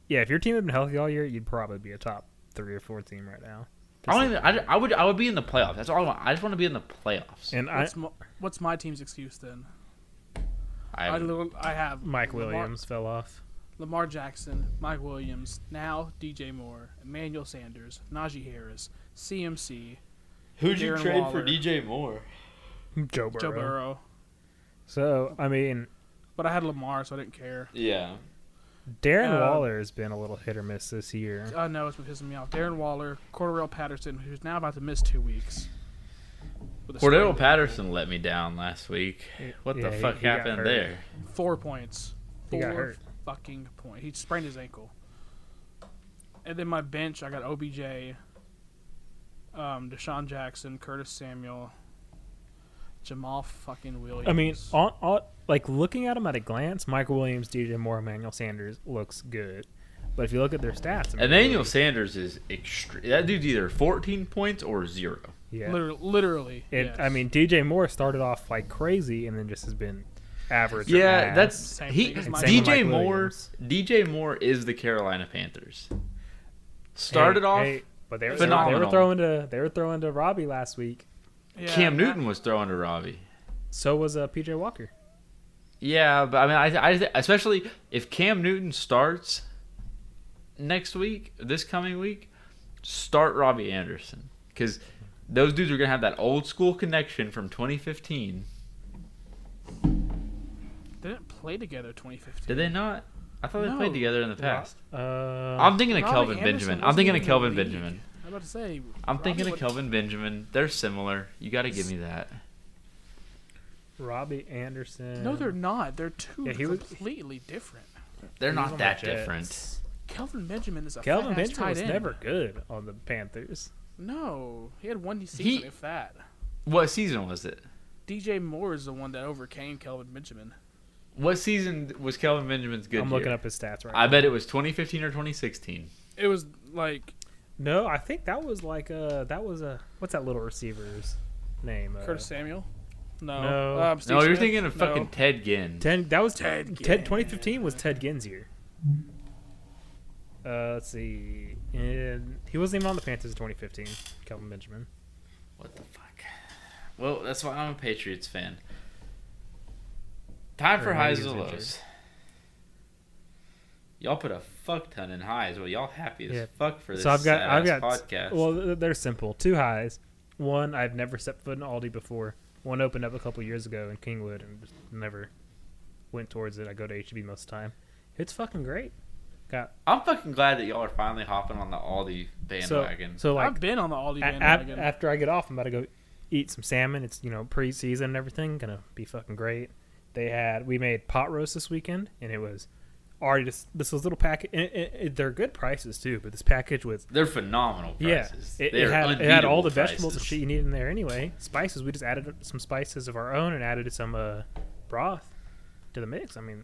Speaker 3: yeah, if your team had been healthy all year, you'd probably be a top three or four team right now.
Speaker 2: I don't even. I, ju- I would. I would be in the playoffs. That's all I want. I just want to be in the playoffs.
Speaker 3: And I,
Speaker 1: What's, mo- what's my team's excuse then?
Speaker 2: I,
Speaker 1: I, li- I have
Speaker 3: Mike
Speaker 1: Lamar-
Speaker 3: Williams fell off.
Speaker 1: Lamar Jackson, Mike Williams, now DJ Moore, Emmanuel Sanders, Najee Harris, CMC,
Speaker 2: who'd
Speaker 1: you Darren trade for Waller.
Speaker 2: DJ Moore?
Speaker 3: Joe Burrow.
Speaker 1: Joe Burrow.
Speaker 3: So I mean,
Speaker 1: But I had Lamar, so I didn't care.
Speaker 2: Yeah.
Speaker 3: Darren
Speaker 1: Uh,
Speaker 3: Waller has been a little hit or miss this year.
Speaker 1: I know it's been pissing me off. Darren Waller, Cordell Patterson, who's now about to miss two weeks. with a
Speaker 2: Cordero
Speaker 1: sprain.
Speaker 2: Patterson let me down last week. What
Speaker 3: Yeah,
Speaker 2: the
Speaker 3: he-
Speaker 2: fuck
Speaker 3: he got hurt.
Speaker 2: happened there?
Speaker 1: Four points.
Speaker 3: He
Speaker 1: Four
Speaker 3: got hurt.
Speaker 1: fucking point. He sprained his ankle. And then my bench, I got OBJ, um, Deshaun Jackson, Curtis Samuel, Jamal fucking Williams.
Speaker 3: I mean, on, on, like looking at him at a glance, Michael Williams, DJ Moore, Emmanuel Sanders looks good. But if you look at their stats, I mean,
Speaker 2: Emmanuel Sanders is extreme. That dude's either 14 points or zero.
Speaker 3: yeah,
Speaker 1: Liter- literally.
Speaker 3: It,
Speaker 1: yes.
Speaker 3: I mean, DJ Moore started off like crazy and then just has been average. or
Speaker 2: Yeah,
Speaker 3: ass.
Speaker 2: that's
Speaker 1: Same
Speaker 2: he.
Speaker 1: thing as Mike
Speaker 2: DJ
Speaker 3: Williams.
Speaker 2: Moore. DJ Moore is the Carolina Panthers. Started
Speaker 3: Hey,
Speaker 2: off,
Speaker 3: hey, but they were, They
Speaker 2: phenomenal.
Speaker 3: were throwing to they were throwing to Robbie last week.
Speaker 1: Yeah,
Speaker 2: Cam
Speaker 1: that-
Speaker 2: Newton was throwing to Robbie.
Speaker 3: So was uh, PJ Walker.
Speaker 2: Yeah, but I mean, I, I especially if Cam Newton starts next week, this coming week, start Robbie Anderson because those dudes are gonna have that old school connection from 2015.
Speaker 1: They didn't play together 2015.
Speaker 2: Did they not? I thought they
Speaker 1: No.
Speaker 2: played together in the
Speaker 1: Ro-
Speaker 2: past.
Speaker 3: Uh,
Speaker 2: I'm thinking of
Speaker 1: Robbie
Speaker 2: Kelvin
Speaker 1: Anderson
Speaker 2: Benjamin. I'm
Speaker 1: wasn't
Speaker 2: thinking of
Speaker 1: even in the
Speaker 2: Kelvin
Speaker 1: league.
Speaker 2: Benjamin.
Speaker 1: I'm about to say.
Speaker 2: I'm thinking
Speaker 1: Robbie
Speaker 2: of
Speaker 1: would-
Speaker 2: Kelvin Benjamin. They're similar. You got to give me that.
Speaker 3: Robbie Anderson.
Speaker 1: No, they're not. They're two
Speaker 3: Mm. Yeah, he was-
Speaker 1: completely different.
Speaker 2: They're
Speaker 3: He was
Speaker 2: not
Speaker 3: on
Speaker 2: that
Speaker 3: the Jets.
Speaker 2: different.
Speaker 1: Kelvin Benjamin is a
Speaker 3: Kelvin
Speaker 1: fat-ass
Speaker 3: Benson
Speaker 1: tight
Speaker 3: was
Speaker 1: end.
Speaker 3: never good on the Panthers.
Speaker 1: No, he had one season,
Speaker 2: He-
Speaker 1: if that.
Speaker 2: What season was it?
Speaker 1: DJ Moore is the one that overcame Kelvin Benjamin.
Speaker 2: What season was Kelvin Benjamin's good?
Speaker 3: I'm looking
Speaker 2: year?
Speaker 3: up his stats right
Speaker 2: I
Speaker 3: now.
Speaker 2: bet it was 2015 or 2016.
Speaker 1: It was like
Speaker 3: No, I think that was like uh that was a what's that little receiver's name? Uh,
Speaker 1: Curtis Samuel. No,
Speaker 3: No.
Speaker 1: Um, Steve
Speaker 2: no, you're
Speaker 1: Smith?
Speaker 2: thinking of
Speaker 1: No.
Speaker 2: fucking Ted Ginn.
Speaker 3: Ten. That was
Speaker 1: Ted
Speaker 3: Ted.
Speaker 1: Ginn.
Speaker 3: 2015 was Ted Ginn's year. Uh, let's see. And he wasn't even on the Panthers in 2015. Kelvin Benjamin.
Speaker 2: What the fuck? Well, that's why I'm a Patriots fan. Time for
Speaker 3: Or maybe
Speaker 2: highs
Speaker 3: he's
Speaker 2: and
Speaker 3: injured.
Speaker 2: lows. Y'all put a fuck ton in highs. Well, y'all happy as
Speaker 3: Yeah.
Speaker 2: fuck for this
Speaker 3: so I've got I've got
Speaker 2: sad-ass podcast.
Speaker 3: well th- they're simple. Two highs. One I've never set foot in Aldi before. One opened up a couple years ago in Kingwood and just never went towards it. I go to HEB most of the time. It's fucking great. Got
Speaker 2: I'm fucking glad that y'all are finally hopping on the Aldi
Speaker 3: so
Speaker 2: bandwagon.
Speaker 3: so like
Speaker 1: I've been on the Aldi
Speaker 3: a- ab-
Speaker 1: bandwagon.
Speaker 3: after I get off, I'm about to go eat some salmon. It's you know preseason and everything. Gonna be fucking great. They had we made pot roast this weekend, and it was already just this was little packet. And it, it, they're good prices too, but this package was
Speaker 2: They're phenomenal prices.
Speaker 3: yeah, it,
Speaker 2: They
Speaker 3: it
Speaker 2: are
Speaker 3: had, it had all the
Speaker 2: unbeatable
Speaker 3: vegetables and
Speaker 2: prices.
Speaker 3: shit you need in there anyway. Spices, we just added some spices of our own and added some uh, broth to the mix. I mean,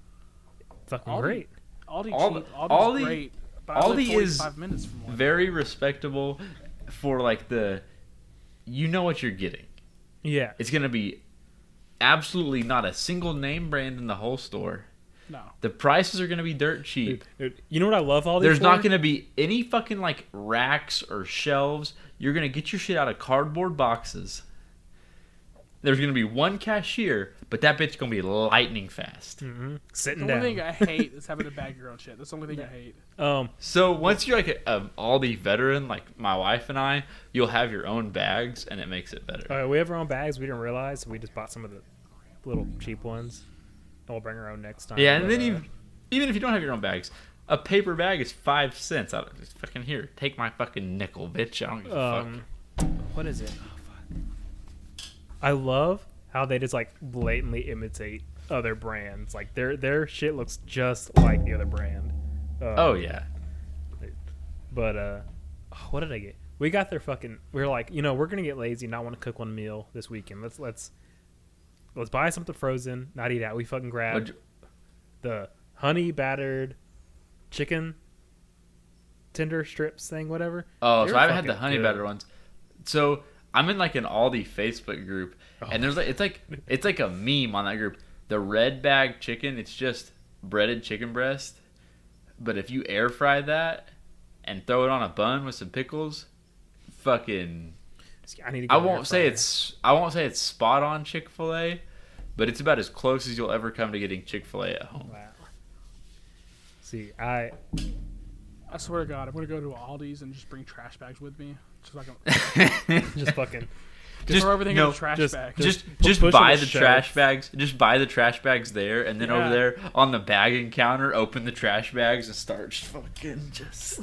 Speaker 3: fucking
Speaker 1: Aldi-
Speaker 3: great.
Speaker 1: Aldi,
Speaker 2: Aldi-
Speaker 1: cheap. Aldi's
Speaker 2: Aldi-
Speaker 1: great. But I live
Speaker 2: Aldi is
Speaker 1: 45 minutes from one.
Speaker 2: Very respectable for like the. You know what you're getting.
Speaker 3: Yeah,
Speaker 2: It's gonna be absolutely not a single name brand in the whole store.
Speaker 1: no,
Speaker 2: The prices are gonna be dirt cheap.
Speaker 3: dude, dude, you know what I love all these.
Speaker 2: There's not
Speaker 3: for?
Speaker 2: gonna be any fucking like racks or shelves. You're gonna get your shit out of cardboard boxes. There's gonna be one cashier, but that bitch gonna be lightning fast.
Speaker 3: Mhm.
Speaker 1: the
Speaker 3: sitting
Speaker 1: one thing
Speaker 3: down.
Speaker 1: I hate is having to bag your own shit. That's the only thing I hate.
Speaker 3: um,
Speaker 2: So once you're like a, a Aldi veteran, like my wife and I, you'll have your own bags, and it makes it better.
Speaker 3: all right, we have our own bags. We didn't realize so we just bought some of the little cheap ones, and we'll bring our own next time.
Speaker 2: Yeah, and
Speaker 3: but,
Speaker 2: then
Speaker 3: uh,
Speaker 2: even, even if you don't have your own bags, a paper bag is five cents. I don't just fucking here. Take my fucking nickel, bitch. I don't give a
Speaker 3: um, what is it? Oh, I love how they just like blatantly imitate other brands. Like their their shit looks just like the other brand. Um,
Speaker 2: fuck. Oh yeah,
Speaker 3: but uh, oh, what did I get? We got their fucking. We are like, you know, we're gonna get lazy, not want to cook one meal this weekend. Let's let's let's buy something frozen, not eat out. We fucking grabbed
Speaker 2: What'd you-
Speaker 3: the honey battered chicken tender strips thing, whatever.
Speaker 2: oh.
Speaker 3: They
Speaker 2: So
Speaker 3: were
Speaker 2: I've had the
Speaker 3: fucking
Speaker 2: honey
Speaker 3: good.
Speaker 2: batter ones. So I'm in like an Aldi Facebook group,
Speaker 3: Oh.
Speaker 2: and there's like it's like it's like a meme on that group. The red bag chicken. It's just breaded chicken breast, but if you air fry that and throw it on a bun with some pickles, fucking
Speaker 3: I need. To
Speaker 2: I
Speaker 3: get an air
Speaker 2: won't say
Speaker 3: fryer.
Speaker 2: it's I won't say it's spot on Chick Fil A, but it's about as close as you'll ever come to getting Chick Fil A at home.
Speaker 3: Wow. See, I
Speaker 1: I swear to God, I'm gonna go to Aldi's and just bring trash bags with me. Just like a-
Speaker 3: [laughs]
Speaker 2: [laughs]
Speaker 3: just fucking
Speaker 1: just throw everything in
Speaker 2: no,
Speaker 1: a trash
Speaker 3: just-
Speaker 1: bag.
Speaker 2: Just
Speaker 3: Just
Speaker 2: just
Speaker 3: push
Speaker 2: buy
Speaker 3: on the
Speaker 2: the
Speaker 3: shelf.
Speaker 2: trash bags. Just buy the trash bags there, and then
Speaker 1: Yeah.
Speaker 2: over there on the bagging counter, open the trash bags and start just fucking just.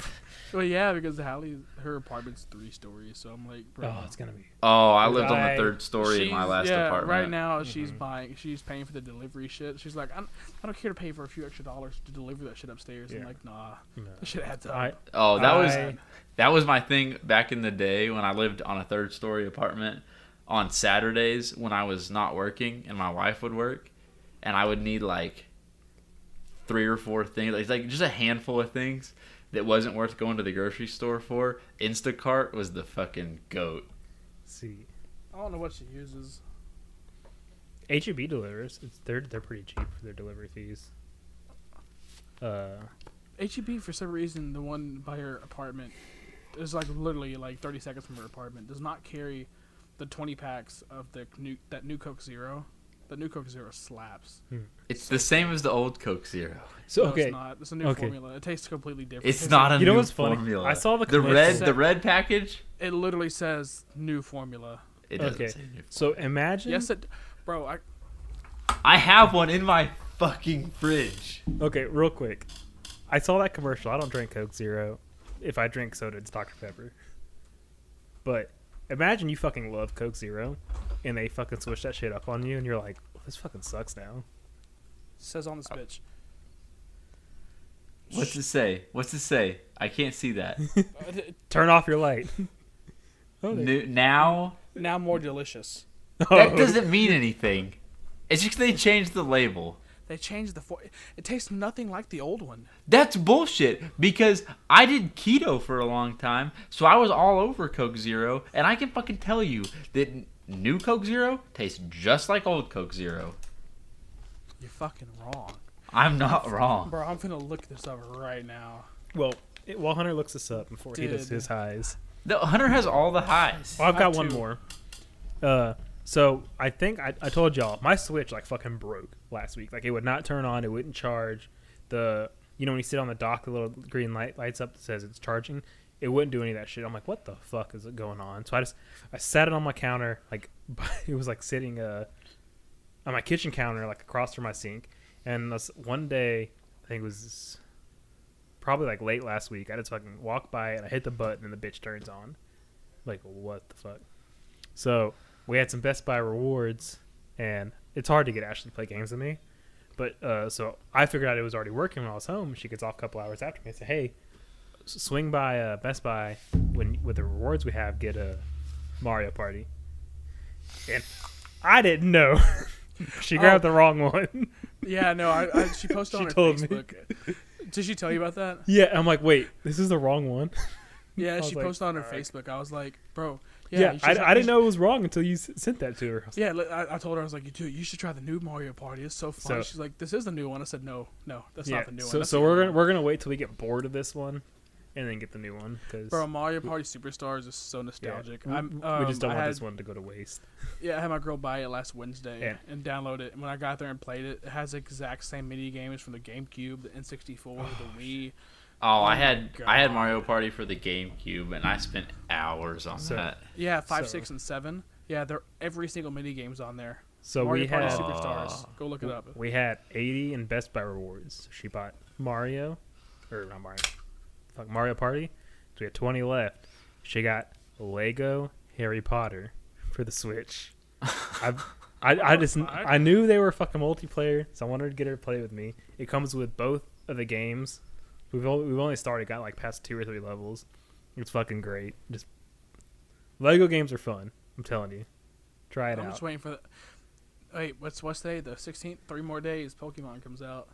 Speaker 1: well, yeah, because Hallie, her apartment's three stories, so I'm like, bro.
Speaker 3: oh, it's gonna be
Speaker 2: Oh, I lived on
Speaker 3: Right.
Speaker 2: the third story in my
Speaker 1: She's-
Speaker 2: last
Speaker 1: yeah,
Speaker 2: apartment.
Speaker 1: Right now, she's
Speaker 3: Mm-hmm.
Speaker 1: buying, she's paying for the delivery shit. She's like, I'm, I don't care to pay for a few extra dollars to deliver that shit upstairs. I'm
Speaker 3: Yeah.
Speaker 1: like, nah,
Speaker 3: No.
Speaker 1: that shit adds up.
Speaker 3: I
Speaker 2: Oh, that was
Speaker 3: I-
Speaker 2: that was my thing back in the day when I lived on a third story apartment on Saturdays when I was not working and my wife would work and I would need like three or four things like, like just a handful of things that wasn't worth going to the grocery store for. Instacart was the fucking goat.
Speaker 3: see.
Speaker 1: I don't know what she uses.
Speaker 3: HEB delivers. E It's, they're they're pretty cheap for their delivery fees. Uh,
Speaker 1: HEB E for some reason the one by her apartment is like literally like 30 seconds from her apartment does not carry the 20 packs of the new that new Coke Zero. The new Coke Zero slaps.
Speaker 2: It's the same as the old Coke Zero.
Speaker 3: So
Speaker 1: No,
Speaker 3: okay,
Speaker 1: It's not. It's a new
Speaker 3: Okay.
Speaker 1: formula. It tastes completely different.
Speaker 2: It's
Speaker 1: It
Speaker 2: not a
Speaker 3: You know
Speaker 2: new
Speaker 3: what's funny?
Speaker 2: formula.
Speaker 3: I saw the
Speaker 2: the
Speaker 3: commercial.
Speaker 2: red the red package.
Speaker 1: It literally says new formula.
Speaker 2: It doesn't
Speaker 3: okay.
Speaker 2: say new.
Speaker 3: So imagine.
Speaker 1: Yes, it. Bro, I,
Speaker 2: I have one in my fucking fridge.
Speaker 3: Okay, real quick. I saw that commercial. I don't drink Coke Zero. If I drink soda, it's Dr. Pepper. But imagine you fucking love Coke Zero and they fucking switch that shit up on you and you're like, this fucking sucks now.
Speaker 1: says on this bitch.
Speaker 2: What's it say? What's it say? I can't see that.
Speaker 1: Uh, d-
Speaker 3: Turn off your light. oh, they-
Speaker 2: new, now
Speaker 1: now more delicious.
Speaker 2: that
Speaker 3: [laughs] Oh.
Speaker 2: doesn't mean anything. It's just they changed the label.
Speaker 1: They changed the for. It tastes nothing like the old one.
Speaker 2: That's bullshit because I did keto for a long time, so I was all over Coke Zero, and I can fucking tell you that n- new Coke Zero tastes just like old Coke Zero.
Speaker 1: You're fucking wrong,
Speaker 2: I'm not [laughs] wrong.
Speaker 1: bro. I'm gonna look this up right now.
Speaker 3: Well, it, while Hunter looks this up before he does
Speaker 1: Dude.
Speaker 3: his highs.
Speaker 2: The Hunter has all the highs.
Speaker 3: Well, I've
Speaker 1: I
Speaker 3: got one
Speaker 1: too.
Speaker 3: more. Uh, so I think I, I told y'all my Switch like fucking broke last week. Like it would not turn on. It wouldn't charge. The you know when you sit on the dock, the little green light lights up that says it's charging. It wouldn't do any of that shit. I'm like, what the fuck is going on? So I just I sat it on my counter. Like [laughs] it was like sitting uh on my kitchen counter, like across from my sink. And this one day, I think it was probably like late last week. I just fucking walked by it. I hit the button and the bitch turns on. Like what the fuck? So we had some Best Buy rewards, and it's hard to get Ashley to play games with me. But uh, so I figured out it was already working when I was home. She gets off a couple hours after me. I said, "Hey, s- swing by uh, Best Buy when with the rewards we have, get a Mario Party." And I didn't know. [laughs] she grabbed the wrong one.
Speaker 1: Yeah, no. I, I
Speaker 3: [laughs]
Speaker 1: she posted on
Speaker 3: She
Speaker 1: her
Speaker 3: told me.
Speaker 1: Facebook. Did she tell you about
Speaker 3: [laughs]
Speaker 1: that?
Speaker 3: yeah, I'm like, wait, this is the wrong one. I
Speaker 1: Yeah,
Speaker 3: was
Speaker 1: she
Speaker 3: like,
Speaker 1: posted on her
Speaker 3: "Fuck."
Speaker 1: Facebook. I was like, bro. Yeah,
Speaker 3: Yeah,
Speaker 1: you should try-
Speaker 3: I, I
Speaker 1: you
Speaker 3: didn't know it was wrong until you s- sent that to her. I was
Speaker 1: should- Yeah, li- I, I told her I was like, you do. You should try the new Mario Party. It's so fun.
Speaker 3: So-
Speaker 1: She's like, this is the new one. I said, no, no, that's
Speaker 3: yeah.
Speaker 1: not the new
Speaker 3: so
Speaker 1: one. That's
Speaker 3: so
Speaker 1: the
Speaker 3: we're
Speaker 1: old
Speaker 3: gonna
Speaker 1: one."
Speaker 3: we're gonna wait till we get bored of this one, and then get the new one because
Speaker 1: Bro, Mario Party Superstars is so nostalgic. I'm, um,
Speaker 3: we just don't
Speaker 1: I
Speaker 3: want
Speaker 1: had,
Speaker 3: this one to go to waste.
Speaker 1: Yeah, I had my girl buy it last Wednesday
Speaker 3: Yeah.
Speaker 1: and download it. And when I got there and played it, it has the exact same mini games from the GameCube, the N64, the Wii.
Speaker 2: Oh, I
Speaker 1: my
Speaker 2: had I had
Speaker 1: God.
Speaker 2: Mario Party for the GameCube, and I spent hours on
Speaker 3: So-
Speaker 2: that.
Speaker 1: Yeah, five,
Speaker 3: So-
Speaker 1: six, and seven. Yeah, they're every single mini game's on there.
Speaker 3: So
Speaker 1: Mario
Speaker 3: we
Speaker 1: Party
Speaker 3: had
Speaker 1: Superstars. Go look it up.
Speaker 3: we had eighty in Best Buy rewards. She bought Mario, or not Mario, fuck Mario Party. So we had twenty left. She got Lego Harry Potter for the Switch. I've, I I just
Speaker 1: Fuck.
Speaker 3: I knew they were fucking multiplayer, so I wanted to get her to play with me. It comes with both of the games. We've only, we've only started got like past two or three levels. It's fucking great. Just Lego games are fun. I'm telling you, try it
Speaker 1: I'm
Speaker 3: out.
Speaker 1: just waiting for the. Wait, what's what's today? The 16th. Three more days. Pokemon comes out.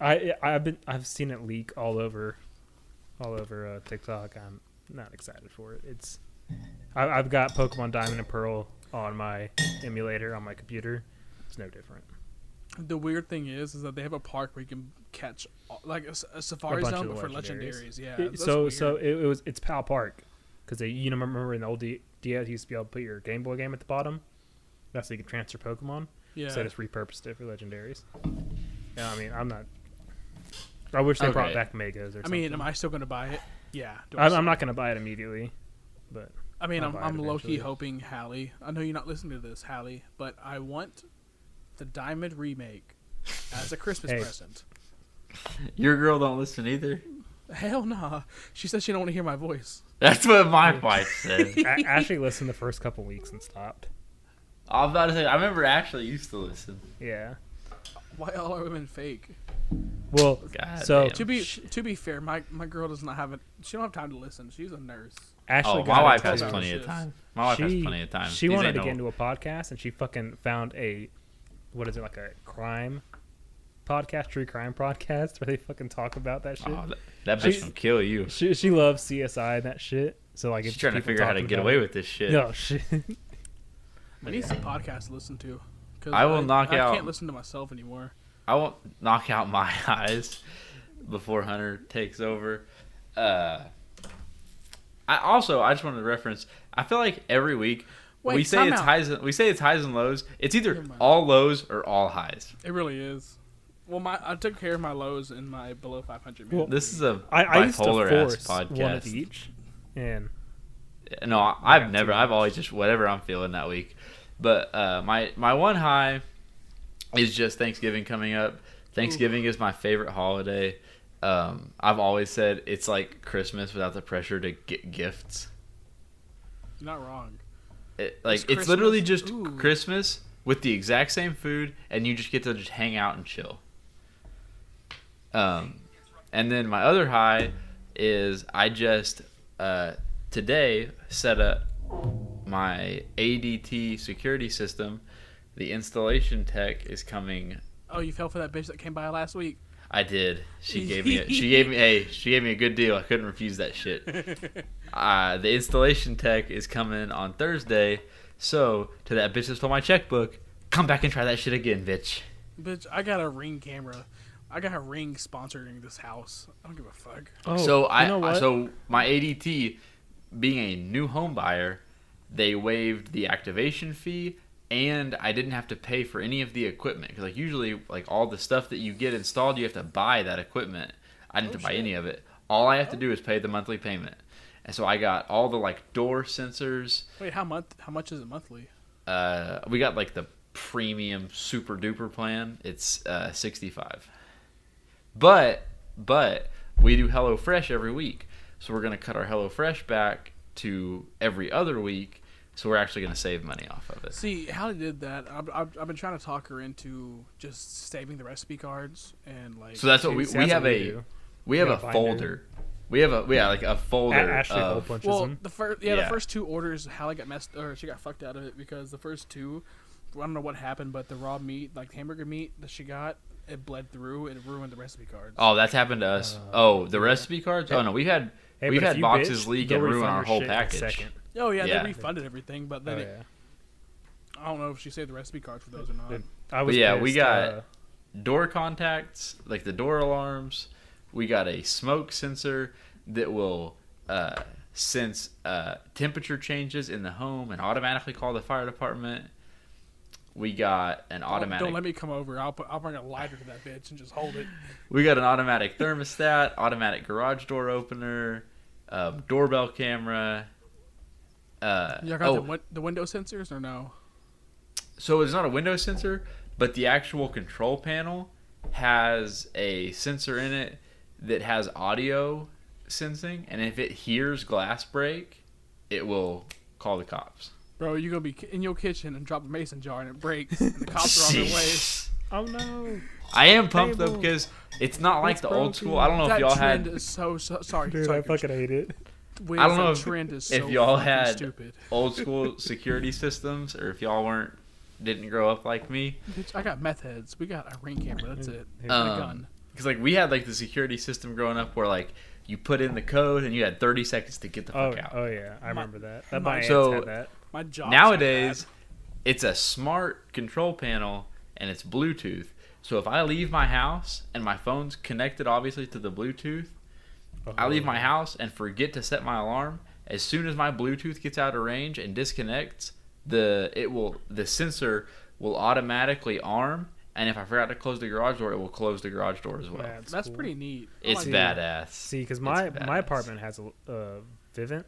Speaker 3: I I- I've been I've seen it leak all over, all over uh, TikTok. I'm not excited for it. It's I, I've got Pokemon Diamond and Pearl on my emulator on my computer. It's no different.
Speaker 1: The weird thing is, is that they have a park where you can catch all- like a, s- a
Speaker 3: A
Speaker 1: safari
Speaker 3: bunch
Speaker 1: zone,
Speaker 3: of
Speaker 1: but
Speaker 3: the
Speaker 1: for
Speaker 3: legendaries.
Speaker 1: legendaries. Yeah.
Speaker 3: It-
Speaker 1: that's
Speaker 3: so
Speaker 1: weird.
Speaker 3: so it, it was it's Pal Park because they you know remember in the old D, DS you used to be able to put your Game Boy game at the bottom. That's so you could transfer Pokemon.
Speaker 1: yeah.
Speaker 3: So I just repurposed it for legendaries. Yeah, I mean I'm not. I wish they brought
Speaker 2: Okay.
Speaker 3: back Megos or something.
Speaker 1: I mean, am I still gonna buy it? Yeah. do I
Speaker 3: I'm,
Speaker 1: still-
Speaker 3: I'm not gonna buy it immediately, but.
Speaker 1: I mean,
Speaker 3: I'll
Speaker 1: I'm,
Speaker 3: buy it
Speaker 1: I'm low key
Speaker 3: eventually.
Speaker 1: hoping Hallie. I know you're not listening to this, Hallie, but I want the Diamond remake as a Christmas
Speaker 3: [laughs] Hey.
Speaker 1: present.
Speaker 2: Your girl don't listen either.
Speaker 1: Hell nah. She said she don't want to hear my voice.
Speaker 2: That's what my wife said.
Speaker 3: A- [laughs] Ashley listened the first couple weeks and stopped.
Speaker 2: I was about to say I remember Ashley used to listen.
Speaker 3: Yeah.
Speaker 1: Why all our women fake?
Speaker 3: Well,
Speaker 2: God
Speaker 3: so
Speaker 2: damn.
Speaker 1: To be to be fair, my my girl does not have it. She don't have time to listen. She's a nurse.
Speaker 3: Ashley
Speaker 2: oh,
Speaker 3: got
Speaker 2: my wife
Speaker 3: into-
Speaker 2: has
Speaker 1: Twelve
Speaker 2: plenty of
Speaker 1: hours.
Speaker 2: time. My wife has
Speaker 3: she-
Speaker 2: plenty of time.
Speaker 3: She
Speaker 2: These
Speaker 3: wanted
Speaker 2: ain't
Speaker 3: to
Speaker 2: no-
Speaker 3: get into a podcast, and she fucking found a what is it like a crime podcast, true crime podcast, [laughs] where they fucking talk about that shit.
Speaker 2: Oh, that, that bitch
Speaker 3: She's-
Speaker 2: will kill you.
Speaker 3: she she loves CSI and that shit. So like,
Speaker 2: She's trying to figure out how to get away with this shit.
Speaker 3: No shit.
Speaker 1: I need some podcasts to listen to. 'cause
Speaker 2: I will knock
Speaker 1: I I
Speaker 2: out-
Speaker 1: can't listen to myself anymore.
Speaker 2: I won't knock out my [laughs] eyes before Hunter takes over. Uh, I also I just wanted to reference. I feel like every week
Speaker 1: Wait,
Speaker 2: we say
Speaker 1: time
Speaker 2: it's
Speaker 1: out.
Speaker 2: highs. And, we say it's highs and lows. It's either
Speaker 1: Never mind.
Speaker 2: all lows or all highs.
Speaker 1: It really is. Well, my I took care of my lows in my below 500.
Speaker 3: Well,
Speaker 1: man.
Speaker 2: This is a
Speaker 3: [laughs] I, I used to
Speaker 2: bipolar ass
Speaker 3: force
Speaker 2: podcast.
Speaker 3: one of each, and
Speaker 2: No, I-
Speaker 3: Yeah,
Speaker 2: I've never.
Speaker 3: too
Speaker 2: I've always just whatever I'm feeling that week. But uh, my my one high is just Thanksgiving coming up. Thanksgiving is my favorite holiday. Um, I've always said it's like Christmas without the pressure to get gifts.
Speaker 1: You're not wrong.
Speaker 2: It, like
Speaker 1: It's
Speaker 2: it's, literally
Speaker 1: Christmas.
Speaker 2: just
Speaker 1: Ooh.
Speaker 2: Christmas with the exact same food, and you just get to just hang out and chill. Um, and then my other high is I just uh, today set up my ADT security system. The installation tech is coming.
Speaker 1: Oh, you fell for that bitch that came by last week.
Speaker 2: I did. She gave me. A, she gave me. Hey, she gave me a good deal. I couldn't refuse that shit. Uh, the installation tech is coming on Thursday. So to that bitch that stole my checkbook, come back and try that shit again, bitch.
Speaker 1: bitch, I got a ring camera. I got a ring sponsoring this house. I don't give a fuck.
Speaker 3: oh,
Speaker 2: so
Speaker 3: you
Speaker 2: I
Speaker 3: know what?
Speaker 2: so my ADT, being a new home buyer, they waived the activation fee, and I didn't have to pay for any of the equipment. 'Cause, like usually, like all the stuff that you get installed, you have to buy that equipment. I didn't
Speaker 1: Oh,
Speaker 2: have to buy
Speaker 1: shit.
Speaker 2: any of it. All I
Speaker 3: Oh.
Speaker 2: have to do is pay the monthly payment. And so I got all the like door sensors,
Speaker 1: Wait, how month? How much is it monthly?
Speaker 2: uh, we got like the premium super duper plan. It's uh, 65. But but we do HelloFresh every week. So we're going to cut our HelloFresh back to every other week. So we're actually going to save money off of it.
Speaker 1: See, Hallie did that. I've, I've, I've been trying to talk her into just saving the recipe cards and like.
Speaker 2: So that's what
Speaker 3: See,
Speaker 2: we,
Speaker 3: see,
Speaker 2: we
Speaker 3: that's
Speaker 2: have
Speaker 3: what we
Speaker 2: a
Speaker 3: do.
Speaker 2: we have
Speaker 3: got
Speaker 2: a
Speaker 3: a binder.
Speaker 2: folder. We have a we have like a
Speaker 3: A-
Speaker 2: folder
Speaker 3: Ashley hole
Speaker 2: of
Speaker 3: punches
Speaker 1: Well,
Speaker 3: him.
Speaker 1: the first yeah,
Speaker 2: Yeah.
Speaker 1: the first two orders, Hallie got messed or she got fucked out of it because the first two, I don't know what happened, but the raw meat, like hamburger meat that she got, it bled through and it ruined the recipe cards.
Speaker 2: Oh, that's happened to us. oh, the recipe cards. Oh no, we've had
Speaker 3: Uh, Hey,
Speaker 2: we've
Speaker 3: but if
Speaker 2: had
Speaker 3: you
Speaker 2: boxes
Speaker 3: bitch,
Speaker 2: leak
Speaker 3: they'll
Speaker 2: and ruin
Speaker 3: refund
Speaker 2: our
Speaker 3: your
Speaker 2: whole
Speaker 3: shit in a
Speaker 2: package.
Speaker 3: second.
Speaker 1: Oh yeah,
Speaker 2: Yeah.
Speaker 1: they refunded everything, but
Speaker 3: Oh,
Speaker 1: then it,
Speaker 3: yeah.
Speaker 1: I don't know if she saved the recipe cards for those or not.
Speaker 3: Then- I was
Speaker 2: yeah, we
Speaker 3: pissed,
Speaker 2: got-
Speaker 3: uh,
Speaker 2: door contacts, like the door alarms. We got a smoke sensor that will uh, sense uh, temperature changes in the home and automatically call the fire department. We got an
Speaker 1: Don't-
Speaker 2: automatic.
Speaker 1: Oh, Don't let me come over. I'll put, I'll bring a lighter to that bitch and just
Speaker 2: [sighs]
Speaker 1: hold it.
Speaker 2: we got an automatic thermostat, [laughs] automatic garage door opener, um, doorbell camera. Uh,
Speaker 1: Y'all got
Speaker 2: oh,
Speaker 1: the, win- the window sensors or no?
Speaker 2: so it's not a window sensor, but the actual control panel has a sensor in it that has audio sensing, and if it hears glass break, it will call the cops.
Speaker 1: Bro, you gonna be ki- in your kitchen and drop a mason jar and it breaks and the cops
Speaker 2: [laughs]
Speaker 1: are on their way.
Speaker 3: Oh no!
Speaker 2: I am pumped though
Speaker 3: Table.
Speaker 2: because it's not like
Speaker 3: It's
Speaker 2: the old
Speaker 3: broken.
Speaker 2: school. I don't know
Speaker 1: that
Speaker 2: if y'all
Speaker 1: trend
Speaker 2: had
Speaker 1: is so, so sorry.
Speaker 3: Dude,
Speaker 1: sorry
Speaker 3: I fucking hate [laughs] it.
Speaker 1: Wiz,
Speaker 2: I don't know
Speaker 1: that
Speaker 2: if-
Speaker 1: trend is
Speaker 2: if
Speaker 1: so
Speaker 2: y'all
Speaker 1: fucking
Speaker 2: had-
Speaker 1: stupid.
Speaker 2: old
Speaker 1: [laughs]
Speaker 2: school security systems, or if y'all weren't didn't grow up like me.
Speaker 1: Bitch, I got meth heads. We got a ring camera. That's it.
Speaker 3: Hey,
Speaker 1: And a
Speaker 2: Um,
Speaker 1: gun.
Speaker 2: Because like we had like the security system growing up where like you put in the code and you had 30 seconds to get the
Speaker 3: Oh,
Speaker 2: fuck out.
Speaker 3: oh yeah, I remember that. That
Speaker 1: my-
Speaker 3: my, aunt's
Speaker 2: So-
Speaker 3: had that.
Speaker 1: My job.
Speaker 2: Nowadays, it's a smart control panel and it's Bluetooth. So if I leave my house and my phone's connected, obviously, to the Bluetooth, I
Speaker 3: Oh,
Speaker 2: leave
Speaker 3: Uh-huh.
Speaker 2: my house and forget to set my alarm. As soon as my Bluetooth gets out of range and disconnects, the it will the sensor will automatically arm. And if I forgot to close the garage door, it will close the garage door as well.
Speaker 3: That's,
Speaker 1: that's
Speaker 3: cool.
Speaker 1: pretty neat. I
Speaker 2: It's
Speaker 1: like that.
Speaker 2: badass.
Speaker 3: See, because
Speaker 2: It's
Speaker 3: my my
Speaker 2: badass.
Speaker 3: apartment has a uh, Vivint.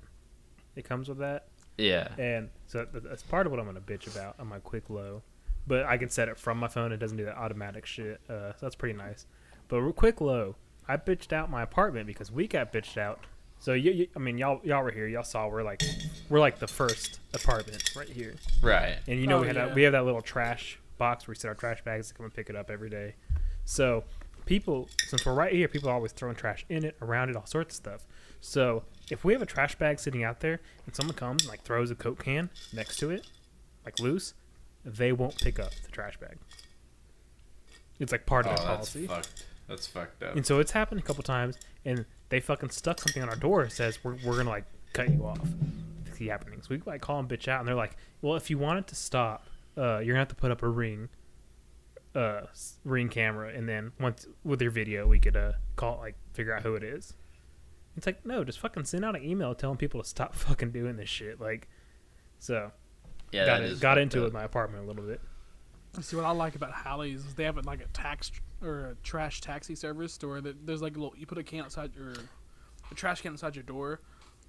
Speaker 3: It comes with that,
Speaker 2: Yeah.
Speaker 3: and so th- that's part of what I'm gonna bitch about on my quick low. But I can set it from my phone. It doesn't do that automatic shit. Uh, so that's pretty nice. But real quick low, I bitched out my apartment because we got bitched out. So you, you I mean, y'all y'all were here. Y'all saw we're like we're like the first apartment right here.
Speaker 2: Right.
Speaker 3: And you know
Speaker 1: Oh,
Speaker 3: we had
Speaker 1: yeah.
Speaker 3: that, we have that little trash box where we set our trash bags to come and pick it up every day. So people, since we're right here, people are always throwing trash in it, around it, all sorts of stuff. So if we have a trash bag sitting out there and someone comes and like throws a coke can next to it, like loose, they won't pick up the trash bag. It's like part of their policy.
Speaker 2: Oh, fucked. That's fucked up.
Speaker 3: And so it's happened a couple times, and they fucking stuck something on our door that says we're, we're gonna like cut you off. It's keep happening. So we like call them bitch out, and they're like, "Well, if you want it to stop, uh, you're gonna have to put up a ring, uh, s- ring camera, and then once with your video, we could uh call like figure out who it is." It's [laughs] like no, just fucking send out an email telling people to stop fucking doing this shit. Like, so
Speaker 2: Yeah,
Speaker 3: got
Speaker 2: that
Speaker 3: in-
Speaker 2: is
Speaker 3: got
Speaker 2: fucked
Speaker 3: into it
Speaker 2: up.
Speaker 3: in my apartment a little bit.
Speaker 1: See what I like about Hallie's is they have like a tax or a trash taxi service to where that there's like a little you put a can outside your a trash can outside your door,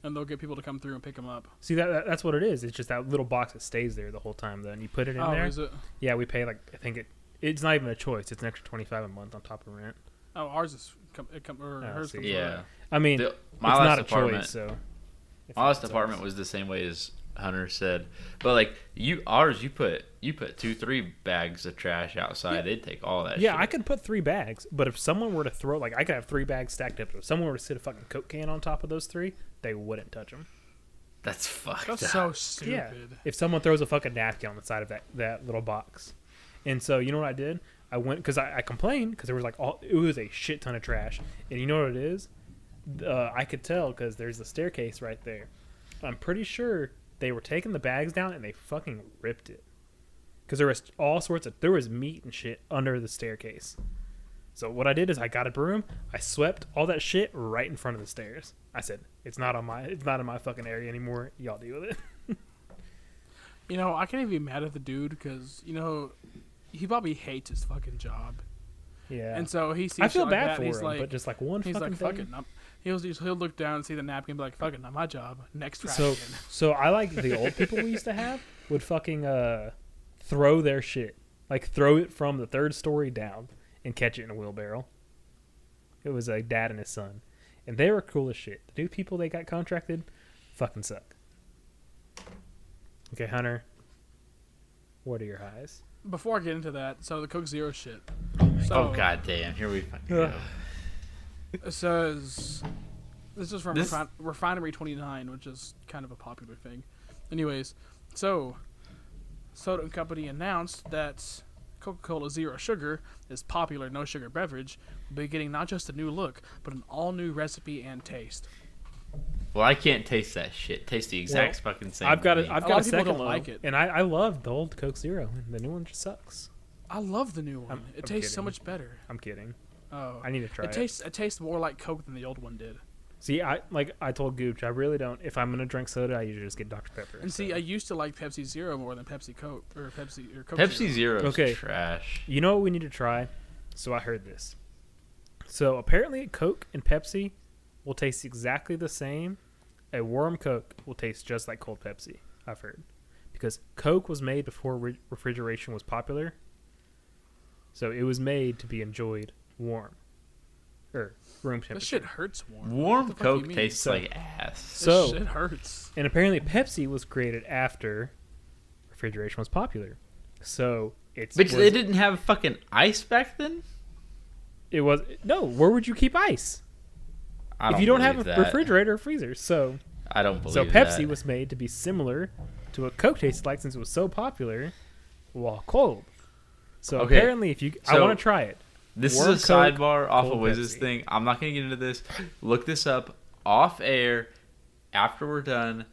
Speaker 1: and they'll get people to come through and pick them up.
Speaker 3: See that, that that's what it is. It's just that little box that stays there the whole time. Then you put it in
Speaker 1: oh,
Speaker 3: there.
Speaker 1: is it?
Speaker 3: Yeah, we pay like I think it. It's not even a choice. It's an extra twenty five a month on top of rent.
Speaker 1: Oh, ours is com- it com- or
Speaker 3: Oh,
Speaker 1: hers
Speaker 3: see.
Speaker 1: comes
Speaker 2: Yeah,
Speaker 1: alright.
Speaker 3: I mean,
Speaker 2: The-
Speaker 3: it's
Speaker 2: my last
Speaker 3: not a
Speaker 2: apartment,
Speaker 3: choice. So if
Speaker 2: my last
Speaker 3: it's
Speaker 2: apartment was the same way as Hunter said, but like you ours, you put you put two three bags of trash outside.
Speaker 1: Yeah.
Speaker 2: They'd take all that.
Speaker 3: Yeah,
Speaker 2: shit.
Speaker 3: I could put three bags, but if someone were to throw, like, I could have three bags stacked up. If someone were to sit a fucking coke can on top of those three, they wouldn't touch them.
Speaker 2: That's fucked.
Speaker 1: That's
Speaker 2: up.
Speaker 1: so stupid.
Speaker 3: Yeah. If someone throws a fucking napkin on the side of that, that little box. And so, you know what I did? I went, because I, I complained, because there was like all, it was a shit ton of trash. And you know what it is? Uh, I could tell because there's the staircase right there. I'm pretty sure they were taking the bags down and they fucking ripped it. Because there was all sorts of, there was meat and shit under the staircase. So what I did is I got a broom, I swept all that shit right in front of the stairs. I said, "It's not on my, it's not in my fucking area anymore. Y'all deal with it."
Speaker 1: You know, I can't even be mad at the dude because you know he probably hates his fucking job,
Speaker 3: Yeah.
Speaker 1: and so he sees.
Speaker 3: I feel
Speaker 1: shit like
Speaker 3: bad
Speaker 1: that,
Speaker 3: for
Speaker 1: and he's
Speaker 3: him,
Speaker 1: like,
Speaker 3: but just like one
Speaker 1: he's
Speaker 3: fucking
Speaker 1: like,
Speaker 3: thing.
Speaker 1: fuck it. not- He'll just- he'll look down and see the napkin, be like, fuck it, not my job. Next trash
Speaker 3: So
Speaker 1: can.
Speaker 3: so I like the old people we used to have would fucking uh throw their shit. Like throw it from the third story down and catch it in a wheelbarrow. It was a dad and his son. And they were cool as shit. The new people they got contracted fucking suck. Okay, Hunter. What are your highs?
Speaker 1: Before I get into that, so the Coke Zero shit. so,
Speaker 2: Oh god damn! Here we fucking go.
Speaker 3: Ugh.
Speaker 1: It says this is from
Speaker 2: This-
Speaker 1: Refin- Refinery 29, which is kind of a popular thing. Anyways, so Soda and Company announced that Coca-Cola Zero Sugar is popular no sugar beverage, will be getting not just a new look, but an all new recipe and taste.
Speaker 2: Well, I can't taste that shit. Tastes the exact fucking same.
Speaker 3: I've got
Speaker 2: to
Speaker 3: a, I've
Speaker 1: A lot
Speaker 3: got a
Speaker 1: of people
Speaker 3: second
Speaker 1: don't
Speaker 3: low,
Speaker 1: like it.
Speaker 3: and I, I love the old Coke Zero, and the new one just sucks.
Speaker 1: I love the new one.
Speaker 3: I'm-
Speaker 1: it
Speaker 3: I'm
Speaker 1: tastes so
Speaker 3: kidding.
Speaker 1: much better.
Speaker 3: I'm kidding.
Speaker 1: Oh,
Speaker 3: I need to try
Speaker 1: it tastes it tastes more like Coke than the old one did.
Speaker 3: See, I like I told Gooch, I really don't. If I'm gonna drink soda, I usually just get Dr Pepper.
Speaker 1: And see,
Speaker 3: so.
Speaker 1: I used to like Pepsi Zero more than Pepsi Coke or Pepsi or Coke.
Speaker 2: Pepsi
Speaker 1: Zero.
Speaker 2: Zero.
Speaker 3: Okay.
Speaker 2: Okay. Trash.
Speaker 3: you know what we need to try? So I heard this. So apparently, Coke and Pepsi will taste exactly the same. A warm Coke will taste just like cold Pepsi. I've heard because Coke was made before re- refrigeration was popular, so it was made to be enjoyed warm or room
Speaker 1: That
Speaker 3: temperature.
Speaker 1: shit hurts warm.
Speaker 2: Warm
Speaker 1: the fuck do you
Speaker 2: Coke
Speaker 1: mean?
Speaker 2: tastes
Speaker 3: So-
Speaker 2: like ass.
Speaker 3: So-
Speaker 1: This shit hurts.
Speaker 3: And apparently, Pepsi was created after refrigeration was popular. So it's
Speaker 2: But
Speaker 3: was-
Speaker 2: they didn't have fucking ice back then.
Speaker 3: it was no. Where would you keep ice
Speaker 2: I
Speaker 3: if you don't have a
Speaker 2: believe that.
Speaker 3: refrigerator or freezer? So
Speaker 2: I don't believe.
Speaker 3: so Pepsi
Speaker 2: that.
Speaker 3: was made to be similar to what Coke tasted like since it was so popular while cold. So
Speaker 2: Okay,
Speaker 3: apparently, if you I
Speaker 2: so-
Speaker 3: want to try it.
Speaker 2: This
Speaker 3: Warm
Speaker 2: is a
Speaker 3: Coke,
Speaker 2: sidebar off of
Speaker 3: cold
Speaker 2: Wiz's
Speaker 3: Pepsi.
Speaker 2: thing. I'm not going to get into this. Look this up off air after we're done.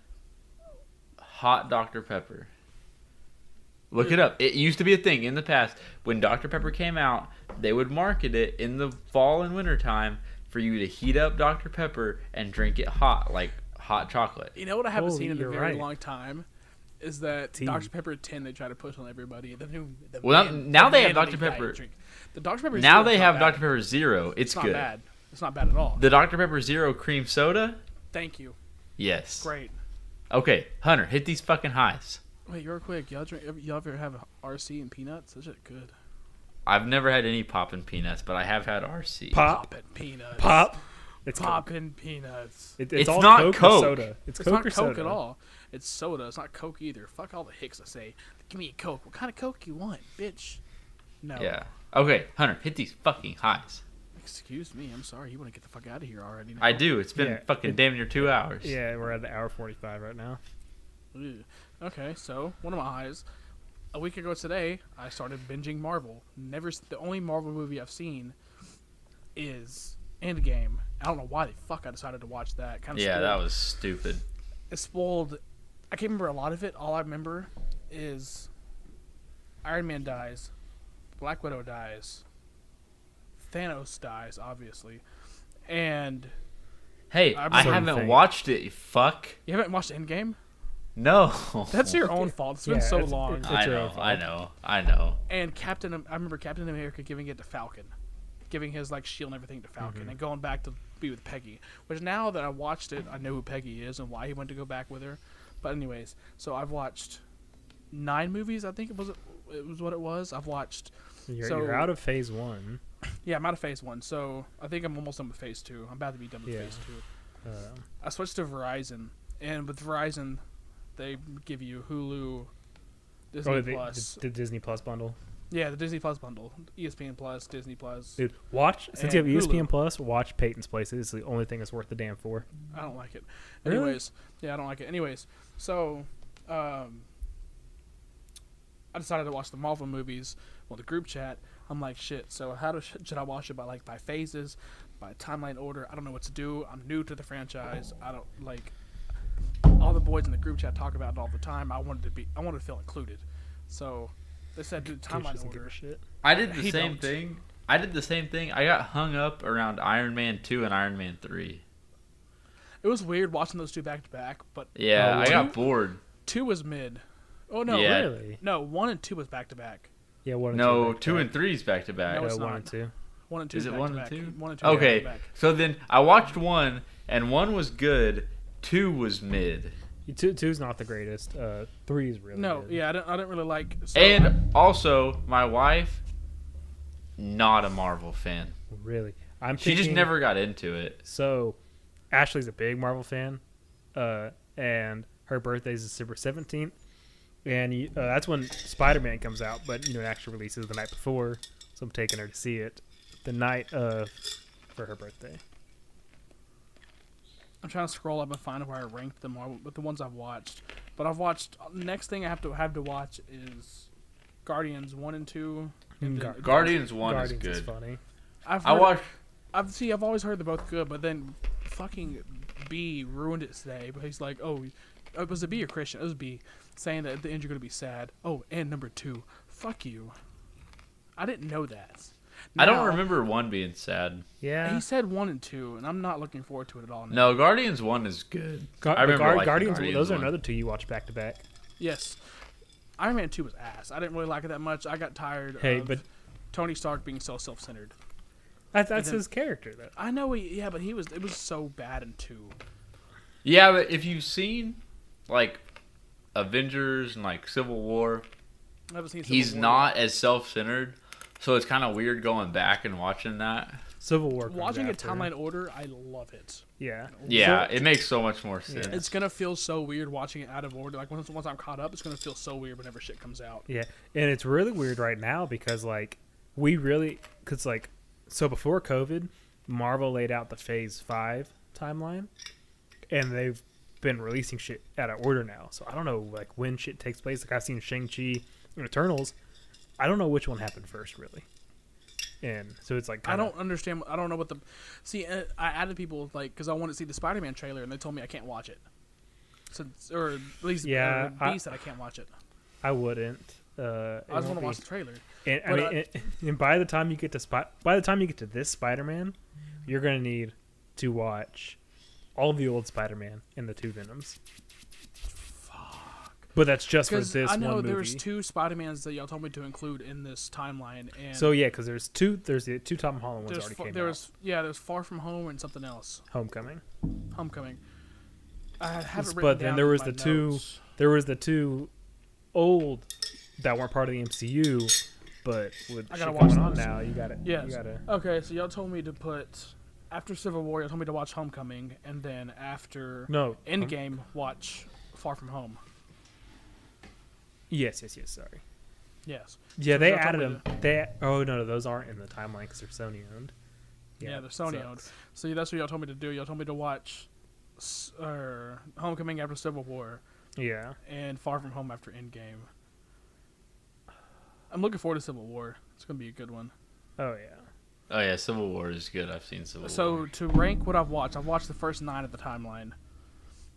Speaker 2: Hot Dr. Pepper. Look it up. It used to be a thing in the past. When Dr. Pepper came out, they would market it in the fall and winter time for you to heat up Dr. Pepper and drink it hot, like hot chocolate.
Speaker 1: You know what I haven't
Speaker 3: Holy,
Speaker 1: seen in a
Speaker 3: you're
Speaker 1: very
Speaker 3: right.
Speaker 1: long time is that
Speaker 3: Tea.
Speaker 1: Dr Pepper ten they try to push on everybody. The new the
Speaker 2: Well, now- now
Speaker 1: the
Speaker 2: they have
Speaker 1: man
Speaker 2: Dr.
Speaker 1: only diet
Speaker 2: Pepper.
Speaker 1: drink. The Dr Pepper
Speaker 2: Now
Speaker 1: Zero's
Speaker 2: they
Speaker 1: not
Speaker 2: have
Speaker 1: bad.
Speaker 2: Dr. Pepper Zero. It's,
Speaker 1: It's not
Speaker 2: good.
Speaker 1: bad. It's not bad at all.
Speaker 2: The Dr. Pepper Zero cream soda?
Speaker 1: Thank you.
Speaker 2: Yes.
Speaker 1: Great.
Speaker 2: Okay, Hunter, hit these fucking highs.
Speaker 1: Wait, real quick, y'all drink? Y'all ever have RC and peanuts? That shit good.
Speaker 2: I've never had any poppin' peanuts, but I have had RC.
Speaker 3: Pop,
Speaker 1: Poppin' peanuts.
Speaker 3: pop, it's Coke.
Speaker 1: Poppin' peanuts.
Speaker 3: It-
Speaker 2: It's
Speaker 3: all
Speaker 2: not
Speaker 3: Coke,
Speaker 2: Coke.
Speaker 3: Or soda.
Speaker 1: It's
Speaker 3: It's, Coke
Speaker 1: not
Speaker 3: or
Speaker 1: Coke
Speaker 3: soda.
Speaker 1: at all. It's soda. It's not Coke either. Fuck all the hicks that say, "Give me a Coke." What kind of Coke you want, bitch? No.
Speaker 2: Yeah. Okay, Hunter, hit these fucking highs.
Speaker 1: Excuse me. I'm sorry. You want to get the fuck out of here already?
Speaker 2: I do. It's been
Speaker 3: Yeah,
Speaker 2: fucking
Speaker 3: it-
Speaker 2: damn near two hours.
Speaker 3: Yeah, we're at the hour forty-five right now.
Speaker 1: Ugh. Okay, so one of my highs. A week ago today, I started binging Marvel. Never s- the only Marvel movie I've seen is Endgame. I don't know why the fuck I decided to watch that. Kind of
Speaker 2: Yeah, that was stupid.
Speaker 1: it spoiled. I can't remember a lot of it. All I remember is Iron Man dies, Black Widow dies, Thanos dies, obviously, and
Speaker 2: Hey,
Speaker 1: I'm
Speaker 2: I
Speaker 1: sorry.
Speaker 2: haven't
Speaker 3: Thing.
Speaker 2: watched it, you fuck.
Speaker 1: you haven't watched Endgame.
Speaker 2: No.
Speaker 1: That's your own fault. It's been
Speaker 3: Yeah,
Speaker 1: so
Speaker 3: it's-
Speaker 1: long.
Speaker 2: [laughs]
Speaker 3: it's-
Speaker 2: I
Speaker 3: your
Speaker 2: know,
Speaker 3: own
Speaker 2: I
Speaker 3: fault.
Speaker 2: know, I know.
Speaker 1: and Captain, I remember Captain America giving it to Falcon, giving his like shield and everything to Falcon,
Speaker 3: Mm-hmm.
Speaker 1: and going back to be with Peggy. Which now that I watched it, I know who Peggy is and why he went to go back with her. But anyways, so I've watched nine movies. I think it was it was what it was. I've watched
Speaker 3: You're,
Speaker 1: So-
Speaker 3: you're out of phase one. Oh,
Speaker 1: yeah, I'm out of phase one, so I think I'm almost done with phase two. I'm about to be done with
Speaker 3: Yeah.
Speaker 1: phase two.
Speaker 3: Uh,
Speaker 1: I switched to Verizon, and with Verizon, they give you Hulu, Disney
Speaker 3: oh, the,
Speaker 1: Plus,
Speaker 3: the, the Disney Plus bundle.
Speaker 1: yeah, the Disney Plus bundle, E ESPN Plus, Disney Plus.
Speaker 3: Dude, watch since
Speaker 1: And
Speaker 3: you have E ESPN
Speaker 1: Hulu.
Speaker 3: Plus, watch Peyton's Place. It's the only thing that's worth the damn for.
Speaker 1: I don't like it.
Speaker 3: Really?
Speaker 1: Anyways, yeah, I don't like it. Anyways, so um, I decided to watch the Marvel movies on the group chat. I'm like, shit. So how do, [laughs] should I watch it by like by phases, by timeline order? I don't know what to do. I'm new to the franchise. I don't like. All the boys in the group chat talk about it all the time. I wanted to be. I wanted to feel included. So they said do the
Speaker 3: Tish
Speaker 1: timeline
Speaker 3: doesn't give
Speaker 1: order.
Speaker 3: a shit.
Speaker 2: I did the
Speaker 1: He
Speaker 2: same
Speaker 1: don't.
Speaker 2: thing. I did the same thing. I got hung up around Iron Man 2 and Iron Man 3.
Speaker 1: It was weird watching those two back to back, but
Speaker 2: Yeah,
Speaker 3: Oh,
Speaker 2: I
Speaker 1: two?
Speaker 2: got bored.
Speaker 1: two was mid. Oh no,
Speaker 2: Yeah.
Speaker 3: Really?
Speaker 1: no, one and two was back to back.
Speaker 3: Yeah, one and
Speaker 2: No,
Speaker 3: two.
Speaker 2: two and three's back to
Speaker 1: No,
Speaker 3: Yeah,
Speaker 2: back.
Speaker 1: it's
Speaker 3: one
Speaker 1: not.
Speaker 3: and two.
Speaker 1: One and two.
Speaker 2: Is it
Speaker 1: back to
Speaker 2: one and
Speaker 1: back.
Speaker 2: two?
Speaker 1: One and two.
Speaker 2: Okay,
Speaker 1: Back to back.
Speaker 2: so then I watched one, and one was good, two was mid,
Speaker 3: Two two's not the greatest. Uh, three's really
Speaker 1: No,
Speaker 3: good.
Speaker 1: yeah, I didn't. I didn't really like. So
Speaker 2: and also my wife, not a Marvel fan.
Speaker 3: really. I'm
Speaker 2: She just
Speaker 3: thinking-
Speaker 2: never got into it.
Speaker 3: So, Ashley's a big Marvel fan, uh, and her birthday's December seventeenth, and you, uh, that's when Spider Man comes out. But you know, it actually releases the night before, so I'm taking her to see it the night of for her birthday.
Speaker 1: I'm trying to scroll up and find where I ranked them all with the ones I've watched. But I've watched. Next thing I have to have to watch is Guardians one and two. and
Speaker 3: Mm,
Speaker 1: then-
Speaker 3: Gar-
Speaker 2: Guardians one
Speaker 3: Guardians
Speaker 2: is good.
Speaker 3: funny.
Speaker 1: I've
Speaker 2: I
Speaker 1: heard-
Speaker 2: watched.
Speaker 1: I've see. I've always heard they're both good, but then fucking B ruined it today. But he's like, oh, it was a B or Christian? It was B, saying that at the end you're gonna be sad. Oh, and number two, fuck you. I didn't know that.
Speaker 2: I don't
Speaker 1: Now-
Speaker 2: remember one being sad.
Speaker 3: Yeah,
Speaker 1: He said one and two, and I'm not looking forward to it at all. Now.
Speaker 2: No, Guardians one is good.
Speaker 3: Gar-
Speaker 2: I
Speaker 3: the
Speaker 2: remember
Speaker 3: Gar-
Speaker 2: liking
Speaker 3: Guardians. Those
Speaker 2: one.
Speaker 3: are another two you watch back to back.
Speaker 1: Yes. Iron Man 2 was ass. I didn't really like it that much. I got tired
Speaker 3: Hey,
Speaker 1: of
Speaker 3: but-
Speaker 1: Tony Stark being so self-centered.
Speaker 3: That, that's
Speaker 1: then-
Speaker 3: his character though.
Speaker 1: I know he yeah, but he was it was so bad in 2.
Speaker 2: Yeah, but if you've seen like Avengers and like Civil War,
Speaker 1: I haven't seen Civil
Speaker 2: he's
Speaker 1: War
Speaker 2: not as self-centered, so it's kind of weird going back and watching that.
Speaker 3: Civil War.
Speaker 1: yet.
Speaker 3: comes
Speaker 1: Watching it
Speaker 3: after.
Speaker 1: timeline order, I love it.
Speaker 3: Yeah.
Speaker 2: Yeah,
Speaker 3: So-
Speaker 2: it makes so much more sense.
Speaker 3: Yeah.
Speaker 1: It's going to feel so weird watching it out of order. Like once once I'm caught up, it's going to feel so weird whenever shit comes out.
Speaker 3: Yeah, and it's really weird right now because like we really because like so before COVID, Marvel laid out the Phase Five timeline, and they've been releasing shit out of order now. So I don't know like when shit takes place. Like I've seen Shang Chi and Eternals, I don't know which one happened first really, and so it's like
Speaker 1: I
Speaker 3: kinda-
Speaker 1: don't understand. I don't know what the see. uh, I added people like because I wanted to see the Spider-Man trailer, and they told me I can't watch it. So or at least
Speaker 3: Yeah,
Speaker 1: uh, B
Speaker 3: I-
Speaker 1: said I can't watch it.
Speaker 3: I wouldn't. Uh,
Speaker 1: I just want
Speaker 3: to
Speaker 1: to watch the trailer.
Speaker 3: And, I
Speaker 1: But
Speaker 3: mean,
Speaker 1: I-
Speaker 3: and, and by the time you get to spot, by the time you get to this Spider-Man, you're gonna need to watch all the old Spider-Man and the two Venoms. But that's just for
Speaker 1: Because
Speaker 3: this
Speaker 1: I know
Speaker 3: one
Speaker 1: there's
Speaker 3: movie.
Speaker 1: two Spider Mans that y'all told me to include in this timeline, and
Speaker 3: so yeah, because there's two. There's the two Tom Holland ones
Speaker 1: there's
Speaker 3: already
Speaker 1: fa-
Speaker 3: came
Speaker 1: there
Speaker 3: out.
Speaker 1: was yeah, there's Far From Home and something else,
Speaker 3: Homecoming.
Speaker 1: Homecoming. I have it written
Speaker 3: But then
Speaker 1: down
Speaker 3: there
Speaker 1: in
Speaker 3: was
Speaker 1: my
Speaker 3: the two.
Speaker 1: notes.
Speaker 3: There was the two old that weren't part of the MCU, but with
Speaker 1: I
Speaker 3: shit
Speaker 1: gotta
Speaker 3: going
Speaker 1: watch
Speaker 3: on
Speaker 1: those.
Speaker 3: now, you gotta.
Speaker 1: Yes.
Speaker 3: You gotta.
Speaker 1: Okay, so y'all told me to put after Civil War, y'all told me to watch Homecoming, and then after
Speaker 3: No.
Speaker 1: Endgame, watch Far From Home.
Speaker 3: Yes. Yes. Yes. Sorry.
Speaker 1: Yes.
Speaker 3: Yeah,
Speaker 1: So
Speaker 3: they
Speaker 1: that's what
Speaker 3: added
Speaker 1: we
Speaker 3: them. They oh no, no, those aren't in the timeline because they're Sony owned.
Speaker 1: Yeah, they're
Speaker 3: that
Speaker 1: Sony
Speaker 3: sucks.
Speaker 1: owned. So that's what y'all told me to do. Y'all told me to watch s- er, Homecoming after Civil War,
Speaker 3: Yeah,
Speaker 1: and Far From Home after Endgame. I'm looking forward to Civil War. It's gonna be a good one.
Speaker 3: oh yeah.
Speaker 2: Oh yeah, Civil War is good. I've seen Civil
Speaker 1: So
Speaker 2: War.
Speaker 1: to rank what I've watched, I've watched the first nine of the timeline.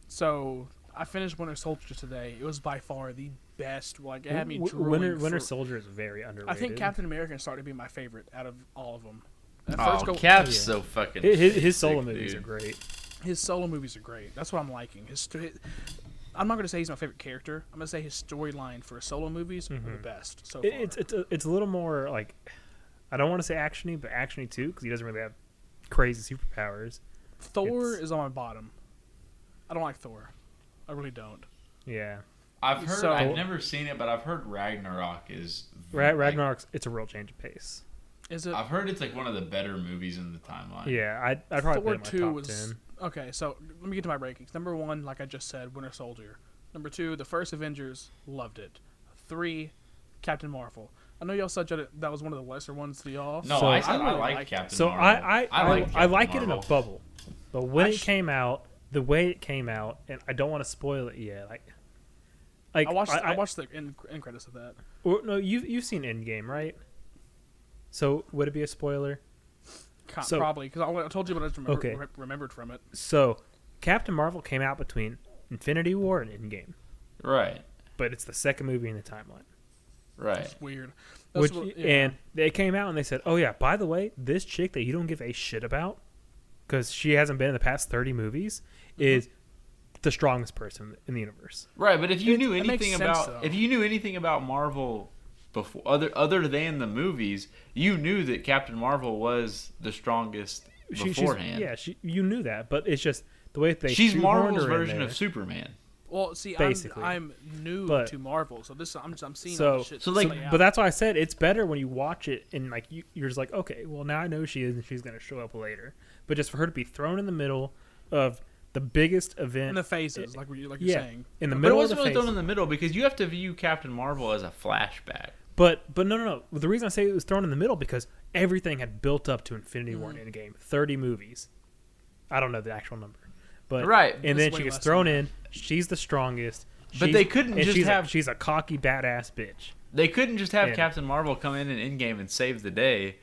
Speaker 1: So I finished Winter Soldier today. It was by far the best. Like it had me
Speaker 3: W-
Speaker 1: drooling.
Speaker 3: Winter Winter
Speaker 1: for-
Speaker 3: Soldier is very
Speaker 1: I
Speaker 3: underrated.
Speaker 1: think Captain America started to be my favorite out of all of them. At
Speaker 2: Oh,
Speaker 1: first go-
Speaker 2: Cap's
Speaker 3: Yeah.
Speaker 2: so fucking.
Speaker 3: his, his, his
Speaker 2: sick,
Speaker 3: solo movies
Speaker 2: dude.
Speaker 3: are great.
Speaker 1: his solo movies are great. That's what I'm liking. His, st- I'm not gonna say he's my favorite character. I'm gonna say his storyline for solo movies are the
Speaker 3: Mhm.
Speaker 1: best so far.
Speaker 3: It, it's it's a, it's a little more like I don't want to say actiony, but actiony too, because he doesn't really have crazy superpowers.
Speaker 1: Thor
Speaker 3: it's-
Speaker 1: is on my bottom. I don't like Thor. I really don't.
Speaker 3: Yeah,
Speaker 2: I've heard.
Speaker 1: So-
Speaker 2: I've never seen it, but I've heard Ragnarok is. the-
Speaker 3: Ra-
Speaker 2: like,
Speaker 3: Ragnarok's it's a real change of pace.
Speaker 1: Is it
Speaker 2: I've heard it's like one of the better movies in the timeline.
Speaker 3: Yeah, I'd, I'd probably
Speaker 1: Thor
Speaker 3: put it
Speaker 1: two
Speaker 3: in my top
Speaker 1: was
Speaker 3: ten.
Speaker 1: okay. So let me get to my rankings. Number one, like I just said, Winter Soldier. Number two, the first Avengers, loved it. Three, Captain Marvel. I know y'all said that it- that was one of the lesser ones to y'all.
Speaker 2: No,
Speaker 3: So-
Speaker 2: I said I,
Speaker 1: really
Speaker 2: like
Speaker 1: liked it.
Speaker 2: Captain
Speaker 3: So
Speaker 2: Marvel.
Speaker 3: I I, I,
Speaker 2: like
Speaker 3: I,
Speaker 2: Captain
Speaker 3: like it in a
Speaker 2: Marvel.
Speaker 3: bubble, but when
Speaker 1: I
Speaker 3: it
Speaker 1: sh-
Speaker 3: came out, the way it came out, and I don't want to spoil it yet. Like, like
Speaker 1: I watched. I,
Speaker 3: I-
Speaker 1: watched the end, end credits of that.
Speaker 3: Or, no, you've you've seen Endgame, right? So would it be a spoiler?
Speaker 1: Co-
Speaker 3: So-
Speaker 1: probably because I, I told you what I just remember,
Speaker 3: Okay.
Speaker 1: re- remembered from it.
Speaker 3: So Captain Marvel came out between Infinity War and Endgame,
Speaker 2: Right.
Speaker 3: but it's the second movie in the timeline.
Speaker 2: Right.
Speaker 1: It's weird.
Speaker 3: Which
Speaker 1: what- yeah.
Speaker 3: and they came out and they said, "Oh yeah, by the way, this chick that you don't give a shit about, because she hasn't been in the past thirty movies,
Speaker 1: Mm-hmm.
Speaker 3: is the strongest person in the universe."
Speaker 2: Right, but if you knew
Speaker 1: it makes
Speaker 2: anything
Speaker 1: sense,
Speaker 2: about
Speaker 1: though.
Speaker 2: if you knew anything about Marvel before other other than the movies, you knew that Captain Marvel was the strongest
Speaker 3: She- she's-
Speaker 2: beforehand.
Speaker 3: yeah, she, you knew that, but it's just the way they
Speaker 2: she's
Speaker 3: shoehorned
Speaker 2: Marvel's
Speaker 3: her in
Speaker 2: version
Speaker 3: there.
Speaker 2: of Superman.
Speaker 1: well, see,
Speaker 3: basically.
Speaker 1: I'm, I'm new
Speaker 3: But-
Speaker 1: to Marvel, so this I'm just, I'm seeing all
Speaker 3: So,
Speaker 1: this shit.
Speaker 2: So, like-
Speaker 1: play out.
Speaker 3: but that's why I said it's better when you watch it and like you, you're just like, okay, well now I know she is and she's gonna show up later. But just for her to be thrown in the middle of the biggest event
Speaker 1: in the phases, like you like you're
Speaker 3: yeah,
Speaker 1: saying.
Speaker 3: in the
Speaker 2: But it
Speaker 3: middle of the
Speaker 2: wasn't really
Speaker 3: phase-
Speaker 2: thrown in the middle because you have to view Captain Marvel as a flashback.
Speaker 3: But but no no no. The reason I say it was thrown in the middle because everything had built up to Infinity War and Endgame, thirty movies. I don't know the actual number, but
Speaker 2: Right,
Speaker 3: And
Speaker 1: it's
Speaker 3: then
Speaker 1: way
Speaker 3: she gets
Speaker 1: less
Speaker 3: thrown in. She's the strongest.
Speaker 2: But
Speaker 3: she's-
Speaker 2: they couldn't
Speaker 3: and
Speaker 2: just
Speaker 3: she's a-
Speaker 2: have-
Speaker 3: she's a cocky badass bitch.
Speaker 2: They couldn't just have
Speaker 3: Yeah.
Speaker 2: Captain Marvel come in in Endgame and save the day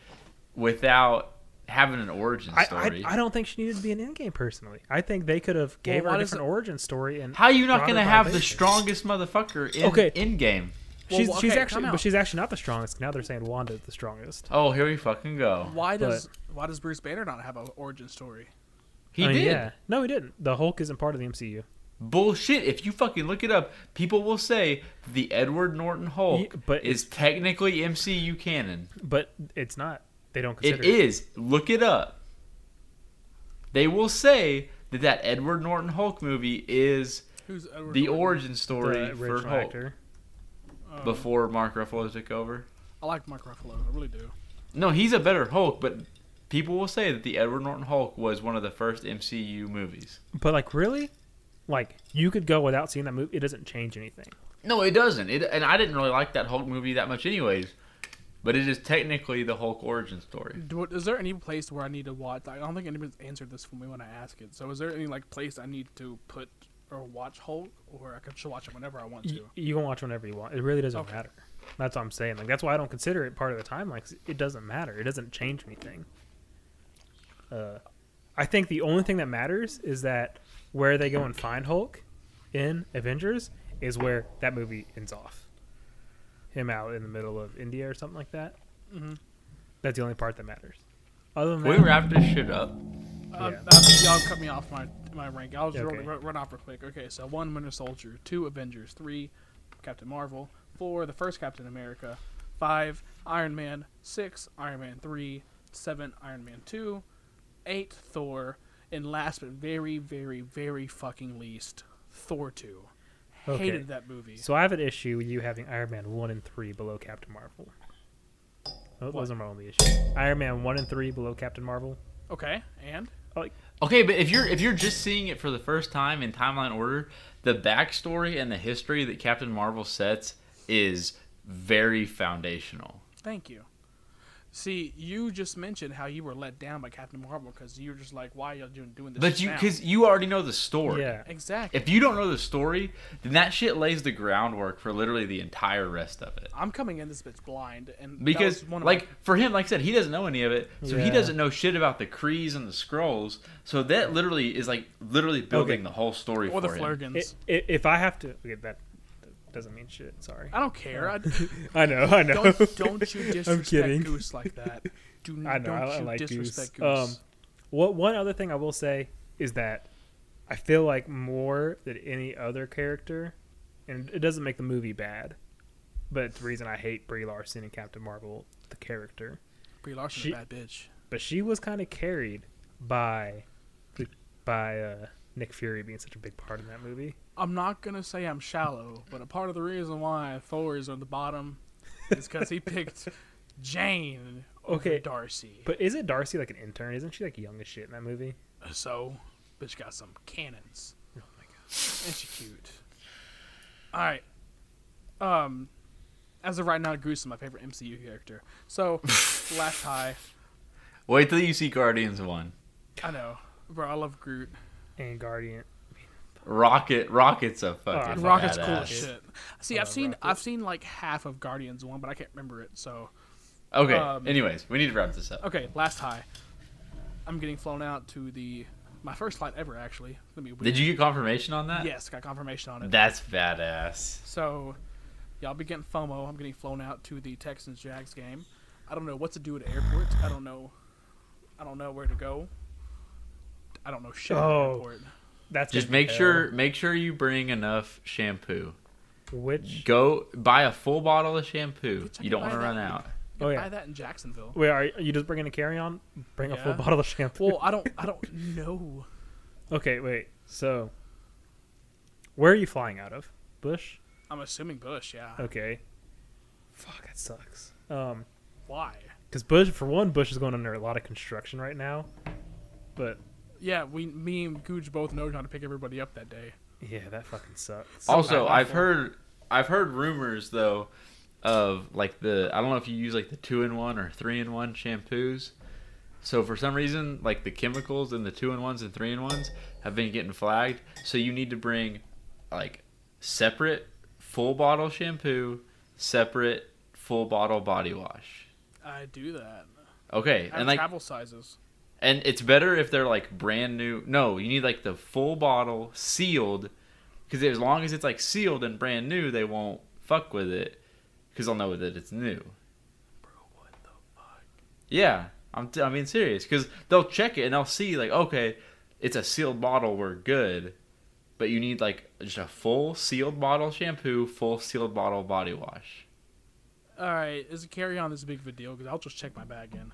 Speaker 2: without having an origin
Speaker 3: I,
Speaker 2: story.
Speaker 3: I, I don't think she needed to be an endgame personally. I think they could have gave
Speaker 1: why
Speaker 3: her a
Speaker 1: does
Speaker 3: different origin story and
Speaker 2: How you not
Speaker 3: brought
Speaker 2: going to
Speaker 3: her by
Speaker 2: have the
Speaker 3: basis.
Speaker 2: strongest motherfucker in
Speaker 3: Okay.
Speaker 2: Endgame?
Speaker 3: She's,
Speaker 1: Well,
Speaker 3: she's
Speaker 1: okay,
Speaker 3: actually,
Speaker 1: time
Speaker 3: but
Speaker 1: out.
Speaker 3: she's actually not the strongest. Now they're saying Wanda's the strongest.
Speaker 2: Oh, here we fucking go.
Speaker 1: Why does why does Bruce Banner not have an origin story?
Speaker 2: He
Speaker 3: I mean,
Speaker 2: did.
Speaker 3: Yeah. No, he didn't. The Hulk isn't part of the MCU.
Speaker 2: Bullshit. If you fucking look it up, people will say the Edward Norton Hulk
Speaker 3: Yeah, but
Speaker 2: is technically MCU canon.
Speaker 3: But it's not. They don't
Speaker 2: It
Speaker 3: consider it.
Speaker 2: is. Look it up. They will say that that Edward Norton Hulk movie is
Speaker 1: Who's uh, Edward
Speaker 2: the
Speaker 1: Norton?
Speaker 2: origin story
Speaker 3: the
Speaker 2: for
Speaker 3: original
Speaker 2: Hulk
Speaker 3: actor.
Speaker 1: Oh,
Speaker 2: before Mark Ruffalo took over.
Speaker 1: I like Mark Ruffalo. I really do.
Speaker 2: No, he's a better Hulk, but people will say that the Edward Norton Hulk was one of the first MCU movies.
Speaker 3: But like, really, like you could go without seeing that movie. It doesn't change anything.
Speaker 2: No, it doesn't. It, and I didn't really like that Hulk movie that much, anyways. But it is technically the Hulk origin story.
Speaker 1: Do, is there any place where I need to watch? I don't think anybody's answered this for me when I ask it. So is there any like place I need to put or watch Hulk, or I can just watch it whenever I want
Speaker 3: You,
Speaker 1: to?
Speaker 3: you can watch whenever you want. It really doesn't
Speaker 1: Okay.
Speaker 3: matter. That's what I'm saying. Like that's why I don't consider it part of the timeline. 'cause it doesn't matter. It doesn't change anything. Uh, I think the only thing that matters is that where they go and find Hulk in Avengers is where that movie ends off. Him out in the middle of India or something like that.
Speaker 2: Mm-hmm.
Speaker 1: Mhm.
Speaker 3: That's the only part that matters. Other than
Speaker 2: Can we
Speaker 3: that,
Speaker 2: wrap this shit up?
Speaker 1: Um,
Speaker 3: Yeah.
Speaker 1: I think y'all cut me off my my rank. I'll just
Speaker 3: Okay.
Speaker 1: run, run, run off real quick. Okay, so one Winter Soldier, two Avengers, three Captain Marvel, four the first Captain America, five Iron Man, six Iron Man three, seven Iron Man two, eight Thor, and last but very very very fucking least Thor two.
Speaker 3: Okay.
Speaker 1: Hated that movie.
Speaker 3: so I have an issue with you having Iron Man one and three below Captain Marvel. Oh, those are my only issue. Iron Man one and three below Captain Marvel.
Speaker 1: Okay, and
Speaker 2: Okay, but if you're if you're just seeing it for the first time in timeline order, the backstory and the history that Captain Marvel sets is very foundational.
Speaker 1: thank you. See, you just mentioned how you were let down by Captain Marvel because you were just like, "Why are y'all doing doing this?"
Speaker 2: But
Speaker 1: shit
Speaker 2: you
Speaker 1: now?
Speaker 2: because you already know the story.
Speaker 3: Yeah.
Speaker 1: exactly.
Speaker 2: If you don't know the story, then that shit lays the groundwork for literally the entire rest of it.
Speaker 1: I'm coming in this bitch blind, and that
Speaker 2: Because
Speaker 1: was one of
Speaker 2: like
Speaker 1: my,
Speaker 2: for him, like I said, he doesn't know any of it, so he
Speaker 3: Yeah.
Speaker 2: doesn't know shit about the Krees and the Scrolls. So that literally is like literally building
Speaker 3: Okay.
Speaker 2: the whole story
Speaker 1: or
Speaker 2: for
Speaker 1: the
Speaker 2: him.
Speaker 1: Flurgans.
Speaker 3: I- i- if I have to, okay, that that doesn't mean shit. Sorry.
Speaker 1: I don't care. I,
Speaker 3: [laughs] I know. I know.
Speaker 1: Uh, don't
Speaker 3: [laughs]
Speaker 1: don't you
Speaker 3: I'm kidding.
Speaker 1: disrespect Goose like that. Do not
Speaker 3: [laughs] I Um, know.
Speaker 1: don't
Speaker 3: I, I
Speaker 1: you
Speaker 3: like Goose.
Speaker 1: disrespect Goose.
Speaker 3: Um, what one other thing I will say is that I feel like more than any other character, and it doesn't make the movie bad, but it's the reason I hate Brie Larson and Captain Marvel, the character.
Speaker 1: Brie Larson's
Speaker 3: She-
Speaker 1: a bad bitch.
Speaker 3: But she was kind of carried by the, by uh, Nick Fury being such a big part in that movie.
Speaker 1: I'm not gonna say I'm shallow, but a part of the reason why Thor is on the bottom is because
Speaker 3: [laughs]
Speaker 1: he picked Jane over
Speaker 3: Okay.
Speaker 1: Darcy.
Speaker 3: But isn't Darcy like an intern? Isn't she like young as shit in that movie?
Speaker 1: So, bitch got some cannons.
Speaker 3: Oh my god.
Speaker 1: And she cute. All right. Um, as of right now, Goose is my favorite MCU character.
Speaker 3: [laughs]
Speaker 1: So, last high.
Speaker 2: Wait till you see Guardians One.
Speaker 1: I know, bro. I love Groot.
Speaker 3: And Guardian.
Speaker 2: Rocket, Rocket's a
Speaker 3: Oh,
Speaker 2: fucking.
Speaker 1: Rocket's cool
Speaker 2: badass.
Speaker 1: as shit. See,
Speaker 3: I
Speaker 1: I've
Speaker 3: love
Speaker 1: seen
Speaker 3: Rocket.
Speaker 1: I've seen like half of Guardians one, but I can't remember it. So,
Speaker 2: Okay.
Speaker 1: Um,
Speaker 2: anyways, we need to wrap this up.
Speaker 1: okay, last high. I'm getting flown out to the my first flight ever. Actually, it's gonna be weird.
Speaker 2: Did you get confirmation on that?
Speaker 1: Yes, got confirmation on it.
Speaker 2: That's badass.
Speaker 1: So, y'all be getting FOMO. I'm getting flown out to the Texans Jags game. I don't know what to do at the airport. I don't know. I don't know where to go. I don't know shit at the
Speaker 3: Oh.
Speaker 1: airport.
Speaker 3: That's
Speaker 2: Just
Speaker 3: gonna be
Speaker 2: make
Speaker 3: hell.
Speaker 2: sure make sure you bring enough shampoo.
Speaker 3: which.
Speaker 2: Go buy a full bottle of shampoo.
Speaker 1: Bitch, I
Speaker 2: You
Speaker 1: can
Speaker 2: don't want to
Speaker 1: buy
Speaker 2: run
Speaker 1: that.
Speaker 2: out.
Speaker 1: You
Speaker 3: Oh,
Speaker 1: can
Speaker 3: yeah.
Speaker 1: buy that in Jacksonville.
Speaker 3: Wait, are you just bringing a carry on? Bring a full
Speaker 1: Yeah.
Speaker 3: bottle of shampoo.
Speaker 1: Well, I don't. I don't know.
Speaker 3: [laughs] okay, wait. So, where are you flying out of? Bush.
Speaker 1: I'm assuming Bush. Yeah.
Speaker 3: Okay. Fuck, that sucks. Um,
Speaker 1: Why?
Speaker 3: because Bush, for one, Bush is going under a lot of construction right now. But
Speaker 1: Yeah, we, me and Gooch both know how to pick everybody up that day.
Speaker 3: yeah, that fucking sucks.
Speaker 2: Also,
Speaker 1: I- I
Speaker 2: I've
Speaker 1: feel-
Speaker 2: heard I've heard rumors though of like the I don't know if you use like the two in one or three in one shampoos. So for some reason, like the chemicals in the two in ones and three in ones have been getting flagged. So you need to bring like separate full bottle shampoo, separate full bottle body wash.
Speaker 1: I do that.
Speaker 2: Okay,
Speaker 1: I have
Speaker 2: and like
Speaker 1: travel sizes.
Speaker 2: and it's better if they're like brand new. No, you need like the full bottle sealed, because as long as it's like sealed and brand new, they won't fuck with it, because they'll know that it's new.
Speaker 1: Bro, what the fuck?
Speaker 2: Yeah, I'm t- I mean serious, because they'll check it and they'll see like okay, it's a sealed bottle, we're good, but you need like just a full sealed bottle shampoo, full sealed bottle body wash.
Speaker 1: All right, is a carry on this big of a deal? Because I'll just check my bag in.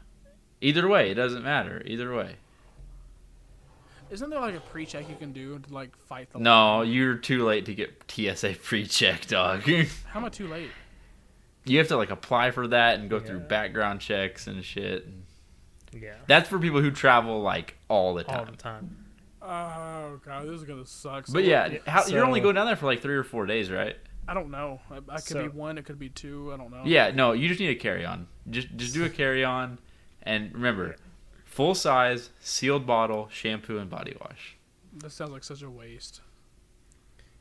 Speaker 2: Either way, it doesn't matter. Either way,
Speaker 1: Isn't there like a pre-check you can do to like fight the?
Speaker 2: no, you're too late to get TSA [laughs] pre-check, dog.
Speaker 1: How am I too late?
Speaker 2: you have to like apply for that and go through
Speaker 3: Yeah.
Speaker 2: background checks and shit.
Speaker 3: yeah,
Speaker 2: That's for people who travel like all the time.
Speaker 3: all the time.
Speaker 1: Oh god, this is gonna suck. So
Speaker 2: But yeah,
Speaker 3: Yeah,
Speaker 2: how, you're only
Speaker 3: so-
Speaker 2: going down there for like three or four days, right?
Speaker 1: I don't know. I, I could be
Speaker 3: So-
Speaker 1: one. It could be two. I don't
Speaker 3: Oh.
Speaker 1: know.
Speaker 2: Yeah, no, you just need a carry on. Just just do a carry on, and remember, full size sealed bottle shampoo and body wash.
Speaker 1: This sounds like such a waste.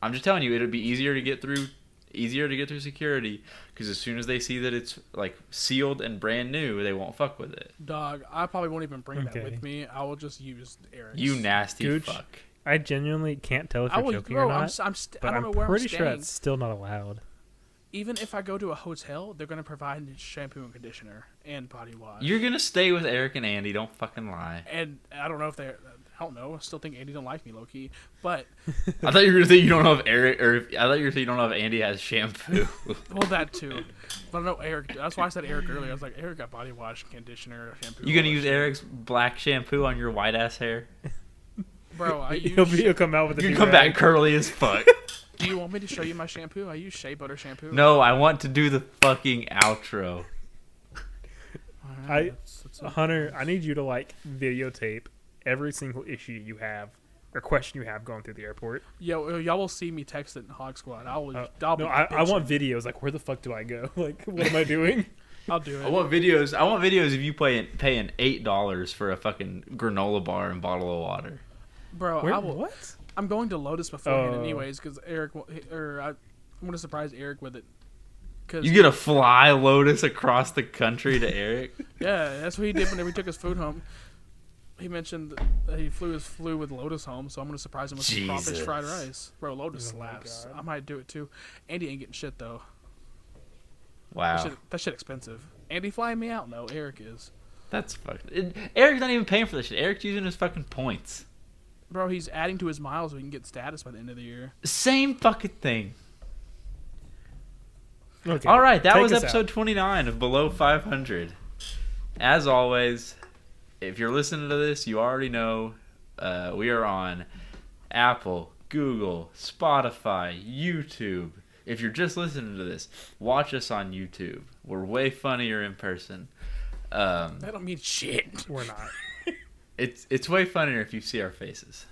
Speaker 2: I'm just telling you, it'll be easier to get through, easier to get through security because as soon as they see that it's like sealed and brand new, they won't fuck with it.
Speaker 1: Dog, I probably won't even bring that
Speaker 3: Okay.
Speaker 1: with me. I will just use Eric's.
Speaker 2: You nasty
Speaker 3: Gooch.
Speaker 2: fuck.
Speaker 3: I genuinely can't tell if
Speaker 1: I
Speaker 3: you're
Speaker 1: will,
Speaker 3: joking
Speaker 1: bro.
Speaker 3: or not.
Speaker 1: I'm, s- I'm st- I
Speaker 3: but
Speaker 1: don't
Speaker 3: I'm
Speaker 1: know where
Speaker 3: pretty
Speaker 1: I'm
Speaker 3: sure
Speaker 1: staying.
Speaker 3: it's still not allowed.
Speaker 1: Even if I go to a hotel, they're gonna provide shampoo and conditioner and body wash.
Speaker 2: You're gonna stay with Eric and Andy. Don't fucking lie.
Speaker 1: and I don't know if they're. I don't know. I still think Andy don't like me, low key. But
Speaker 2: I thought you were gonna say you don't know if Eric or if, I thought you were saying you don't know if Andy has [laughs] shampoo.
Speaker 1: well, that too. But I know Eric. That's why I said Eric earlier. I was like, Eric got body wash, conditioner, shampoo.
Speaker 2: you gonna
Speaker 1: all
Speaker 2: use
Speaker 1: that
Speaker 2: Eric's black shampoo on your white ass hair?
Speaker 1: shit. bro? I use.
Speaker 3: [laughs] He'll, be, he'll come out with a
Speaker 2: You
Speaker 3: new
Speaker 2: can come back curly as fuck.
Speaker 1: do you want me to show you my shampoo? I use shea butter shampoo.
Speaker 2: [laughs] no, I want to do the fucking outro.
Speaker 1: All right,
Speaker 3: I-
Speaker 1: that's- that's it.
Speaker 3: [laughs] Hunter, I need you to like videotape every single issue you have or question you have going through the airport.
Speaker 1: Yo, uh, y'all will see me text it in Hog Squad. I will.
Speaker 3: Uh,
Speaker 1: I'll be
Speaker 3: no, I, I
Speaker 1: bitching.
Speaker 3: want videos. Like, where the fuck do I go? [laughs] Like, what am
Speaker 1: [laughs]
Speaker 3: I doing?
Speaker 1: I'll do
Speaker 2: I
Speaker 1: it.
Speaker 2: want videos. I want videos of you playing paying eight dollars for a fucking granola bar and bottle of water.
Speaker 1: Bro,
Speaker 3: Where,
Speaker 1: I will.
Speaker 3: what?
Speaker 1: I'm going to Lotus beforehand,
Speaker 3: Oh.
Speaker 1: anyways, because Eric wa- or I, I'm gonna surprise Eric with it. Cause
Speaker 2: You get a fly lotus across the country to Eric.
Speaker 1: yeah, that's what he did whenever he took his food home. He mentioned that he flew his flew with Lotus home, so I'm gonna surprise him with some crawfish
Speaker 2: Jesus.
Speaker 1: fried rice. Bro, Lotus
Speaker 3: Oh my
Speaker 1: slaps.
Speaker 3: God.
Speaker 1: I might do it too. Andy ain't getting shit though. That,
Speaker 2: Wow,
Speaker 1: shit, that shit expensive. Andy flying me out? No, Eric is.
Speaker 2: that's fucked. It- Eric's not even paying for this shit. Eric's using his fucking points.
Speaker 1: Bro, he's adding to his miles so he can get status by the end of the year.
Speaker 2: Same fucking thing.
Speaker 3: Okay.
Speaker 2: All right, that
Speaker 3: take
Speaker 2: was
Speaker 3: us out.
Speaker 2: episode 29 of Below 500. As always, if you're listening to this, you already know uh, we are on Apple, Google, Spotify, YouTube. If you're just listening to this, watch us on YouTube. We're way funnier in person. Um,
Speaker 1: That don't mean shit.
Speaker 2: [laughs]
Speaker 3: We're not.
Speaker 2: it's it's way funnier if you see our faces,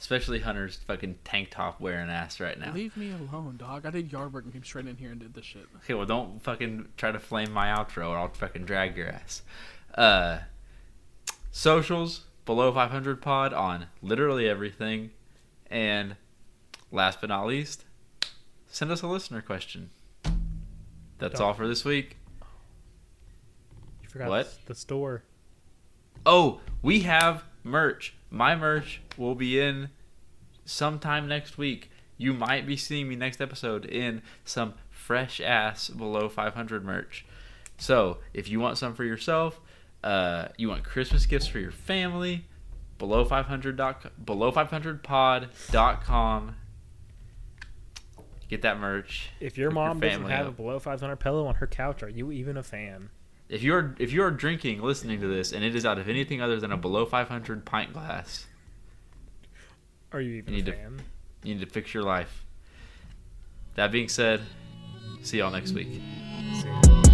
Speaker 2: especially Hunter's fucking tank top wearing ass right now.
Speaker 1: Leave me alone, dog. I did yard work and came straight in here and did this shit.
Speaker 2: Okay, well, don't fucking try to flame my outro, or I'll fucking drag your ass. Uh, socials below 500 pod on literally everything, and last but not least, send us a listener question. That's all for this week.
Speaker 3: You forgot
Speaker 2: What?
Speaker 3: s- the store.
Speaker 2: Oh, we have merch. My merch will be in sometime next week. You might be seeing me next episode in some fresh ass below 500 merch. So, if you want some for yourself, uh, you want Christmas gifts for your family, below 500 doc, below 500pod.com. Get that merch.
Speaker 3: If your
Speaker 2: Hook your
Speaker 3: mom doesn't
Speaker 2: family
Speaker 3: have a
Speaker 2: up.
Speaker 3: below 500 pillow on her couch, are you even a fan?
Speaker 2: If you're if you're drinking, listening to this, and it is out of anything other than a below 500 pint glass,
Speaker 3: Are you even
Speaker 2: You need
Speaker 3: a
Speaker 2: to-
Speaker 3: fan?
Speaker 2: You need to fix your life. That being said, see y'all next week.
Speaker 3: See ya.